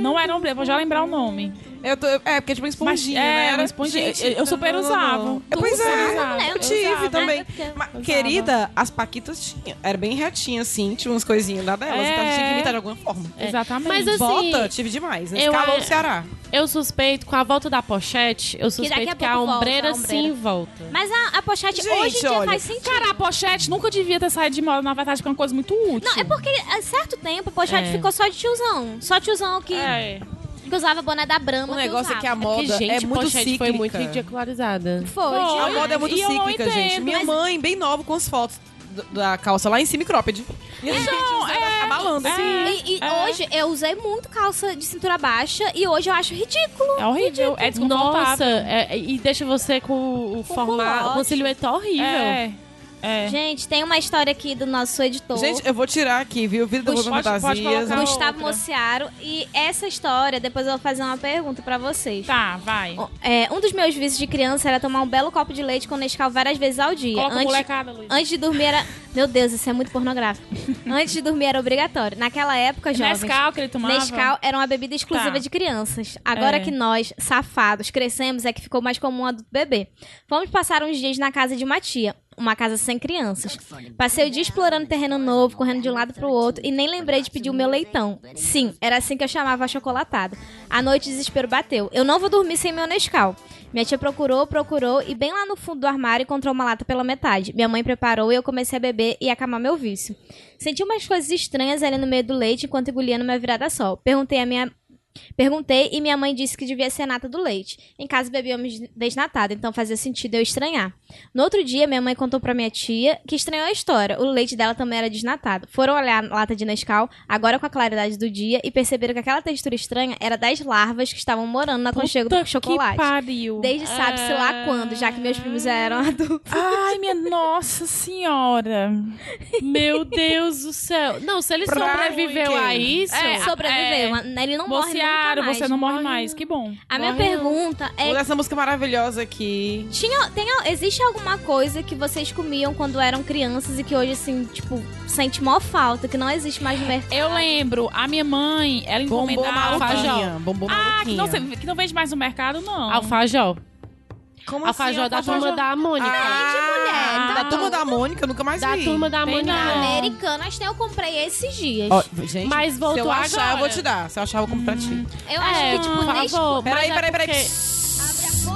[SPEAKER 4] Não era ombreira, vou já lembrar o nome.
[SPEAKER 3] Eu tô, é, porque é tipo uma
[SPEAKER 4] Mas,
[SPEAKER 3] esponjinha,
[SPEAKER 4] é,
[SPEAKER 3] né?
[SPEAKER 4] uma esponjinha. Eu- eu super
[SPEAKER 3] não, não,
[SPEAKER 4] usava.
[SPEAKER 3] não.
[SPEAKER 4] Tu
[SPEAKER 3] Pois é,
[SPEAKER 4] usava,
[SPEAKER 1] né?
[SPEAKER 3] eu
[SPEAKER 1] Eu
[SPEAKER 3] tive
[SPEAKER 1] usava.
[SPEAKER 3] também.
[SPEAKER 1] Ah, eu-
[SPEAKER 3] Mas,
[SPEAKER 4] usava.
[SPEAKER 3] querida, as paquitas tinham. Era bem retinha, assim, tinha umas coisinhas da delas.
[SPEAKER 4] É.
[SPEAKER 3] Então tinha que imitar de alguma forma.
[SPEAKER 1] É.
[SPEAKER 4] Exatamente.
[SPEAKER 5] Mas assim,
[SPEAKER 3] Bota, tive demais.
[SPEAKER 5] eu-
[SPEAKER 4] é
[SPEAKER 3] Escalou o Ceará.
[SPEAKER 5] eu suspeito, com a volta da pochete, eu
[SPEAKER 1] daqui a
[SPEAKER 5] suspeito que, a,
[SPEAKER 1] pouco volta a
[SPEAKER 5] ombreira
[SPEAKER 1] ombreira.
[SPEAKER 5] sim volta.
[SPEAKER 1] né? Mas a, a pochete
[SPEAKER 3] Gente,
[SPEAKER 1] hoje em dia
[SPEAKER 3] olha,
[SPEAKER 1] faz sentido.
[SPEAKER 4] Cara, a pochete nunca devia ter saído de moda, na verdade, porque é uma coisa muito útil.
[SPEAKER 1] não, é porque há certo tempo a pochete
[SPEAKER 5] É.
[SPEAKER 1] ficou só de tiozão. Só tiozão que,
[SPEAKER 4] É.
[SPEAKER 1] que usava boné da Brahma.
[SPEAKER 3] O
[SPEAKER 4] Um
[SPEAKER 1] que
[SPEAKER 3] negócio é que a
[SPEAKER 1] usava.
[SPEAKER 3] moda
[SPEAKER 5] Porque, gente,
[SPEAKER 3] é muito
[SPEAKER 5] pochete
[SPEAKER 3] cíclica.
[SPEAKER 5] foi muito ridicularizada.
[SPEAKER 1] Foi.
[SPEAKER 4] Pô,
[SPEAKER 3] A
[SPEAKER 1] demais.
[SPEAKER 3] moda é muito
[SPEAKER 4] E eu não
[SPEAKER 3] cíclica, gente.
[SPEAKER 4] entendo,
[SPEAKER 3] Minha
[SPEAKER 4] mas-
[SPEAKER 3] mãe, bem nova, com as fotos d- da calça lá em cima e cropped. E a gente é... a malandra.
[SPEAKER 4] Então, É.
[SPEAKER 1] E, e
[SPEAKER 4] É.
[SPEAKER 1] hoje eu usei muito calça de cintura baixa e hoje eu acho ridículo.
[SPEAKER 4] É horrível, é
[SPEAKER 5] Nossa,
[SPEAKER 4] desconfortável.
[SPEAKER 5] é- é- e deixa você com o formato, com a
[SPEAKER 1] culote.
[SPEAKER 5] silhueta horrível.
[SPEAKER 4] É. É.
[SPEAKER 1] Gente, tem uma história aqui do nosso editor.
[SPEAKER 3] Gente, eu vou tirar aqui, viu? Vida
[SPEAKER 4] Puxa,
[SPEAKER 3] do
[SPEAKER 4] pode- pode
[SPEAKER 3] Fantasias.
[SPEAKER 4] colocar o-
[SPEAKER 1] Gustavo
[SPEAKER 4] outra.
[SPEAKER 1] Mociaro. E essa história, depois eu vou fazer uma pergunta pra vocês.
[SPEAKER 4] Tá, vai.
[SPEAKER 1] É, um dos meus vícios de criança era tomar um belo copo de leite com Nescau várias vezes ao dia.
[SPEAKER 4] Coloca a
[SPEAKER 1] antes,
[SPEAKER 4] molecada, Luiz.
[SPEAKER 1] antes de dormir era... Meu Deus, isso é muito pornográfico. antes de dormir era obrigatório. Naquela época, jovens...
[SPEAKER 4] Nescau que ele tomava.
[SPEAKER 1] Nescau era uma bebida exclusiva
[SPEAKER 4] Tá.
[SPEAKER 1] de crianças. Agora
[SPEAKER 4] É.
[SPEAKER 1] que nós, safados, crescemos, é que ficou mais comum adulto bebê. Fomos passar uns dias na casa de uma tia, uma casa sem crianças. Passei o dia explorando terreno novo, correndo de um lado pro outro e nem lembrei de pedir o meu leitão. Sim, era assim que eu chamava a chocolatada. À noite, o desespero bateu. Eu não vou dormir sem meu Nescau. Minha tia procurou, procurou e bem lá no fundo do armário encontrou uma lata pela metade. Minha mãe preparou e eu comecei a beber e acamar meu vício. Senti umas coisas estranhas ali no meio do leite enquanto engolia numa virada-sol. Perguntei a minha Perguntei e minha mãe disse que devia ser nata do leite. Em casa bebíamos desnatado, então fazia sentido eu estranhar. No outro dia, minha mãe contou pra minha tia que estranhou a história. O leite dela também era desnatado. Foram olhar a lata de Nescau, agora com a claridade do dia, e perceberam que aquela textura estranha era das larvas que estavam morando na conchego
[SPEAKER 4] Puta
[SPEAKER 1] do chocolate.
[SPEAKER 4] Que pariu.
[SPEAKER 1] Desde sabe-se lá quando, já que meus primos já eram adultos.
[SPEAKER 4] Ai, minha nossa senhora.
[SPEAKER 5] Meu Deus do céu. Não, se ele
[SPEAKER 3] Pra
[SPEAKER 5] sobreviveu
[SPEAKER 3] quem?
[SPEAKER 5] a isso.
[SPEAKER 4] É,
[SPEAKER 1] Sobreviveu, Né, ele não morre nunca
[SPEAKER 4] Mociaro,
[SPEAKER 1] mais.
[SPEAKER 4] você não morre mais. Que bom.
[SPEAKER 1] A minha
[SPEAKER 5] morre não.
[SPEAKER 1] pergunta é
[SPEAKER 3] Olha essa música maravilhosa aqui.
[SPEAKER 1] Tinha, tem, al- existe alguma coisa que vocês comiam quando eram crianças e que hoje, assim, tipo, sente mó falta, que não existe mais no mercado?
[SPEAKER 4] Eu lembro, a minha mãe, ela
[SPEAKER 3] Bombom
[SPEAKER 4] encomendava alfajor.
[SPEAKER 3] maluquinha. Bombom
[SPEAKER 4] Ah, que
[SPEAKER 3] maluquinha.
[SPEAKER 4] não, se- que não vende mais no mercado, não.
[SPEAKER 5] Alfajor.
[SPEAKER 3] Como assim,
[SPEAKER 5] alfajor da turma da Mônica.
[SPEAKER 3] Ah,
[SPEAKER 1] mulher,
[SPEAKER 3] da
[SPEAKER 1] tá
[SPEAKER 3] turma da Mônica, eu nunca mais
[SPEAKER 5] da
[SPEAKER 3] vi.
[SPEAKER 5] turma da
[SPEAKER 4] Tem
[SPEAKER 5] Mônica.
[SPEAKER 4] não.
[SPEAKER 5] não.
[SPEAKER 1] Americanas, né? Eu comprei esses dias.
[SPEAKER 3] Ó, gente,
[SPEAKER 5] Mas
[SPEAKER 3] se
[SPEAKER 5] voltou
[SPEAKER 3] eu achar,
[SPEAKER 5] agora.
[SPEAKER 3] eu vou te dar. Se eu achar, eu compro pra ti.
[SPEAKER 1] eu acho
[SPEAKER 5] É,
[SPEAKER 1] que, tipo,
[SPEAKER 5] por
[SPEAKER 1] desde
[SPEAKER 5] favor.
[SPEAKER 3] Peraí,
[SPEAKER 5] Mas é
[SPEAKER 3] peraí, peraí.
[SPEAKER 5] porque-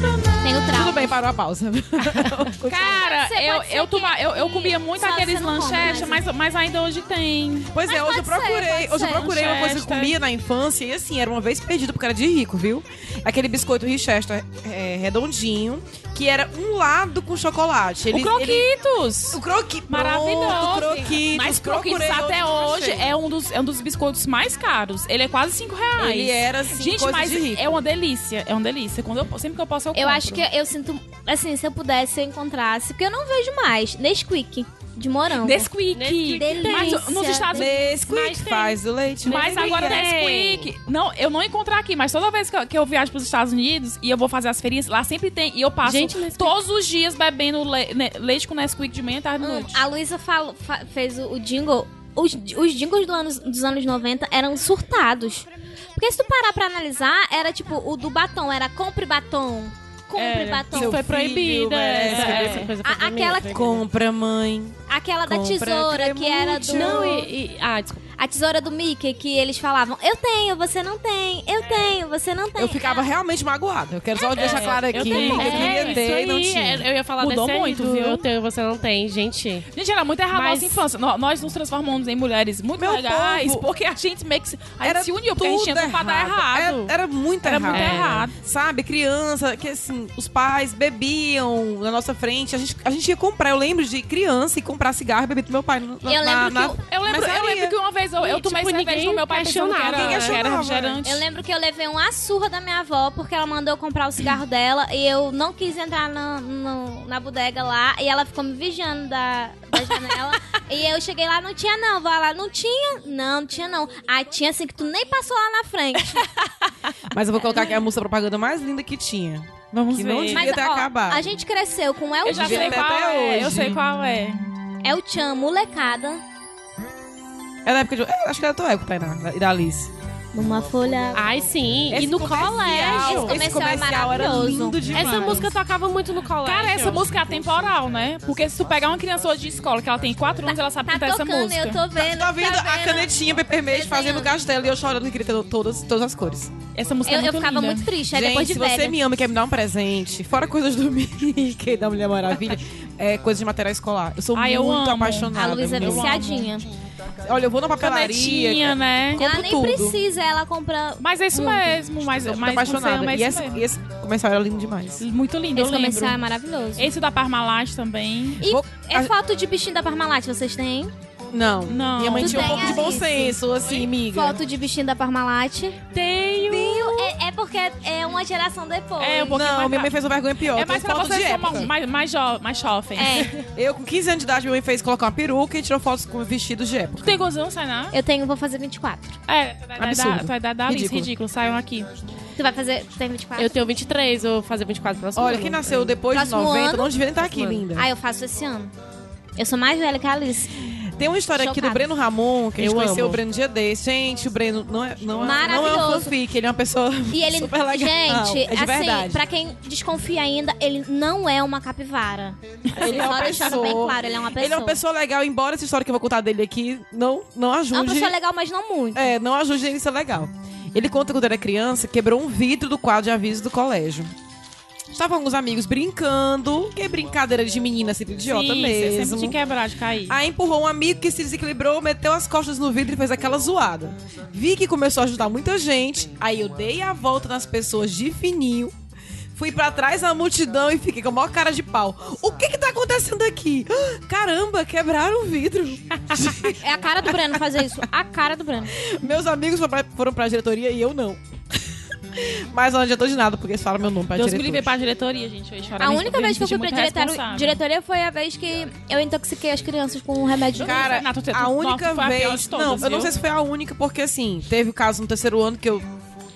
[SPEAKER 1] quando tenho trauma.
[SPEAKER 3] Tudo bem, parou a pausa.
[SPEAKER 4] Cara,
[SPEAKER 1] Pode ser,
[SPEAKER 4] eu,
[SPEAKER 1] pode ser
[SPEAKER 4] eu, toma-
[SPEAKER 1] que-
[SPEAKER 4] eu, eu comia muito
[SPEAKER 1] só
[SPEAKER 4] aqueles
[SPEAKER 1] você não come mais,
[SPEAKER 4] lanchetes,
[SPEAKER 1] né?
[SPEAKER 4] mas, mas ainda hoje tem.
[SPEAKER 3] Pois é, hoje eu
[SPEAKER 1] pode ser,
[SPEAKER 3] procurei.
[SPEAKER 1] pode
[SPEAKER 3] hoje eu
[SPEAKER 1] ser.
[SPEAKER 3] procurei uma coisa que eu
[SPEAKER 4] Chester.
[SPEAKER 3] comia na infância e assim, era uma vez perdido porque era de rico, viu? Aquele biscoito Richester é, redondinho, que era um lado com chocolate. Ele,
[SPEAKER 4] o
[SPEAKER 3] ele-
[SPEAKER 4] Croquitos!
[SPEAKER 3] o croquito.
[SPEAKER 4] Maravilhoso.
[SPEAKER 3] O croquito.
[SPEAKER 4] Mas Croquitos até hoje é um, dos, é um dos biscoitos mais caros. Ele é quase 5 reais.
[SPEAKER 3] Ele era assim,
[SPEAKER 4] Gente,
[SPEAKER 3] coisa
[SPEAKER 4] mas
[SPEAKER 3] de rico.
[SPEAKER 4] é uma delícia. É uma delícia. Quando eu, sempre que eu posso, eu
[SPEAKER 1] Eu
[SPEAKER 4] compro.
[SPEAKER 1] acho que é eu sinto. Assim, se eu pudesse, se eu encontrasse. Porque eu não vejo mais. Nesquik, de morango.
[SPEAKER 4] Nesquik.
[SPEAKER 1] Delícia.
[SPEAKER 4] Mas nos Estados Unidos.
[SPEAKER 3] Nesquik
[SPEAKER 4] Mas é tem.
[SPEAKER 3] faz o leite.
[SPEAKER 4] Mas
[SPEAKER 3] Nesquik. é.
[SPEAKER 4] agora
[SPEAKER 5] Tem.
[SPEAKER 4] Nesquik. Não, eu não encontro aqui, mas toda vez que eu, que eu viajo para os Estados Unidos e eu vou fazer as feirinhas, lá sempre tem. E eu passo
[SPEAKER 5] Gente, Nesquik.
[SPEAKER 4] todos os dias bebendo le- ne- leite com Nesquik de manhã, tarde e
[SPEAKER 1] Hum,
[SPEAKER 4] noite.
[SPEAKER 1] a Luísa falou- fa- fez o, o jingle. Os, os jingles do anos- dos anos 90 eram surtados. Porque se tu parar pra analisar, era tipo, o do batom era compre batom, compre
[SPEAKER 4] É,
[SPEAKER 1] batom.
[SPEAKER 3] seu
[SPEAKER 5] Foi
[SPEAKER 3] filho
[SPEAKER 5] proibida
[SPEAKER 3] merece.
[SPEAKER 5] essa,
[SPEAKER 4] É.
[SPEAKER 5] essa coisa.
[SPEAKER 1] A-
[SPEAKER 5] pra né? mim,
[SPEAKER 1] aquela
[SPEAKER 5] foi
[SPEAKER 1] que-
[SPEAKER 5] proibida.
[SPEAKER 3] Compra, mãe.
[SPEAKER 1] Aquela da
[SPEAKER 3] Compra
[SPEAKER 1] tesoura, que era do.
[SPEAKER 3] cremute.
[SPEAKER 5] Não, e, e- Ah, desculpa.
[SPEAKER 1] A tesoura do Mickey, que eles falavam, eu tenho, você não tem, eu tenho, você não tem.
[SPEAKER 3] Eu ficava realmente magoada. Eu quero só deixar claro aqui
[SPEAKER 4] É, eu
[SPEAKER 3] que eu
[SPEAKER 4] também.
[SPEAKER 3] queria ter e não tinha.
[SPEAKER 5] é, eu ia falar
[SPEAKER 4] Mudou
[SPEAKER 5] desse aí
[SPEAKER 4] muito,
[SPEAKER 5] do
[SPEAKER 4] viu?
[SPEAKER 5] Eu tenho, você não tem, gente.
[SPEAKER 4] Gente, era muito errada a
[SPEAKER 5] Mas-
[SPEAKER 4] nossa infância. No- nós nos transformamos em mulheres muito
[SPEAKER 3] Meu
[SPEAKER 4] legais,
[SPEAKER 3] povo,
[SPEAKER 4] porque a gente meio que se, a gente se uniu, porque a gente tinha
[SPEAKER 3] tudo É,
[SPEAKER 4] tudo pra dar errado.
[SPEAKER 3] Era, era muito
[SPEAKER 4] Era
[SPEAKER 3] errado.
[SPEAKER 4] muito
[SPEAKER 3] Era.
[SPEAKER 4] errado.
[SPEAKER 3] Sabe, criança, que assim, os pais bebiam na nossa frente. A gente, a gente ia comprar, eu lembro de criança e comprar cigarro e beber do meu pai. Na,
[SPEAKER 1] Eu
[SPEAKER 3] na-
[SPEAKER 1] lembro
[SPEAKER 3] na-
[SPEAKER 1] que
[SPEAKER 4] Eu lembro, eu
[SPEAKER 3] Mercearia.
[SPEAKER 4] lembro que uma vez eu, eu
[SPEAKER 5] E,
[SPEAKER 4] tomei
[SPEAKER 5] tipo,
[SPEAKER 4] cerveja
[SPEAKER 5] ninguém
[SPEAKER 4] com meu pai pensando que era,
[SPEAKER 5] questionava.
[SPEAKER 4] que era
[SPEAKER 3] Ninguém
[SPEAKER 4] refrigerante.
[SPEAKER 1] Eu lembro que eu levei uma surra da minha avó porque ela mandou eu comprar o cigarro dela e eu não quis entrar na, no- na bodega lá e ela ficou me vigiando da, da janela. e eu cheguei lá, não tinha não, vai lá, não tinha? Não, não tinha não. Ah, tinha assim que tu nem passou lá na frente.
[SPEAKER 3] Mas eu vou colocar aqui a música propaganda mais linda que tinha.
[SPEAKER 4] Vamos
[SPEAKER 3] Que
[SPEAKER 4] ver.
[SPEAKER 3] não tinha
[SPEAKER 1] Mas
[SPEAKER 3] até
[SPEAKER 1] ó,
[SPEAKER 3] acabar.
[SPEAKER 1] a gente cresceu com El
[SPEAKER 4] Eu já
[SPEAKER 1] Chan.
[SPEAKER 3] Devia
[SPEAKER 4] sei
[SPEAKER 3] ter
[SPEAKER 4] qual
[SPEAKER 3] até
[SPEAKER 4] é, eu
[SPEAKER 3] hoje.
[SPEAKER 4] sei qual é.
[SPEAKER 1] El Chan, molecada,
[SPEAKER 3] Era da época de. é, Acho que era da tua época, Tainá, e da Alice.
[SPEAKER 1] numa folha.
[SPEAKER 5] Ai, sim.
[SPEAKER 3] Esse
[SPEAKER 5] e no
[SPEAKER 3] comercial-
[SPEAKER 5] colégio.
[SPEAKER 1] Esse comercial é
[SPEAKER 3] era
[SPEAKER 1] maravilhoso.
[SPEAKER 3] lindo demais.
[SPEAKER 5] Essa música tocava muito no colégio.
[SPEAKER 4] Cara, essa música é atemporal, né? Porque se tu pegar uma criança hoje de escola que ela tem 4 anos, ela
[SPEAKER 3] Ah,
[SPEAKER 4] sabe
[SPEAKER 1] Tá
[SPEAKER 4] cantar essa
[SPEAKER 1] tocando,
[SPEAKER 4] música.
[SPEAKER 1] eu tô vendo.
[SPEAKER 3] Tá vendo a canetinha Peppermint
[SPEAKER 1] Desenhando.
[SPEAKER 3] fazendo castelo e eu chorando e gritando todas, todas as cores.
[SPEAKER 4] Essa música
[SPEAKER 1] Eu,
[SPEAKER 4] é
[SPEAKER 1] eu
[SPEAKER 4] muito
[SPEAKER 1] ficava
[SPEAKER 4] linda.
[SPEAKER 1] muito triste, aí
[SPEAKER 3] Gente,
[SPEAKER 1] depois de
[SPEAKER 3] se
[SPEAKER 1] velha.
[SPEAKER 3] você me ama e quer me dar um presente, fora coisas do Mickey, da Mulher Maravilha, é coisa de material escolar. Eu sou
[SPEAKER 4] Ai, eu
[SPEAKER 3] muito
[SPEAKER 4] amo.
[SPEAKER 1] A
[SPEAKER 3] apaixonada.
[SPEAKER 1] Luísa é
[SPEAKER 3] meu amor.
[SPEAKER 1] viciadinha.
[SPEAKER 3] Olha, eu vou na papelaria.
[SPEAKER 4] Canetinha, né?
[SPEAKER 1] Ela
[SPEAKER 3] compro
[SPEAKER 1] nem
[SPEAKER 3] tudo.
[SPEAKER 1] precisa, ela compra
[SPEAKER 4] Mas é isso mesmo, mas,
[SPEAKER 3] Sou muito
[SPEAKER 4] mas você
[SPEAKER 3] apaixonada.
[SPEAKER 4] ama
[SPEAKER 3] e
[SPEAKER 4] isso
[SPEAKER 3] esse,
[SPEAKER 4] mesmo.
[SPEAKER 3] e esse comercial era lindo demais.
[SPEAKER 4] Muito lindo,
[SPEAKER 1] Esse
[SPEAKER 4] eu lembro.
[SPEAKER 1] comercial é maravilhoso.
[SPEAKER 4] Esse da Parmalat também.
[SPEAKER 1] E
[SPEAKER 3] Vou-
[SPEAKER 1] é foto de bichinho da Parmalat, vocês têm?
[SPEAKER 3] Não.
[SPEAKER 4] Não.
[SPEAKER 3] Minha mãe
[SPEAKER 1] Tu
[SPEAKER 3] tinha um
[SPEAKER 1] tem
[SPEAKER 3] pouco de bom
[SPEAKER 1] Alice.
[SPEAKER 3] senso, assim, amiga.
[SPEAKER 1] Foto de bichinho da Parmalat.
[SPEAKER 4] Tenho.
[SPEAKER 1] Viu? É, é porque é uma geração depois.
[SPEAKER 4] É, um pouquinho
[SPEAKER 3] Não,
[SPEAKER 4] mais
[SPEAKER 3] minha
[SPEAKER 4] pra-
[SPEAKER 3] mãe fez uma vergonha pior.
[SPEAKER 4] É mais
[SPEAKER 3] Tem
[SPEAKER 4] pra
[SPEAKER 3] foto de
[SPEAKER 4] vocês que são
[SPEAKER 3] época.
[SPEAKER 4] mais, mais, mais, jo- mais jovens.
[SPEAKER 1] É.
[SPEAKER 3] Eu, com 15 anos de idade, minha mãe fez colocar uma peruca e tirou fotos com vestidos de época.
[SPEAKER 4] Tu tem gozão, Sainá?
[SPEAKER 1] Eu tenho, vou fazer 24.
[SPEAKER 4] É, tu vai
[SPEAKER 3] Absurdo.
[SPEAKER 4] dar, tu vai dar, dar ridículo.
[SPEAKER 3] Ridículo.
[SPEAKER 4] ridículo, saiam aqui.
[SPEAKER 1] Tu vai fazer, tu tem 24?
[SPEAKER 5] Eu tenho 23, eu vou fazer 24 próximo
[SPEAKER 3] Olha,
[SPEAKER 5] ano.
[SPEAKER 3] quem nasceu depois de
[SPEAKER 1] Próximo
[SPEAKER 3] 90
[SPEAKER 1] ano.
[SPEAKER 3] não devia nem estar aqui,
[SPEAKER 5] Próximo ano.
[SPEAKER 3] linda.
[SPEAKER 1] Ah, eu faço esse ano. Eu sou mais velha que a Alice.
[SPEAKER 3] Tem uma história aqui do
[SPEAKER 1] Chocada.
[SPEAKER 3] Breno Ramon, que a gente
[SPEAKER 5] Eu
[SPEAKER 3] conheceu
[SPEAKER 5] amo.
[SPEAKER 3] o Breno um dia desse. Gente, o Breno não é, não é, não é um
[SPEAKER 1] Maravilhoso.
[SPEAKER 3] fanfic, ele é uma pessoa
[SPEAKER 1] E ele,
[SPEAKER 3] super legal.
[SPEAKER 1] gente,
[SPEAKER 3] é de
[SPEAKER 1] assim,
[SPEAKER 3] verdade.
[SPEAKER 1] pra quem desconfia ainda, ele não é uma capivara. Assim,
[SPEAKER 3] Ele é
[SPEAKER 1] Só
[SPEAKER 3] uma
[SPEAKER 1] deixando
[SPEAKER 3] pessoa.
[SPEAKER 1] bem claro, ele é uma pessoa.
[SPEAKER 3] Ele é uma pessoa legal, embora essa história que eu vou contar dele aqui não, não
[SPEAKER 1] É uma
[SPEAKER 3] ajude.
[SPEAKER 1] pessoa legal, mas não muito.
[SPEAKER 3] É, não ajude ele a ser legal. Ele conta que quando era criança, quebrou um vidro do quadro de aviso do colégio. Estavam alguns amigos brincando, que é brincadeira de menina, sempre idiota
[SPEAKER 4] Sim, você
[SPEAKER 3] mesmo.
[SPEAKER 4] sempre te quebrar de cair.
[SPEAKER 3] Aí empurrou um amigo que se desequilibrou, meteu as costas no vidro e fez aquela zoada. Vi que começou a ajudar muita gente, aí eu dei a volta nas pessoas de fininho. Fui pra trás da multidão e fiquei com a maior cara de pau. O que que tá acontecendo aqui? Caramba, quebraram o vidro.
[SPEAKER 1] É a cara do Breno fazer isso. A cara do Breno.
[SPEAKER 3] Meus amigos foram pra, foram pra diretoria e eu não. Mas não adiantou de nada, porque eles falaram meu nome pra
[SPEAKER 4] Deus me livre
[SPEAKER 3] diretoria.
[SPEAKER 4] pra diretoria, gente. Eu ia chorar
[SPEAKER 1] A
[SPEAKER 4] nesse
[SPEAKER 1] única
[SPEAKER 4] programa,
[SPEAKER 1] vez que eu
[SPEAKER 4] me
[SPEAKER 1] fui
[SPEAKER 4] senti
[SPEAKER 1] pra
[SPEAKER 4] muito
[SPEAKER 1] diretoria,
[SPEAKER 4] responsável.
[SPEAKER 1] diretoria foi a vez que eu intoxiquei as crianças com um remédio. de
[SPEAKER 3] Cara,
[SPEAKER 4] Renato, tu- tu-
[SPEAKER 3] a única
[SPEAKER 4] nossa, é foi a pior
[SPEAKER 3] vez.
[SPEAKER 4] de todas,
[SPEAKER 3] não, eu não
[SPEAKER 4] viu?
[SPEAKER 3] sei se foi a única, porque assim, teve o caso no terceiro ano que eu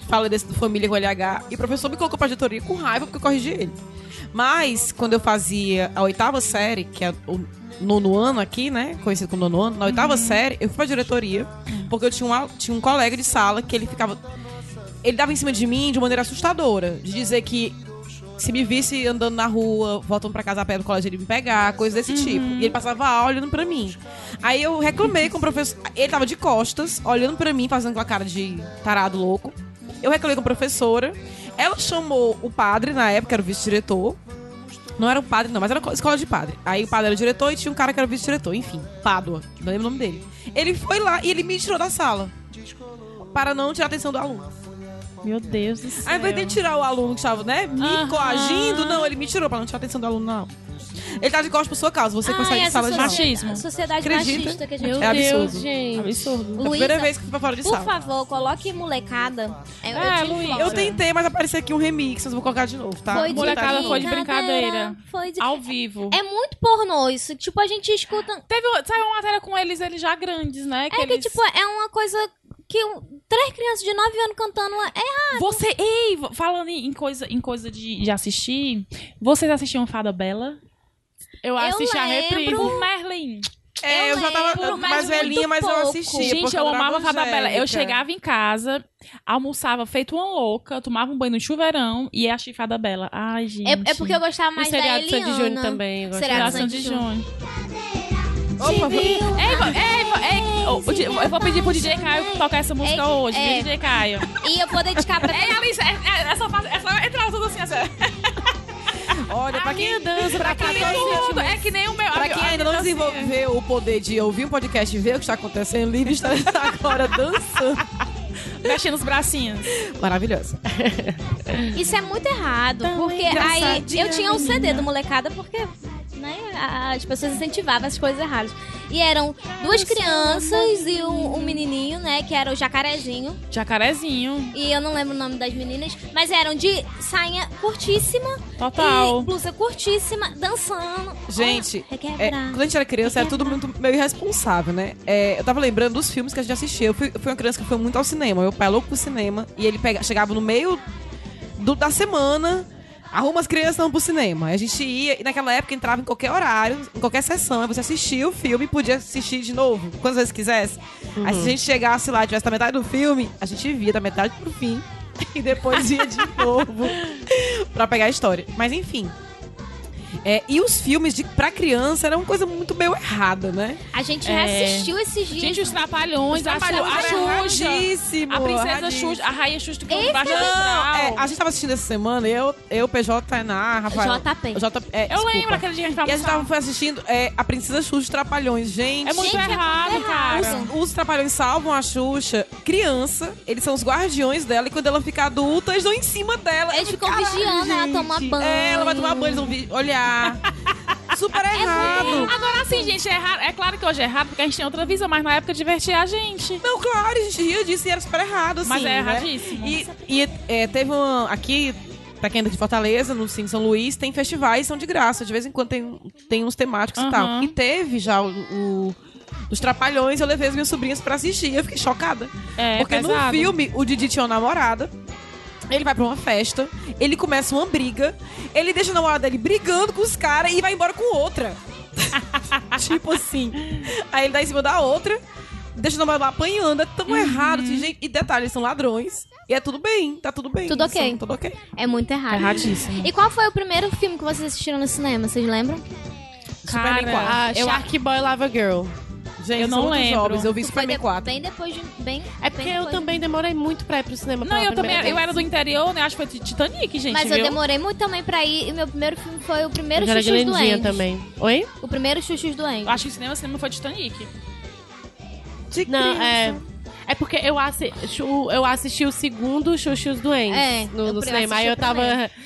[SPEAKER 3] falei desse do família com LH e o professor me colocou pra diretoria com raiva porque eu corrigi ele. Mas, quando eu fazia a oitava série, que é o nono ano aqui, né? Conhecido como nono ano, na
[SPEAKER 4] Uhum.
[SPEAKER 3] oitava série, eu fui pra diretoria, porque eu tinha um, al- tinha um colega de sala que ele ficava. ele dava em cima de mim de maneira assustadora. De dizer que se me visse andando na rua, voltando pra casa a pé do colégio, ele ia me pegar, coisas desse
[SPEAKER 4] Uhum.
[SPEAKER 3] tipo. E ele passava a aula olhando pra mim. Aí eu reclamei com o professor. Ele tava de costas, olhando pra mim, fazendo com a cara de tarado louco. Eu reclamei com a professora. Ela chamou o padre, na época era o vice-diretor. Não era o padre, não, mas era co- escola de padre. Aí o padre era o diretor e tinha um cara que era o vice-diretor. Enfim, Pádua, não lembro o nome dele. Ele foi lá e ele me tirou da sala. Para não tirar a atenção do aluno.
[SPEAKER 5] Meu Deus do céu.
[SPEAKER 3] Ao invés de tirar o aluno que estava, né, me coagindo, não, ele me tirou pra não tirar a atenção do aluno, não. Ele tá de costas por sua causa, você que
[SPEAKER 1] Ai,
[SPEAKER 3] consegue de
[SPEAKER 1] Ah, essa
[SPEAKER 3] sala de aula.
[SPEAKER 1] socie-
[SPEAKER 4] Machismo.
[SPEAKER 1] Sociedade
[SPEAKER 3] Acredita?
[SPEAKER 1] machista que a gente
[SPEAKER 5] Meu
[SPEAKER 3] É
[SPEAKER 5] Deus,
[SPEAKER 3] absurdo.
[SPEAKER 5] gente.
[SPEAKER 3] Absurdo. É a
[SPEAKER 1] Luísa,
[SPEAKER 3] primeira vez que eu fui pra fora de
[SPEAKER 1] Por
[SPEAKER 3] sala.
[SPEAKER 1] favor, coloque molecada. É, eu
[SPEAKER 4] Ah,
[SPEAKER 1] tive
[SPEAKER 4] Luísa.
[SPEAKER 1] flora.
[SPEAKER 3] Eu tentei, mas apareceu aqui um remix, eu vou colocar de novo, tá?
[SPEAKER 1] Foi de
[SPEAKER 4] Molecada foi de brincadeira.
[SPEAKER 1] Foi de...
[SPEAKER 4] Ao vivo.
[SPEAKER 1] É muito pornô isso. Tipo, a gente escuta.
[SPEAKER 4] Teve, saiu uma matéria com eles, eles já grandes, né?
[SPEAKER 1] É que,
[SPEAKER 4] eles...
[SPEAKER 1] tipo, é uma coisa que um- três crianças de 9 anos cantando é
[SPEAKER 4] Você, ei, falando em em coisa, em coisa de, de assistir, vocês assistiam Fada Bela? Eu assisti a Tipo,
[SPEAKER 1] lembro.
[SPEAKER 4] reprise. Merlin.
[SPEAKER 3] É, eu,
[SPEAKER 1] Eu
[SPEAKER 3] já tava
[SPEAKER 1] lembro, mas
[SPEAKER 3] mais
[SPEAKER 1] muito
[SPEAKER 3] velhinha, mas eu
[SPEAKER 1] pouco.
[SPEAKER 3] assistia.
[SPEAKER 4] Gente,
[SPEAKER 3] porque
[SPEAKER 4] eu amava
[SPEAKER 3] adorava
[SPEAKER 4] Fada Bela. Eu
[SPEAKER 3] Angélica.
[SPEAKER 4] chegava em casa, almoçava feito uma louca, tomava um banho no chuveirão e ia assistir Fada Bela. Ai, gente.
[SPEAKER 1] É, é porque eu gostava mais
[SPEAKER 5] o
[SPEAKER 1] da
[SPEAKER 5] um seriado de Sandy
[SPEAKER 1] Eliana.
[SPEAKER 5] Júnior também. eu gosto.
[SPEAKER 1] Seriado
[SPEAKER 4] Geração de Júnior.
[SPEAKER 1] assim,
[SPEAKER 3] Opa, foi...
[SPEAKER 4] Ei, vo- ei, vo- ei, o- o Di- eu vou pedir pro DJ Caio tocar essa música
[SPEAKER 1] É,
[SPEAKER 4] hoje, viu,
[SPEAKER 1] é.
[SPEAKER 4] DJ Caio.
[SPEAKER 1] E eu vou dedicar pra.
[SPEAKER 4] Ei, Alice, é, é, é só, fa- é só entrar tudo assim, assim.
[SPEAKER 3] Olha, pra quem, pra quem,
[SPEAKER 4] Tudo, é que nem o meu.
[SPEAKER 3] pra quem ainda
[SPEAKER 1] assim,
[SPEAKER 3] não
[SPEAKER 1] é.
[SPEAKER 3] desenvolveu o poder de ouvir um podcast e ver o que está acontecendo, Livre está agora dançando.
[SPEAKER 4] Mexendo os bracinhos.
[SPEAKER 3] Maravilhosa.
[SPEAKER 1] Isso é muito errado. Porque aí eu tinha um CD do molecada, porque né, a- as pessoas incentivavam as coisas erradas. E eram duas crianças e um, um menininho, né? Que era o jacarezinho.
[SPEAKER 4] Jacarezinho.
[SPEAKER 1] E eu não lembro o nome das meninas. Mas eram de sainha curtíssima e
[SPEAKER 4] Total.
[SPEAKER 1] blusa curtíssima, dançando.
[SPEAKER 3] Gente,
[SPEAKER 1] Olha,
[SPEAKER 3] É,
[SPEAKER 1] requebrar.
[SPEAKER 3] quando a gente era criança, era tudo muito meio irresponsável, né? É, eu tava lembrando dos filmes que a gente assistia. Eu fui, eu fui uma criança que foi muito ao cinema. Meu pai é louco pro cinema. E ele pega, chegava no meio do- da semana, arruma as crianças não pro cinema. A gente ia, e naquela época entrava em qualquer horário, em qualquer sessão. Aí você assistia o filme e podia assistir de novo, quantas vezes quisesse. Aí se a gente chegasse lá e tivesse da metade do filme, a gente via da metade pro fim. E depois ia de novo pra pegar a história. Mas enfim. É, e os filmes de, pra criança era uma coisa muito meio errada, né?
[SPEAKER 1] A gente
[SPEAKER 4] É.
[SPEAKER 1] reassistiu esses dias.
[SPEAKER 4] Gente, os trapalhões,
[SPEAKER 3] Os
[SPEAKER 4] a, Xu-
[SPEAKER 3] Trapalhões é era
[SPEAKER 4] a Xuxa.
[SPEAKER 3] erradíssimo,
[SPEAKER 4] A princesa
[SPEAKER 3] erradíssimo.
[SPEAKER 4] Xuxa, a rainha Xuxa que eu
[SPEAKER 3] Não, é, a gente tava assistindo essa semana, eu, eu PJ, Tainá, Rafael.
[SPEAKER 1] JP.
[SPEAKER 3] J, é,
[SPEAKER 4] Eu
[SPEAKER 3] desculpa.
[SPEAKER 4] lembro aquele dia que a gente
[SPEAKER 3] E a
[SPEAKER 4] tava
[SPEAKER 3] gente tava foi assistindo é, a Princesa Xuxa e os Trapalhões. Gente,
[SPEAKER 4] É muito
[SPEAKER 1] Gente, é muito
[SPEAKER 4] errado,
[SPEAKER 1] errado.
[SPEAKER 4] cara.
[SPEAKER 1] muito-
[SPEAKER 3] os Trapalhões salvam a Xuxa criança, eles são os guardiões dela, e quando ela fica adulta, eles vão em cima dela.
[SPEAKER 1] Eles
[SPEAKER 3] Eu
[SPEAKER 1] ficam
[SPEAKER 3] falei, "Caralho,
[SPEAKER 1] vigiando ela tomar
[SPEAKER 3] gente."
[SPEAKER 1] banho.
[SPEAKER 3] É, ela vai tomar banho, eles vão vi- olhar. Super
[SPEAKER 4] É
[SPEAKER 3] errado.
[SPEAKER 4] Agora sim, gente, é errado. É claro que hoje é errado, porque a gente tem outra visão, mas na época divertia a gente.
[SPEAKER 3] Não, claro, a gente ria disso e era super errado, assim.
[SPEAKER 4] Mas é
[SPEAKER 3] né?
[SPEAKER 4] erradíssimo.
[SPEAKER 3] E, e, é, teve uma. Aqui, pra quem é de Fortaleza, no Sim São Luís, tem festivais, são de graça. De vez em quando tem, tem uns temáticos e
[SPEAKER 4] Aham.
[SPEAKER 3] tal. E teve já o. o- os Trapalhões, eu levei as minhas sobrinhas pra assistir. Eu fiquei chocada.
[SPEAKER 4] É,
[SPEAKER 3] porque no
[SPEAKER 4] pesado.
[SPEAKER 3] filme, o Didi tinha uma namorada. Ele vai pra uma festa. Ele começa uma briga. Ele deixa a namorada dele brigando com os caras e vai embora com outra. tipo assim. Aí ele dá em cima da outra. Deixa a namorada lá apanhando. É
[SPEAKER 4] Uhum.
[SPEAKER 3] tão errado. assim, gente. E detalhe, eles são ladrões. E é tudo bem. Tá tudo bem.
[SPEAKER 1] Tudo
[SPEAKER 3] eles
[SPEAKER 1] ok.
[SPEAKER 3] são tudo ok.
[SPEAKER 1] É muito errado.
[SPEAKER 4] Erradíssimo.
[SPEAKER 1] E qual foi o primeiro filme que vocês assistiram no cinema? Vocês lembram?
[SPEAKER 4] Cara,
[SPEAKER 3] Superman 4.
[SPEAKER 5] Ah,
[SPEAKER 4] eu-
[SPEAKER 5] Shark Boy Lava Girl. É
[SPEAKER 3] Gente,
[SPEAKER 4] eu
[SPEAKER 3] são
[SPEAKER 4] não
[SPEAKER 3] muito
[SPEAKER 4] lembro.
[SPEAKER 3] jovens. Eu vi
[SPEAKER 1] Foi
[SPEAKER 3] Superman
[SPEAKER 1] de-
[SPEAKER 3] 4.
[SPEAKER 1] Bem depois de. Bem,
[SPEAKER 5] É porque
[SPEAKER 1] bem
[SPEAKER 5] eu
[SPEAKER 1] depois de-
[SPEAKER 5] também demorei muito pra ir pro cinema.
[SPEAKER 4] Não,
[SPEAKER 5] pela
[SPEAKER 4] eu
[SPEAKER 5] primeira
[SPEAKER 4] também. Eu
[SPEAKER 5] vez.
[SPEAKER 4] era do interior, né? Acho que foi de Titanic, gente.
[SPEAKER 1] Mas
[SPEAKER 4] viu?
[SPEAKER 1] eu demorei muito também pra ir. E meu primeiro filme foi o primeiro
[SPEAKER 5] Eu já era
[SPEAKER 1] Chuchus
[SPEAKER 5] grandinha
[SPEAKER 1] Doentes.
[SPEAKER 5] também. Oi?
[SPEAKER 1] O primeiro Chuchus Doentes.
[SPEAKER 4] Eu Acho que o cinema, o cinema foi Titanic.
[SPEAKER 3] De
[SPEAKER 5] Não, é.
[SPEAKER 3] criança.
[SPEAKER 5] É porque eu, assi chu- eu assisti o segundo Xuxus Doentes
[SPEAKER 1] É,
[SPEAKER 5] no,
[SPEAKER 1] eu
[SPEAKER 5] no
[SPEAKER 1] pre-
[SPEAKER 5] cinema. Aí eu
[SPEAKER 1] assisti
[SPEAKER 5] tava.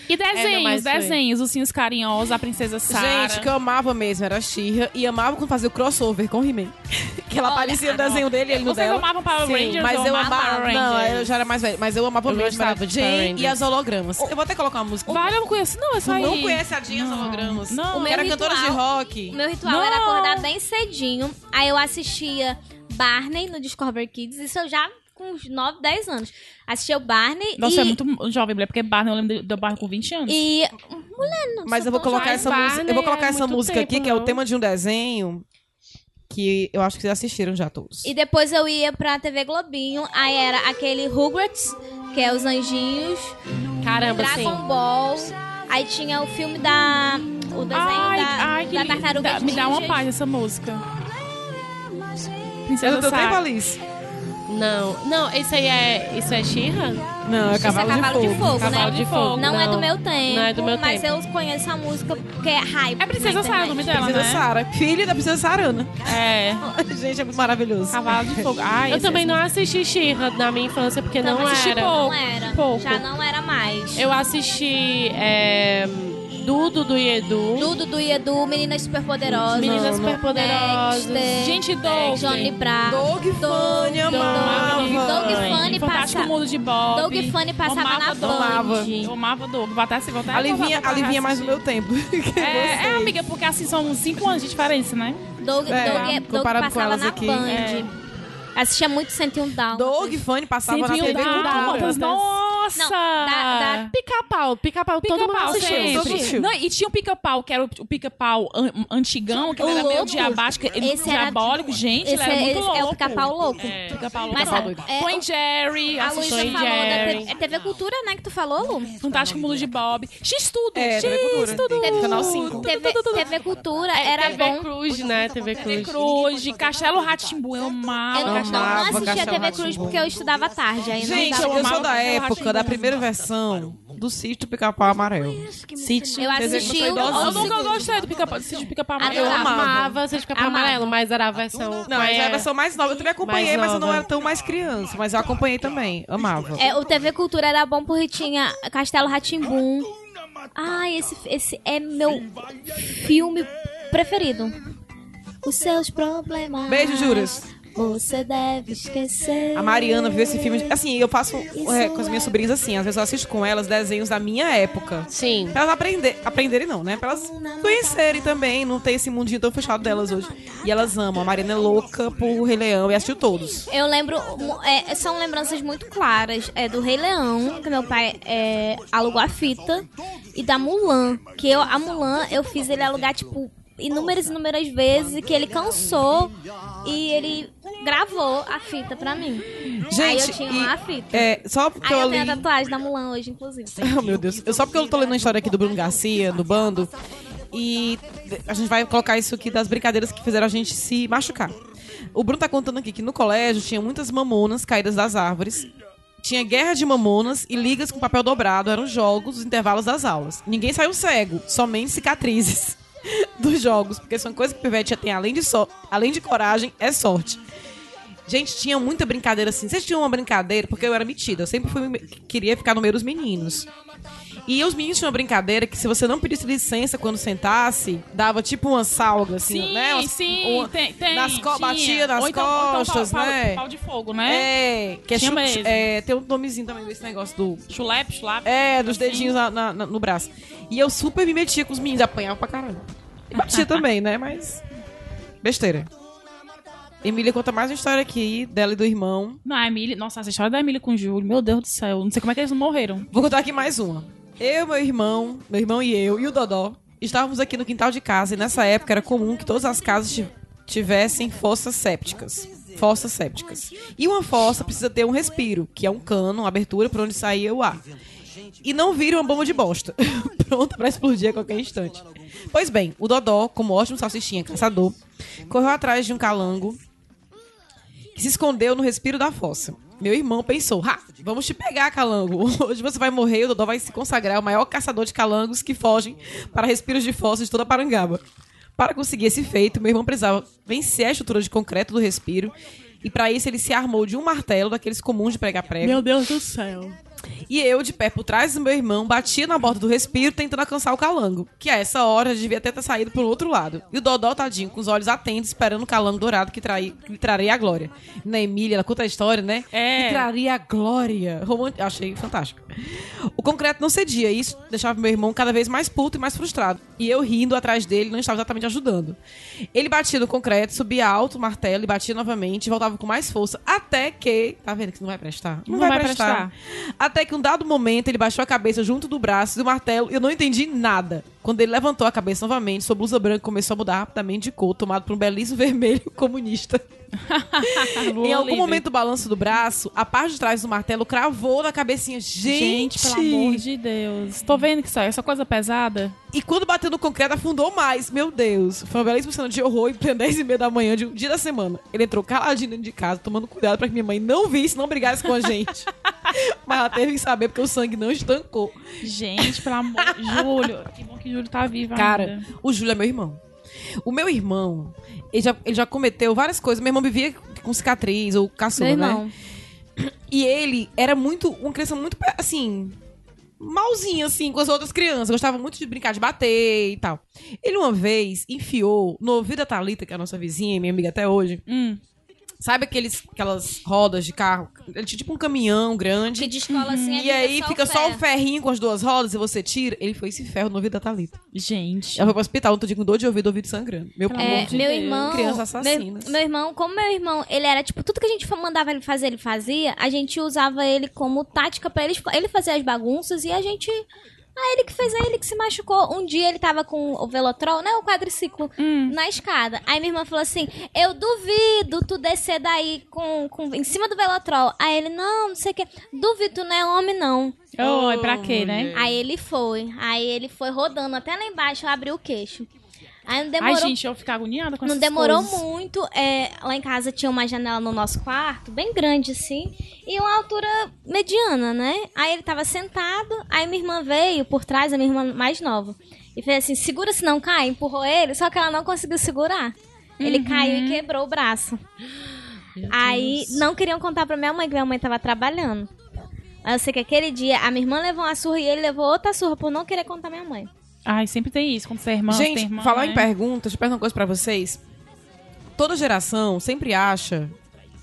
[SPEAKER 4] E
[SPEAKER 5] não,
[SPEAKER 4] desenhos,
[SPEAKER 5] mas foi.
[SPEAKER 4] desenhos. Os Sinhos Carinhosos, a Princesa Sarah.
[SPEAKER 3] Gente, que eu amava mesmo era a Xirra e amava quando fazia o crossover com o He-Man. Que ela aparecia no desenho dele e ele no
[SPEAKER 4] Vocês
[SPEAKER 3] dela.
[SPEAKER 4] amavam Power
[SPEAKER 5] Sim,
[SPEAKER 4] Rangers?
[SPEAKER 3] Mas eu
[SPEAKER 4] amava
[SPEAKER 3] amava.
[SPEAKER 4] Power
[SPEAKER 3] Não,
[SPEAKER 4] Rangers.
[SPEAKER 3] eu já era mais velha, mas eu amava
[SPEAKER 5] Eu
[SPEAKER 3] mesmo.
[SPEAKER 5] gostava
[SPEAKER 3] era
[SPEAKER 5] de Power
[SPEAKER 3] Jean e
[SPEAKER 5] Rangers.
[SPEAKER 3] as hologramas. Eu vou até colocar uma música.
[SPEAKER 4] Vale, eu não conheço, não.
[SPEAKER 1] é
[SPEAKER 4] Essa aí.
[SPEAKER 3] não conhece a Jean e as
[SPEAKER 4] Não.
[SPEAKER 3] hologramas?
[SPEAKER 4] Não.
[SPEAKER 1] O
[SPEAKER 3] que
[SPEAKER 1] meu
[SPEAKER 3] era cantora de
[SPEAKER 1] ritual-
[SPEAKER 3] rock.
[SPEAKER 1] O meu ritual
[SPEAKER 4] Não.
[SPEAKER 1] era acordar bem cedinho. Aí eu assistia Barney no Discovery Kids. Isso eu já com uns 9, 10 anos. Assistia o Barney
[SPEAKER 4] Nossa,
[SPEAKER 1] e.
[SPEAKER 4] é muito jovem, mulher, porque Barney, eu lembro do Barney com 20 anos.
[SPEAKER 1] E. Mulher, não
[SPEAKER 3] Mas
[SPEAKER 1] sou
[SPEAKER 3] eu vou
[SPEAKER 1] tão
[SPEAKER 3] colocar
[SPEAKER 1] jovem.
[SPEAKER 3] essa
[SPEAKER 5] Barney
[SPEAKER 3] música. Eu vou colocar
[SPEAKER 5] é
[SPEAKER 3] essa
[SPEAKER 5] muito
[SPEAKER 3] música
[SPEAKER 5] tempo,
[SPEAKER 3] aqui, que é o
[SPEAKER 5] não.
[SPEAKER 3] tema de um desenho que eu acho que vocês assistiram já todos.
[SPEAKER 1] E depois eu ia pra TV Globinho. Aí era aquele Rugrats, que é Os Anjinhos,
[SPEAKER 5] Caramba, assim,
[SPEAKER 1] Dragon
[SPEAKER 5] sim.
[SPEAKER 1] Ball. Aí tinha o filme da. O desenho
[SPEAKER 4] Ai,
[SPEAKER 1] da,
[SPEAKER 4] ai, que
[SPEAKER 1] da
[SPEAKER 4] lindo.
[SPEAKER 1] Tartaruga
[SPEAKER 4] Dá- Me dá uma
[SPEAKER 1] Ninja.
[SPEAKER 4] paz essa música.
[SPEAKER 3] Eu
[SPEAKER 4] Princesa
[SPEAKER 3] não tenho
[SPEAKER 4] Sarah.
[SPEAKER 3] tempo, Alice.
[SPEAKER 5] Não, não, isso aí é. Isso é Xirra?
[SPEAKER 3] Não,
[SPEAKER 1] Isso
[SPEAKER 3] é
[SPEAKER 1] é
[SPEAKER 3] cavalo,
[SPEAKER 1] Cavalo de Fogo, né?
[SPEAKER 5] Cavalo de Fogo.
[SPEAKER 1] Não, é do meu tempo.
[SPEAKER 5] Não é do meu
[SPEAKER 1] mas
[SPEAKER 5] tempo.
[SPEAKER 1] eu conheço a música porque é hype.
[SPEAKER 4] É Princesa
[SPEAKER 1] na
[SPEAKER 4] Sarah o nome
[SPEAKER 1] internet.
[SPEAKER 4] dela,
[SPEAKER 3] Princesa
[SPEAKER 4] né?
[SPEAKER 3] Sara. Filha da princesa Sarana.
[SPEAKER 4] É.
[SPEAKER 3] Gente, é muito maravilhoso.
[SPEAKER 4] Cavalo de Fogo. Ai,
[SPEAKER 5] Eu
[SPEAKER 4] Ah, esse- é
[SPEAKER 5] também não assisti Xirra na minha infância, porque não
[SPEAKER 1] Também.
[SPEAKER 5] era.
[SPEAKER 1] Não era. Então,
[SPEAKER 4] pouco.
[SPEAKER 1] tipo Já não era mais.
[SPEAKER 5] Eu assisti é, Dudu do Edu.
[SPEAKER 1] Dudu do Edu, Meninas Superpoderosas.
[SPEAKER 5] Meninas Superpoderosas.
[SPEAKER 1] Dexter,
[SPEAKER 4] Gente, Doug.
[SPEAKER 1] Johnny Bravo.
[SPEAKER 3] Doug Funny amava.
[SPEAKER 1] Doug Funny
[SPEAKER 4] Fantástico
[SPEAKER 1] passa-
[SPEAKER 4] Mundo de Bob.
[SPEAKER 1] Doug Funny passava na
[SPEAKER 4] Amava Doug.
[SPEAKER 1] Band.
[SPEAKER 4] Eu amava Doug. Vou até se voltar.
[SPEAKER 3] Alivinha,
[SPEAKER 4] vou- vou- vou-
[SPEAKER 3] alivinha mais do meu tempo.
[SPEAKER 4] É, é, amiga, porque assim são cinco anos de diferença, né?
[SPEAKER 1] Doug,
[SPEAKER 3] É,
[SPEAKER 1] Doug, Doug
[SPEAKER 3] comparado com
[SPEAKER 1] passava
[SPEAKER 3] elas
[SPEAKER 1] na
[SPEAKER 3] aqui,
[SPEAKER 1] Band. Assistia muito 101 Down.
[SPEAKER 3] Doug Funny passava na
[SPEAKER 5] Sim,
[SPEAKER 3] TV
[SPEAKER 5] Doug
[SPEAKER 3] Cultura.
[SPEAKER 5] Dálmatas.
[SPEAKER 4] Dálmatas. Nossa!
[SPEAKER 1] Não, da- da-
[SPEAKER 5] Pica-pau, pica-pau, todo mundo
[SPEAKER 4] Pica-pau,
[SPEAKER 5] assistiu.
[SPEAKER 4] sempre.
[SPEAKER 3] todo mundo assistiu.
[SPEAKER 4] Não, e tinha o pica-pau, que era o o pica-pau an- antigão, que
[SPEAKER 1] O
[SPEAKER 4] ele era meio
[SPEAKER 1] louco.
[SPEAKER 4] diabático, ele
[SPEAKER 1] Esse era-
[SPEAKER 4] diabólico, gente,
[SPEAKER 1] Esse
[SPEAKER 4] ele era
[SPEAKER 1] é,
[SPEAKER 4] muito
[SPEAKER 1] esse
[SPEAKER 4] louco.
[SPEAKER 1] é o pica-pau louco.
[SPEAKER 4] Pica-pau louco.
[SPEAKER 1] Mas
[SPEAKER 4] Pica-pau
[SPEAKER 1] a-
[SPEAKER 4] louco.
[SPEAKER 1] é,
[SPEAKER 4] Tom e
[SPEAKER 1] o-
[SPEAKER 4] Jerry,
[SPEAKER 1] A Luísa
[SPEAKER 4] assistiu
[SPEAKER 1] falou
[SPEAKER 4] em
[SPEAKER 1] da TV,
[SPEAKER 4] Jerry.
[SPEAKER 1] é TV Cultura, né, que tu falou, Lu?
[SPEAKER 4] Fantástico Mundo de Bob. X-Tudo,
[SPEAKER 3] É, TV Cultura.
[SPEAKER 4] X-Tudo.
[SPEAKER 3] Tem Canal 5.
[SPEAKER 1] TV, TV Cultura era
[SPEAKER 5] TV
[SPEAKER 1] bom.
[SPEAKER 5] Cruz, né? TV Cruz.
[SPEAKER 4] Cruz, Castelo Ratimbu, eu amava
[SPEAKER 1] Eu não,
[SPEAKER 4] Castelo
[SPEAKER 1] não
[SPEAKER 3] amava
[SPEAKER 1] assistia
[SPEAKER 3] Castelo
[SPEAKER 1] TV Cruz
[SPEAKER 3] Rá-Tim-Bum.
[SPEAKER 1] porque eu estudava tarde. Aí
[SPEAKER 3] Gente,
[SPEAKER 1] não
[SPEAKER 3] eu,
[SPEAKER 1] dava.
[SPEAKER 4] amava
[SPEAKER 3] sou da
[SPEAKER 4] Castelo
[SPEAKER 3] época
[SPEAKER 4] Rá-Tim-Bum.
[SPEAKER 3] da primeira versão do sítio Pica-Pau Amarelo.
[SPEAKER 5] Sítio.
[SPEAKER 1] eu assisti
[SPEAKER 3] eu
[SPEAKER 1] o
[SPEAKER 3] sou idosa.
[SPEAKER 4] Eu
[SPEAKER 1] o-
[SPEAKER 4] nunca gostei do pica-pau, de pica-pau
[SPEAKER 5] Eu
[SPEAKER 4] amarelo.
[SPEAKER 1] Adorava.
[SPEAKER 5] amava Sítio Pica-pau
[SPEAKER 1] Amava.
[SPEAKER 5] Amarelo, mas era a versão...
[SPEAKER 3] Não,
[SPEAKER 5] mas
[SPEAKER 3] mas é a versão mais nova. Eu também acompanhei,
[SPEAKER 5] Mais
[SPEAKER 3] mas eu não
[SPEAKER 5] nova.
[SPEAKER 3] era tão mais criança. Mas eu acompanhei também. Amava.
[SPEAKER 1] é, o TV Cultura era bom porque tinha Castelo Ratimbum. Ai, esse, esse é meu filme preferido. Os seus problemas.
[SPEAKER 3] Beijo, Juras.
[SPEAKER 1] Você deve esquecer.
[SPEAKER 3] A Mariana viu esse filme. Assim, eu faço é, com as minhas sobrinhas assim. Às vezes eu assisto com elas desenhos da minha época.
[SPEAKER 5] Sim.
[SPEAKER 3] Pra elas aprender, aprenderem não, né? Pra elas conhecerem também, não ter esse mundinho tão fechado delas hoje. E elas amam. A Mariana é louca por Rei Leão e assistiu todos.
[SPEAKER 1] Eu lembro, mu- é, são lembranças muito claras. É do Rei Leão, que meu pai é, alugou a fita, e da Mulan, que eu, a Mulan eu fiz ele alugar, tipo, inúmeras e inúmeras vezes, que ele cansou e ele gravou a fita pra mim.
[SPEAKER 3] Gente,
[SPEAKER 1] Aí eu tinha
[SPEAKER 3] e-
[SPEAKER 1] lá a fita.
[SPEAKER 3] É, só porque
[SPEAKER 1] Aí
[SPEAKER 3] eu
[SPEAKER 1] eu
[SPEAKER 3] li...
[SPEAKER 1] tenho a tatuagem da Mulan hoje, inclusive.
[SPEAKER 3] Oh, meu Deus. Eu, só porque eu tô lendo a história aqui do Bruno Garcia, do bando, e a gente vai colocar isso aqui das brincadeiras que fizeram a gente se machucar. O Bruno tá contando aqui que no colégio tinha muitas mamonas caídas das árvores. Tinha guerra de mamonas e ligas com papel dobrado. Eram jogos, os intervalos das aulas. Ninguém saiu cego, somente cicatrizes dos jogos. Porque são coisas que o Pivete já tem, além de, so além de coragem, é sorte. Gente, tinha muita brincadeira assim. Vocês tinham uma brincadeira, porque eu era metida. Eu sempre fui, queria ficar no meio dos meninos. E os meninos tinham uma brincadeira que se você não pedisse licença quando sentasse, dava tipo uma salga, assim,
[SPEAKER 4] Sim,
[SPEAKER 3] né? Uma-
[SPEAKER 4] sim,
[SPEAKER 3] uma-
[SPEAKER 4] tem, tem.
[SPEAKER 3] nas co-
[SPEAKER 4] tinha.
[SPEAKER 3] batia nas
[SPEAKER 4] Ou então- ou então
[SPEAKER 3] costas,
[SPEAKER 4] pau- pau-
[SPEAKER 3] né?
[SPEAKER 4] Pau de fogo, né?
[SPEAKER 3] É, que é,
[SPEAKER 4] Tinha
[SPEAKER 3] chu-
[SPEAKER 4] mesmo.
[SPEAKER 3] é, tem um nomezinho também desse negócio do...
[SPEAKER 4] Chulep, chulap.
[SPEAKER 3] É, dos dedinhos na- na- na- no braço. E eu super me metia com os meninos, apanhava pra caralho. E batia também, né? Mas... Besteira. Emília conta mais uma história aqui, dela e do irmão.
[SPEAKER 4] Não, a Emília. Nossa, essa história da Emília com o Júlio, meu Deus do céu. Não sei como é que eles não morreram.
[SPEAKER 3] Vou contar aqui mais uma. Eu, meu irmão, meu irmão e eu, e o Dodó, estávamos aqui no quintal de casa e nessa época era comum que todas as casas ti- tivessem fossas sépticas. Fossas sépticas. E uma fossa precisa ter um respiro, que é um cano, uma abertura por onde saía o ar. E não vira uma bomba de bosta, pronta para explodir a qualquer instante. Pois bem, o Dodó, como ótimo salsichinha caçador, correu atrás de um calango que se escondeu no respiro da fossa. Meu irmão pensou, ha, vamos te pegar, calango. Hoje você vai morrer, o Dodó vai se consagrar o maior caçador de calangos que fogem para respiros de fossa de toda Parangaba. Para conseguir esse feito, meu irmão precisava vencer a estrutura de concreto do respiro. E para isso ele se armou de um martelo, daqueles comuns de pregar prego.
[SPEAKER 5] Deus do céu.
[SPEAKER 3] E eu, de pé por trás do meu irmão, batia na borda do respiro tentando alcançar o calango, que a essa hora já devia até ter saído pro outro lado. E o Dodó, tadinho, com os olhos atentos, esperando o calango dourado que, trai, que lhe traria a glória. Na Emília, ela conta a história, né?
[SPEAKER 4] É.
[SPEAKER 3] Que traria a glória. Romant... Achei fantástico. O concreto não cedia, e isso deixava meu irmão cada vez mais puto e mais frustrado. E eu rindo atrás dele, não estava exatamente ajudando. Ele batia no concreto, subia alto o martelo e batia novamente, voltava com mais força, até que. Tá vendo que isso não vai prestar?
[SPEAKER 4] Não vai prestar.
[SPEAKER 3] até que um num dado momento, ele baixou a cabeça junto do braço do martelo e eu não entendi nada. Quando ele levantou a cabeça novamente, sua blusa branca começou a mudar rapidamente de cor, tomado por um belíssimo vermelho comunista. em algum momento do balanço do braço, a parte de trás do martelo cravou na cabecinha. Gente,
[SPEAKER 4] Gente, pelo amor de Deus. Tô vendo que isso é essa coisa pesada.
[SPEAKER 3] E quando bateu no concreto, afundou mais. Meu Deus. Foi uma belíssima cena de horror em plena 10 e meia da manhã de um dia da semana. Ele entrou caladinho dentro de casa, tomando cuidado pra que minha mãe não visse, não brigasse com a gente. Mas ela teve que saber porque o sangue não estancou.
[SPEAKER 4] Gente, pelo amor. Júlio, que bom que Júlio tá vivo
[SPEAKER 3] Cara,
[SPEAKER 4] ainda.
[SPEAKER 3] O Júlio é meu irmão. O meu irmão, ele já, ele já cometeu várias coisas. Meu irmão vivia com cicatriz ou caçula,
[SPEAKER 1] Meu
[SPEAKER 3] né?
[SPEAKER 1] irmão.
[SPEAKER 3] E ele era muito. Uma criança muito. Assim. Malzinha, assim, com as outras crianças. Gostava muito de brincar, de bater e tal. Ele uma vez enfiou no ouvido da Thalita, que é a nossa vizinha e minha amiga até hoje.
[SPEAKER 4] Hum.
[SPEAKER 3] Sabe aqueles, aquelas rodas de carro? Ele tinha tipo um caminhão grande.
[SPEAKER 1] Que de escola assim é
[SPEAKER 3] E aí fica só o
[SPEAKER 1] ferro.
[SPEAKER 3] ferrinho com as duas rodas e você tira. Ele foi esse ferro no ouvido da Thalita.
[SPEAKER 4] Gente.
[SPEAKER 3] Ela foi pro hospital, outro dia com dor de ouvido, ouvido sangrando. Meu
[SPEAKER 4] Pelo
[SPEAKER 3] pai.
[SPEAKER 1] É,
[SPEAKER 4] amor de
[SPEAKER 1] meu
[SPEAKER 4] Deus.
[SPEAKER 1] irmão.
[SPEAKER 3] Crianças assassinas.
[SPEAKER 1] Meu, meu irmão, como meu irmão, ele era tipo, tudo que a gente fa- mandava ele fazer, ele fazia, a gente usava ele como tática pra ele, ele fazer as bagunças e a gente. Ah, ele que fez, aí ele que se machucou. Um dia ele tava com o velotrol, né? O quadriciclo
[SPEAKER 4] Hum.
[SPEAKER 1] na escada. Aí minha irmã falou assim: Eu duvido tu descer daí com, com, em cima do velotrol. Aí ele, não, não sei o quê. Duvido, tu não é homem, não.
[SPEAKER 4] Oi, pra quê, né?
[SPEAKER 1] Aí ele foi. Aí ele foi rodando até lá embaixo, abriu o queixo. Aí não
[SPEAKER 4] Ai,
[SPEAKER 1] demorou
[SPEAKER 4] gente, eu fico agoniada com
[SPEAKER 1] não
[SPEAKER 4] essas
[SPEAKER 1] demorou
[SPEAKER 4] coisas.
[SPEAKER 1] muito. é, lá em casa tinha uma janela no nosso quarto, bem grande assim, e uma altura mediana, né? Aí ele tava sentado, aí minha irmã veio por trás, a minha irmã mais nova, e fez assim: segura se não cai, empurrou ele, só que ela não conseguiu segurar.
[SPEAKER 4] Uhum.
[SPEAKER 1] Ele caiu e quebrou o braço. Aí não queriam contar pra minha mãe que minha mãe tava trabalhando. Aí eu sei que aquele dia a minha irmã levou uma surra e ele levou outra surra por não querer contar minha mãe.
[SPEAKER 4] Ai, sempre tem isso, quando você é irmã, você
[SPEAKER 3] Gente,
[SPEAKER 4] tem irmã,
[SPEAKER 3] falar
[SPEAKER 4] né?
[SPEAKER 3] em perguntas, deixa eu perguntar uma coisa pra vocês. Toda geração sempre acha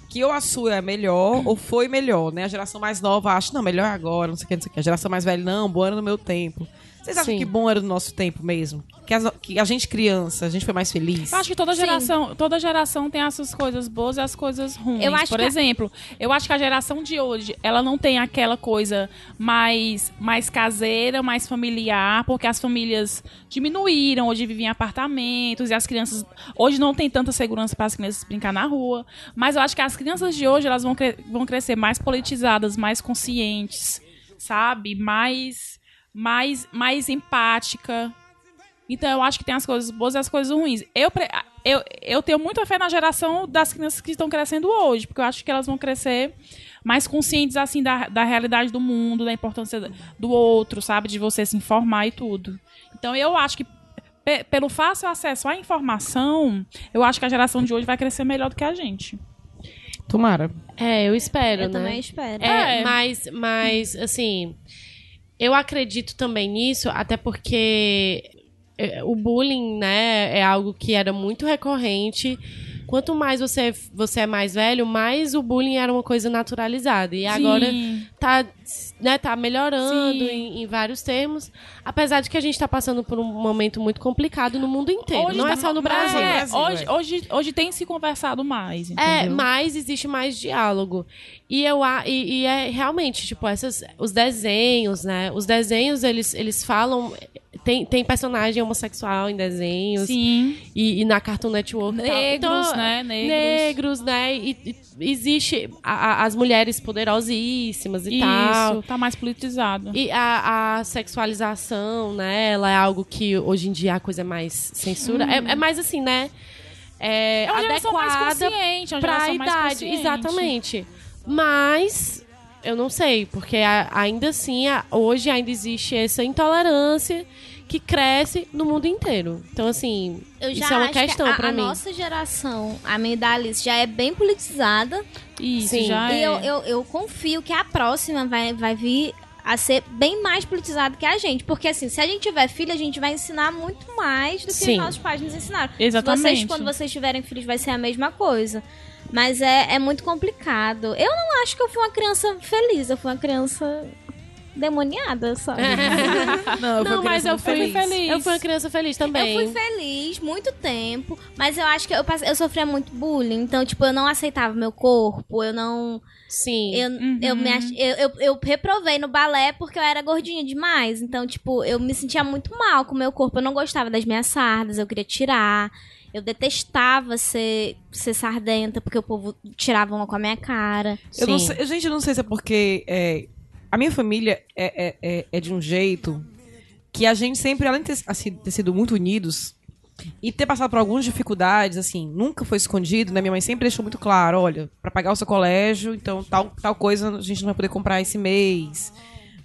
[SPEAKER 3] que ou a sua é melhor ou foi melhor, né? A geração mais nova acha, não, melhor é agora, não sei o que, não sei o que. A geração mais velha, não, boa era no meu tempo. Vocês acham
[SPEAKER 5] Sim.
[SPEAKER 3] que bom era no nosso tempo mesmo? Que, as- que a gente criança, a gente foi mais feliz?
[SPEAKER 4] Eu acho que toda geração, toda geração tem as suas coisas boas e as coisas ruins.
[SPEAKER 1] Eu acho
[SPEAKER 4] Por
[SPEAKER 1] que a-
[SPEAKER 4] exemplo, eu acho que a geração de hoje, ela não tem aquela coisa mais, mais caseira, mais familiar, porque as famílias diminuíram, hoje vivem em apartamentos e as crianças hoje não tem tanta segurança para as crianças brincar na rua. Mas eu acho que as crianças de hoje, elas vão, cre- vão crescer mais politizadas, mais conscientes, sabe? Mais mais mais empática. Então eu acho que tem as coisas boas e as coisas ruins. Eu, pre- eu, eu tenho muita fé na geração das crianças que estão crescendo hoje, porque eu acho que elas vão crescer mais conscientes assim da, da realidade do mundo, da importância do outro, sabe? De você se informar e tudo. Então eu acho que pe- pelo fácil acesso à informação, eu acho que a geração de hoje vai crescer melhor do que a gente.
[SPEAKER 3] Tomara.
[SPEAKER 5] É, eu espero,
[SPEAKER 1] Eu
[SPEAKER 5] né?
[SPEAKER 1] também espero.
[SPEAKER 5] É,
[SPEAKER 4] É.
[SPEAKER 5] Mas, mas, assim, eu acredito também nisso, até porque é, o bullying, né, é algo que era muito recorrente. Quanto mais você, você é mais velho, mais o bullying era uma coisa naturalizada. E agora
[SPEAKER 4] Sim.
[SPEAKER 5] tá, né, tá melhorando
[SPEAKER 4] Sim.
[SPEAKER 5] em, em vários termos. Apesar de que a gente tá passando por um momento muito complicado no mundo inteiro.
[SPEAKER 4] Hoje
[SPEAKER 5] não é
[SPEAKER 4] tá-
[SPEAKER 5] só no Brasil.
[SPEAKER 4] É,
[SPEAKER 3] Brasil,
[SPEAKER 4] hoje,
[SPEAKER 3] é.
[SPEAKER 4] hoje, hoje tem se conversado mais.
[SPEAKER 5] É,
[SPEAKER 4] entendeu?
[SPEAKER 5] mas existe mais diálogo. E eu a- e, e é realmente, tipo, essas os desenhos, né? Os desenhos eles, eles falam tem, tem personagem homossexual em desenhos
[SPEAKER 4] Sim.
[SPEAKER 5] e, e na Cartoon Network, e tal.
[SPEAKER 4] Negros,
[SPEAKER 5] Então,
[SPEAKER 4] né? Negros.
[SPEAKER 5] Negros, né? E, e existe a- a- as mulheres poderosíssimas e tal.
[SPEAKER 4] Isso, tá mais politizado.
[SPEAKER 5] E a, a sexualização, né? Ela é algo que hoje em dia a coisa é mais censura. É, é mais assim, né? É,
[SPEAKER 4] Uhum. É uma geração mais
[SPEAKER 5] adequada
[SPEAKER 4] consciente, é
[SPEAKER 1] Então,
[SPEAKER 4] uma
[SPEAKER 5] pra
[SPEAKER 4] geração mais
[SPEAKER 5] idade.
[SPEAKER 4] consciente.
[SPEAKER 5] Exatamente. Mas eu não sei, porque a- ainda assim, a- hoje ainda existe essa intolerância que cresce no mundo inteiro. Então, assim,
[SPEAKER 1] Eu já
[SPEAKER 5] isso é uma
[SPEAKER 1] acho que
[SPEAKER 5] questão
[SPEAKER 1] a,
[SPEAKER 5] pra
[SPEAKER 1] a
[SPEAKER 5] mim.
[SPEAKER 1] nossa geração, a minha e da Alice, já é bem politizada.
[SPEAKER 4] Isso,
[SPEAKER 5] Sim.
[SPEAKER 4] já
[SPEAKER 1] E
[SPEAKER 4] é.
[SPEAKER 1] eu, eu, eu confio que a próxima vai, vai vir a ser bem mais politizada que a gente. Porque, assim, se a gente tiver filho, a gente vai ensinar muito mais do que
[SPEAKER 5] Sim.
[SPEAKER 1] os nossos pais nos ensinaram.
[SPEAKER 4] Exatamente.
[SPEAKER 1] Vocês, quando vocês tiverem filhos, vai ser a mesma coisa. Mas é, é muito complicado. Eu não acho que eu fui uma criança feliz. Eu fui uma criança demoniada só.
[SPEAKER 5] É.
[SPEAKER 3] Não, eu fui
[SPEAKER 5] Não,
[SPEAKER 3] uma
[SPEAKER 5] mas
[SPEAKER 3] criança
[SPEAKER 5] eu
[SPEAKER 3] muito
[SPEAKER 5] fui
[SPEAKER 3] feliz.
[SPEAKER 5] feliz. Eu fui uma criança feliz também.
[SPEAKER 1] Eu fui feliz muito tempo, mas eu acho que eu, passe- eu sofria muito bullying. Então, tipo, eu não aceitava meu corpo, eu não.
[SPEAKER 5] Sim.
[SPEAKER 1] Eu, eu, me ach- eu, eu, eu reprovei no balé porque eu era gordinha demais. Então, tipo, eu me sentia muito mal com o meu corpo. Eu não gostava das minhas sardas, eu queria tirar. Eu detestava ser, ser sardenta, porque o povo tirava uma com a minha cara.
[SPEAKER 3] Eu não
[SPEAKER 5] Sim.
[SPEAKER 3] sei, gente, eu não sei se é porque é, a minha família é, é- é- é de um jeito que a gente sempre, além de ter, assim, ter sido muito unidos e ter passado por algumas dificuldades, assim, nunca foi escondido, né? Minha mãe sempre deixou muito claro, olha, pra pagar o seu colégio, então tal, tal coisa a gente não vai poder comprar esse mês.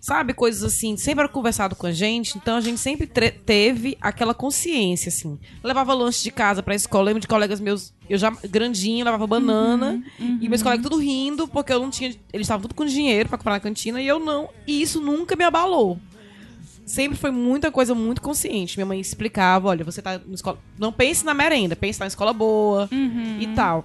[SPEAKER 3] Sabe, coisas assim, sempre era conversado com a gente, então a gente sempre tre- teve aquela consciência, assim. Levava lanche de casa pra escola, lembro de colegas meus, eu já grandinho, levava banana, e meus colegas tudo rindo, porque eu não tinha. Eles estavam tudo com dinheiro pra comprar na cantina e eu não. E isso nunca me abalou. Sempre foi muita coisa muito consciente. Minha mãe explicava: olha, você tá na escola. Não pense na merenda, pense na escola boa
[SPEAKER 1] Uhum.
[SPEAKER 3] e tal.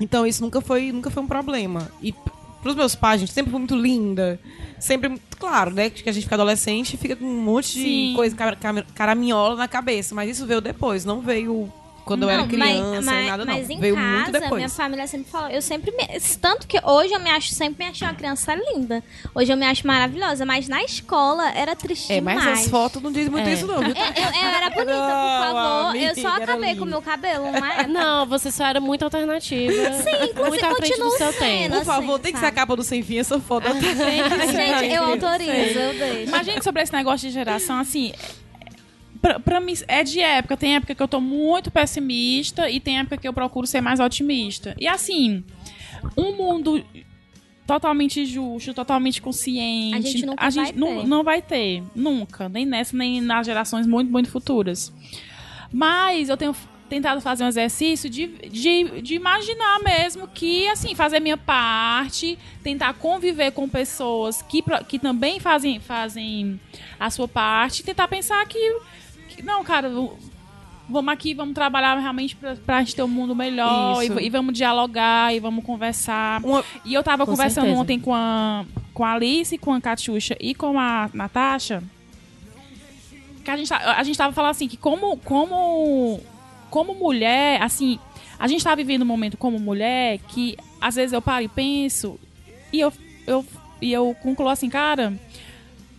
[SPEAKER 3] Então isso nunca foi, nunca foi um problema. E p- pros meus pais, gente, sempre foi muito linda. Sempre, claro, né? Que a gente fica adolescente e fica com um monte de
[SPEAKER 4] Sim.
[SPEAKER 3] coisa cara- cara- caraminhola na cabeça. Mas isso veio depois, não veio quando eu era
[SPEAKER 1] Não,
[SPEAKER 3] criança, nem nada não.
[SPEAKER 1] mas em
[SPEAKER 3] veio
[SPEAKER 1] casa,
[SPEAKER 3] muito depois.
[SPEAKER 1] minha família sempre falou. Eu sempre me. Tanto que hoje eu me acho, sempre me achei uma criança linda. Hoje eu me acho maravilhosa, mas na escola era triste
[SPEAKER 3] É, mas
[SPEAKER 1] demais.
[SPEAKER 3] as fotos não dizem
[SPEAKER 1] É.
[SPEAKER 3] muito isso, não, viu?
[SPEAKER 1] Eu, eu- eu era bonita, por
[SPEAKER 3] Não,
[SPEAKER 1] favor. eu
[SPEAKER 3] amiga,
[SPEAKER 1] só
[SPEAKER 3] era
[SPEAKER 1] acabei
[SPEAKER 3] linda.
[SPEAKER 1] com o meu cabelo, mas.
[SPEAKER 5] É, Não, você só era muito alternativa. Sim, muito à frente do
[SPEAKER 1] continuo
[SPEAKER 5] seu
[SPEAKER 1] sendo.
[SPEAKER 5] tempo.
[SPEAKER 3] Por favor,
[SPEAKER 1] assim,
[SPEAKER 3] tem que ser
[SPEAKER 1] sabe?
[SPEAKER 3] a capa do Sem Fim essa foto.
[SPEAKER 1] Gente, eu autorizo, eu deixo.
[SPEAKER 4] Mas, gente, sobre esse negócio de geração, assim. Pra, pra mim, é de época. Tem época que eu tô muito pessimista e tem época que eu procuro ser mais otimista. E, assim, um mundo totalmente justo, totalmente consciente.
[SPEAKER 1] A gente nunca
[SPEAKER 4] a gente
[SPEAKER 1] vai
[SPEAKER 4] nu-
[SPEAKER 1] ter.
[SPEAKER 4] não vai ter. Nunca. Nem nessa, nem nas gerações muito, muito futuras. Mas eu tenho f- tentado fazer um exercício de, de, de imaginar mesmo que, assim, fazer minha parte, tentar conviver com pessoas que, pro- que também fazem, fazem a sua parte, tentar pensar que, que não, cara, v- vamos aqui, vamos trabalhar realmente pra, pra gente ter um mundo melhor, e,
[SPEAKER 3] Isso.
[SPEAKER 4] v- e vamos dialogar, e vamos conversar.
[SPEAKER 3] Uma-
[SPEAKER 4] E eu tava
[SPEAKER 5] Com
[SPEAKER 4] conversando
[SPEAKER 5] certeza.
[SPEAKER 4] ontem com a, com a Alice, com a Catiuxa e com a Natasha. Que a gente, tá- a gente tava falando assim, que como, como, como mulher, assim, a gente tá vivendo um momento como mulher que às vezes eu paro e penso e eu, eu, e eu concluo assim, cara,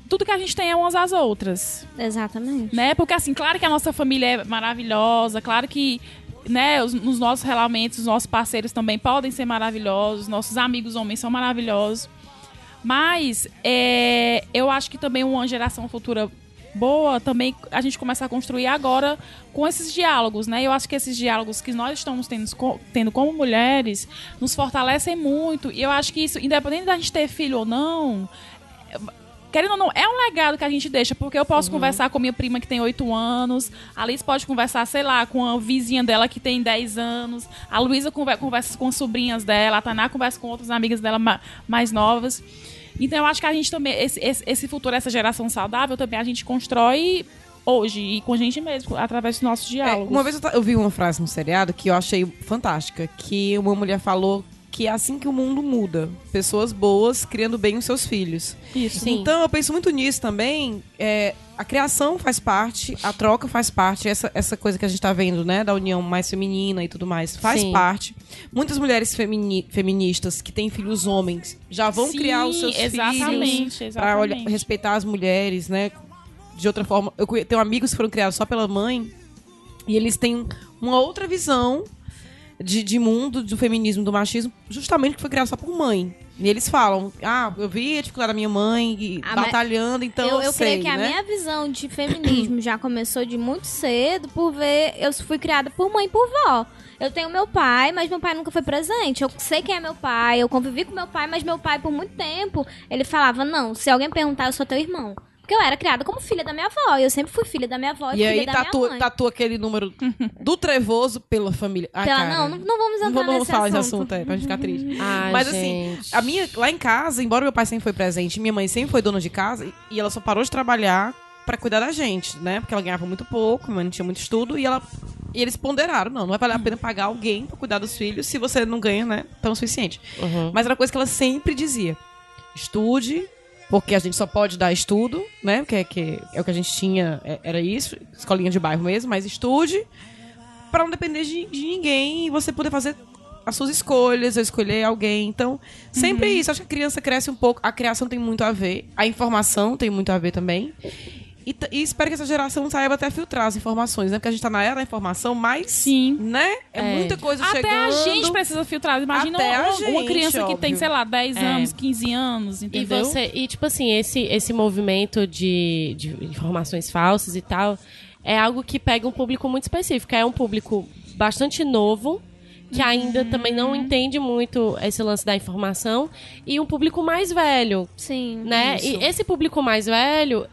[SPEAKER 4] tudo que a gente tem é umas às outras
[SPEAKER 1] Exatamente.
[SPEAKER 4] né? Porque assim, claro que a nossa família é maravilhosa, claro que né, os, nos nossos relamentos, os nossos parceiros também podem ser maravilhosos, nossos amigos homens são maravilhosos. Mas é, eu acho que também uma geração futura boa também a gente começa a construir agora com esses diálogos, né? Eu acho que esses diálogos que nós estamos tendo, co- tendo como mulheres nos fortalecem muito. E eu acho que isso, independente da gente ter filho ou não, Querendo ou não, é um legado que a gente deixa, porque eu posso conversar com minha prima que tem 8 anos, a Alice pode conversar, sei lá, com a vizinha dela que tem 10 anos, a Luísa conver- conversa com sobrinhas dela, a Taná conversa com outras amigas dela ma- mais novas. Então eu acho que a gente também, esse, esse, esse futuro, essa geração saudável, também a gente constrói hoje e com a gente mesmo, através dos nossos
[SPEAKER 3] É,
[SPEAKER 4] diálogos.
[SPEAKER 3] uma vez eu, ta- eu vi uma frase no seriado que eu achei fantástica, que uma mulher falou que é assim que o mundo muda. Pessoas boas criando bem os seus filhos.
[SPEAKER 4] Isso.
[SPEAKER 5] Sim.
[SPEAKER 3] Então eu penso muito nisso também. é, a criação faz parte, a troca faz parte, essa, essa coisa que a gente tá vendo, né? Da união mais feminina e tudo mais, faz
[SPEAKER 5] Sim.
[SPEAKER 3] parte. Muitas mulheres femini- feministas que têm filhos homens já vão
[SPEAKER 4] Sim,
[SPEAKER 3] criar os seus filhos.
[SPEAKER 4] Exatamente,
[SPEAKER 3] Pra olhar-
[SPEAKER 4] exatamente.
[SPEAKER 3] respeitar as mulheres, né? De outra forma, eu conhe- tenho amigos que foram criados só pela mãe e eles têm uma outra visão de, de mundo, do feminismo, do machismo, justamente que foi criado só por mãe. E eles falam, ah, eu vi a dificuldade da minha mãe e
[SPEAKER 1] Ah, mas
[SPEAKER 3] batalhando, então eu,
[SPEAKER 1] eu, eu
[SPEAKER 3] sei,
[SPEAKER 1] creio que
[SPEAKER 3] né?
[SPEAKER 1] a minha visão de feminismo já começou de muito cedo por ver. Eu fui criada por mãe e por vó. Eu tenho meu pai, mas meu pai nunca foi presente. Eu sei quem é meu pai, eu convivi com meu pai, mas meu pai, por muito tempo, ele falava: Não, se alguém perguntar, eu sou teu irmão. Porque eu era criada como filha da minha avó. e Eu sempre fui filha da minha avó e,
[SPEAKER 3] E
[SPEAKER 1] filha
[SPEAKER 3] aí tá
[SPEAKER 1] da
[SPEAKER 3] tatua,
[SPEAKER 1] minha mãe.
[SPEAKER 3] tatua aquele número do trevoso pela família. Ah,
[SPEAKER 1] Pela-
[SPEAKER 3] cara,
[SPEAKER 1] Então, não, não, não vamos
[SPEAKER 3] não
[SPEAKER 1] entrar
[SPEAKER 3] vamos
[SPEAKER 1] nesse
[SPEAKER 3] falar
[SPEAKER 1] assunto.
[SPEAKER 3] desse assunto, é, pra gente ficar triste.
[SPEAKER 5] Ai,
[SPEAKER 3] Mas, assim,
[SPEAKER 5] gente.
[SPEAKER 3] A minha, lá em casa, embora meu pai sempre foi presente, minha mãe sempre foi dona de casa, e- e ela só parou de trabalhar pra cuidar da gente, né? Porque ela ganhava muito pouco, minha mãe não tinha muito estudo, e ela e eles ponderaram, não, não vai valer
[SPEAKER 5] Hum.
[SPEAKER 3] a pena pagar alguém pra cuidar dos filhos se você não ganha, né, tão suficiente.
[SPEAKER 5] Uhum.
[SPEAKER 3] Mas era uma coisa que ela sempre dizia: estude, porque a gente só pode dar estudo, né? Porque é, que é o que a gente tinha, é- era isso, escolinha de bairro mesmo, mas estude, pra não depender de, de ninguém e você poder fazer as suas escolhas, eu escolher alguém. Então, sempre
[SPEAKER 4] Uhum.
[SPEAKER 3] isso. Acho que a criança cresce um pouco, a criação tem muito a ver, a informação tem muito a ver também. E, t- e espero que essa geração saiba até filtrar as informações, né? Porque a gente tá na era da informação, mas.
[SPEAKER 4] Sim.
[SPEAKER 3] Né? É,
[SPEAKER 5] É.
[SPEAKER 3] muita coisa
[SPEAKER 4] Até
[SPEAKER 3] chegando.
[SPEAKER 4] a gente precisa filtrar. Imagina
[SPEAKER 3] Até a
[SPEAKER 4] uma, uma
[SPEAKER 3] gente,
[SPEAKER 4] criança que tem,
[SPEAKER 3] óbvio.
[SPEAKER 4] sei lá, 10
[SPEAKER 5] É.
[SPEAKER 4] anos, 15 anos,
[SPEAKER 5] E
[SPEAKER 4] entendeu?
[SPEAKER 5] você, e tipo assim, esse, esse movimento de, de informações falsas e tal é algo que pega um público muito específico. É um público bastante novo, que ainda também não entende muito esse lance da informação, e um público mais velho,
[SPEAKER 1] Sim.
[SPEAKER 5] né? E esse público mais velho,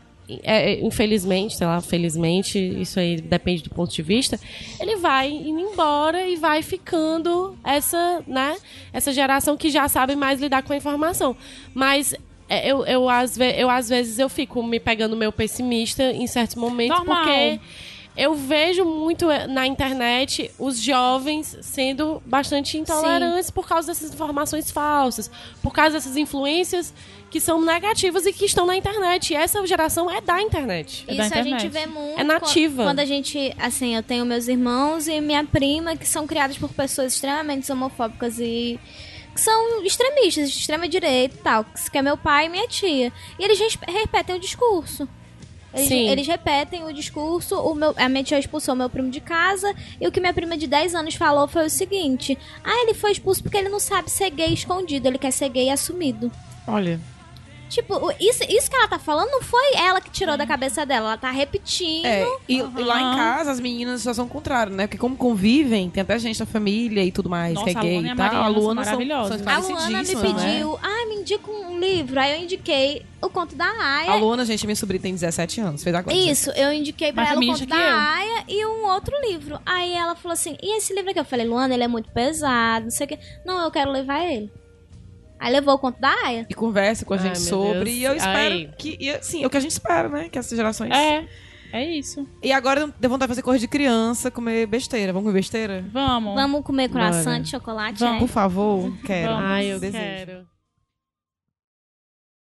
[SPEAKER 5] é, é, infelizmente, sei lá, felizmente, isso aí depende do ponto de vista, ele vai indo embora e vai ficando essa, né? Essa geração que já sabe mais lidar com a informação. Mas é, eu, eu, às, ve- eu às vezes eu fico me pegando meu pessimista em certos momentos,
[SPEAKER 4] Normal.
[SPEAKER 5] porque... Eu vejo muito eh, na internet os jovens sendo bastante intolerantes por causa dessas informações falsas, por causa dessas influências que são negativas e que estão na internet. E essa geração é da internet.
[SPEAKER 4] É da
[SPEAKER 1] Isso a gente
[SPEAKER 4] internet.
[SPEAKER 1] vê muito.
[SPEAKER 5] É nativa.
[SPEAKER 1] quan- Quando a gente, assim, eu tenho meus irmãos e minha prima que são criados por pessoas extremamente homofóbicas e que são extremistas, de extrema direita e tal, que é meu pai e minha tia. E eles res- repetem o discurso. Eles,
[SPEAKER 5] Sim.
[SPEAKER 1] eles repetem o discurso, o meu, a minha tia expulsou meu primo de casa, e o que minha prima de 10 anos falou foi o seguinte: Ah, ele foi expulso porque ele não sabe ser gay escondido, ele quer ser gay assumido.
[SPEAKER 3] Olha.
[SPEAKER 1] Tipo, o- isso, isso que ela tá falando não foi ela que tirou da
[SPEAKER 4] Uhum.
[SPEAKER 1] cabeça dela, ela tá repetindo.
[SPEAKER 3] É, e, e lá em casa as meninas já são o contrário, né? Porque como convivem, tem até gente da família e tudo mais, que é
[SPEAKER 4] Nossa, a
[SPEAKER 3] gay
[SPEAKER 4] Luana e
[SPEAKER 3] e
[SPEAKER 4] a
[SPEAKER 3] tal.
[SPEAKER 4] Mariana são
[SPEAKER 3] são-
[SPEAKER 4] maravilhosas.
[SPEAKER 3] são
[SPEAKER 1] A Luana me
[SPEAKER 3] parecidíssimas, né?
[SPEAKER 1] pediu, ah, me indica um livro. Aí eu indiquei o conto da
[SPEAKER 3] A
[SPEAKER 1] Aya.
[SPEAKER 3] Luana, gente, minha sobrinha tem 17 anos, fez agora.
[SPEAKER 1] Isso, eu indiquei pra
[SPEAKER 4] Mais
[SPEAKER 1] ela o
[SPEAKER 4] feminista
[SPEAKER 1] conto da
[SPEAKER 4] que eu.
[SPEAKER 1] Aya e um outro livro. Aí ela falou assim: e esse livro aqui? Eu falei, Luana, ele é muito pesado, não sei o quê. Não, eu quero levar ele. Aí levou o conto da Aya.
[SPEAKER 3] E conversa com a
[SPEAKER 5] Ai,
[SPEAKER 3] gente
[SPEAKER 5] meu
[SPEAKER 3] sobre.
[SPEAKER 5] Deus.
[SPEAKER 3] E eu espero
[SPEAKER 5] Ai.
[SPEAKER 3] que. E, assim, é o que a gente espera, né? Que essas gerações.
[SPEAKER 4] É, é isso.
[SPEAKER 3] E agora deu vontade de fazer coisa de criança, comer besteira. Vamos comer besteira?
[SPEAKER 4] Vamos.
[SPEAKER 1] Vamos comer
[SPEAKER 5] Bora.
[SPEAKER 1] croissant de chocolate?
[SPEAKER 4] Vamos.
[SPEAKER 1] né?
[SPEAKER 3] Por favor, quero.
[SPEAKER 4] Vamos.
[SPEAKER 5] Ai, eu
[SPEAKER 3] Desejo.
[SPEAKER 5] quero.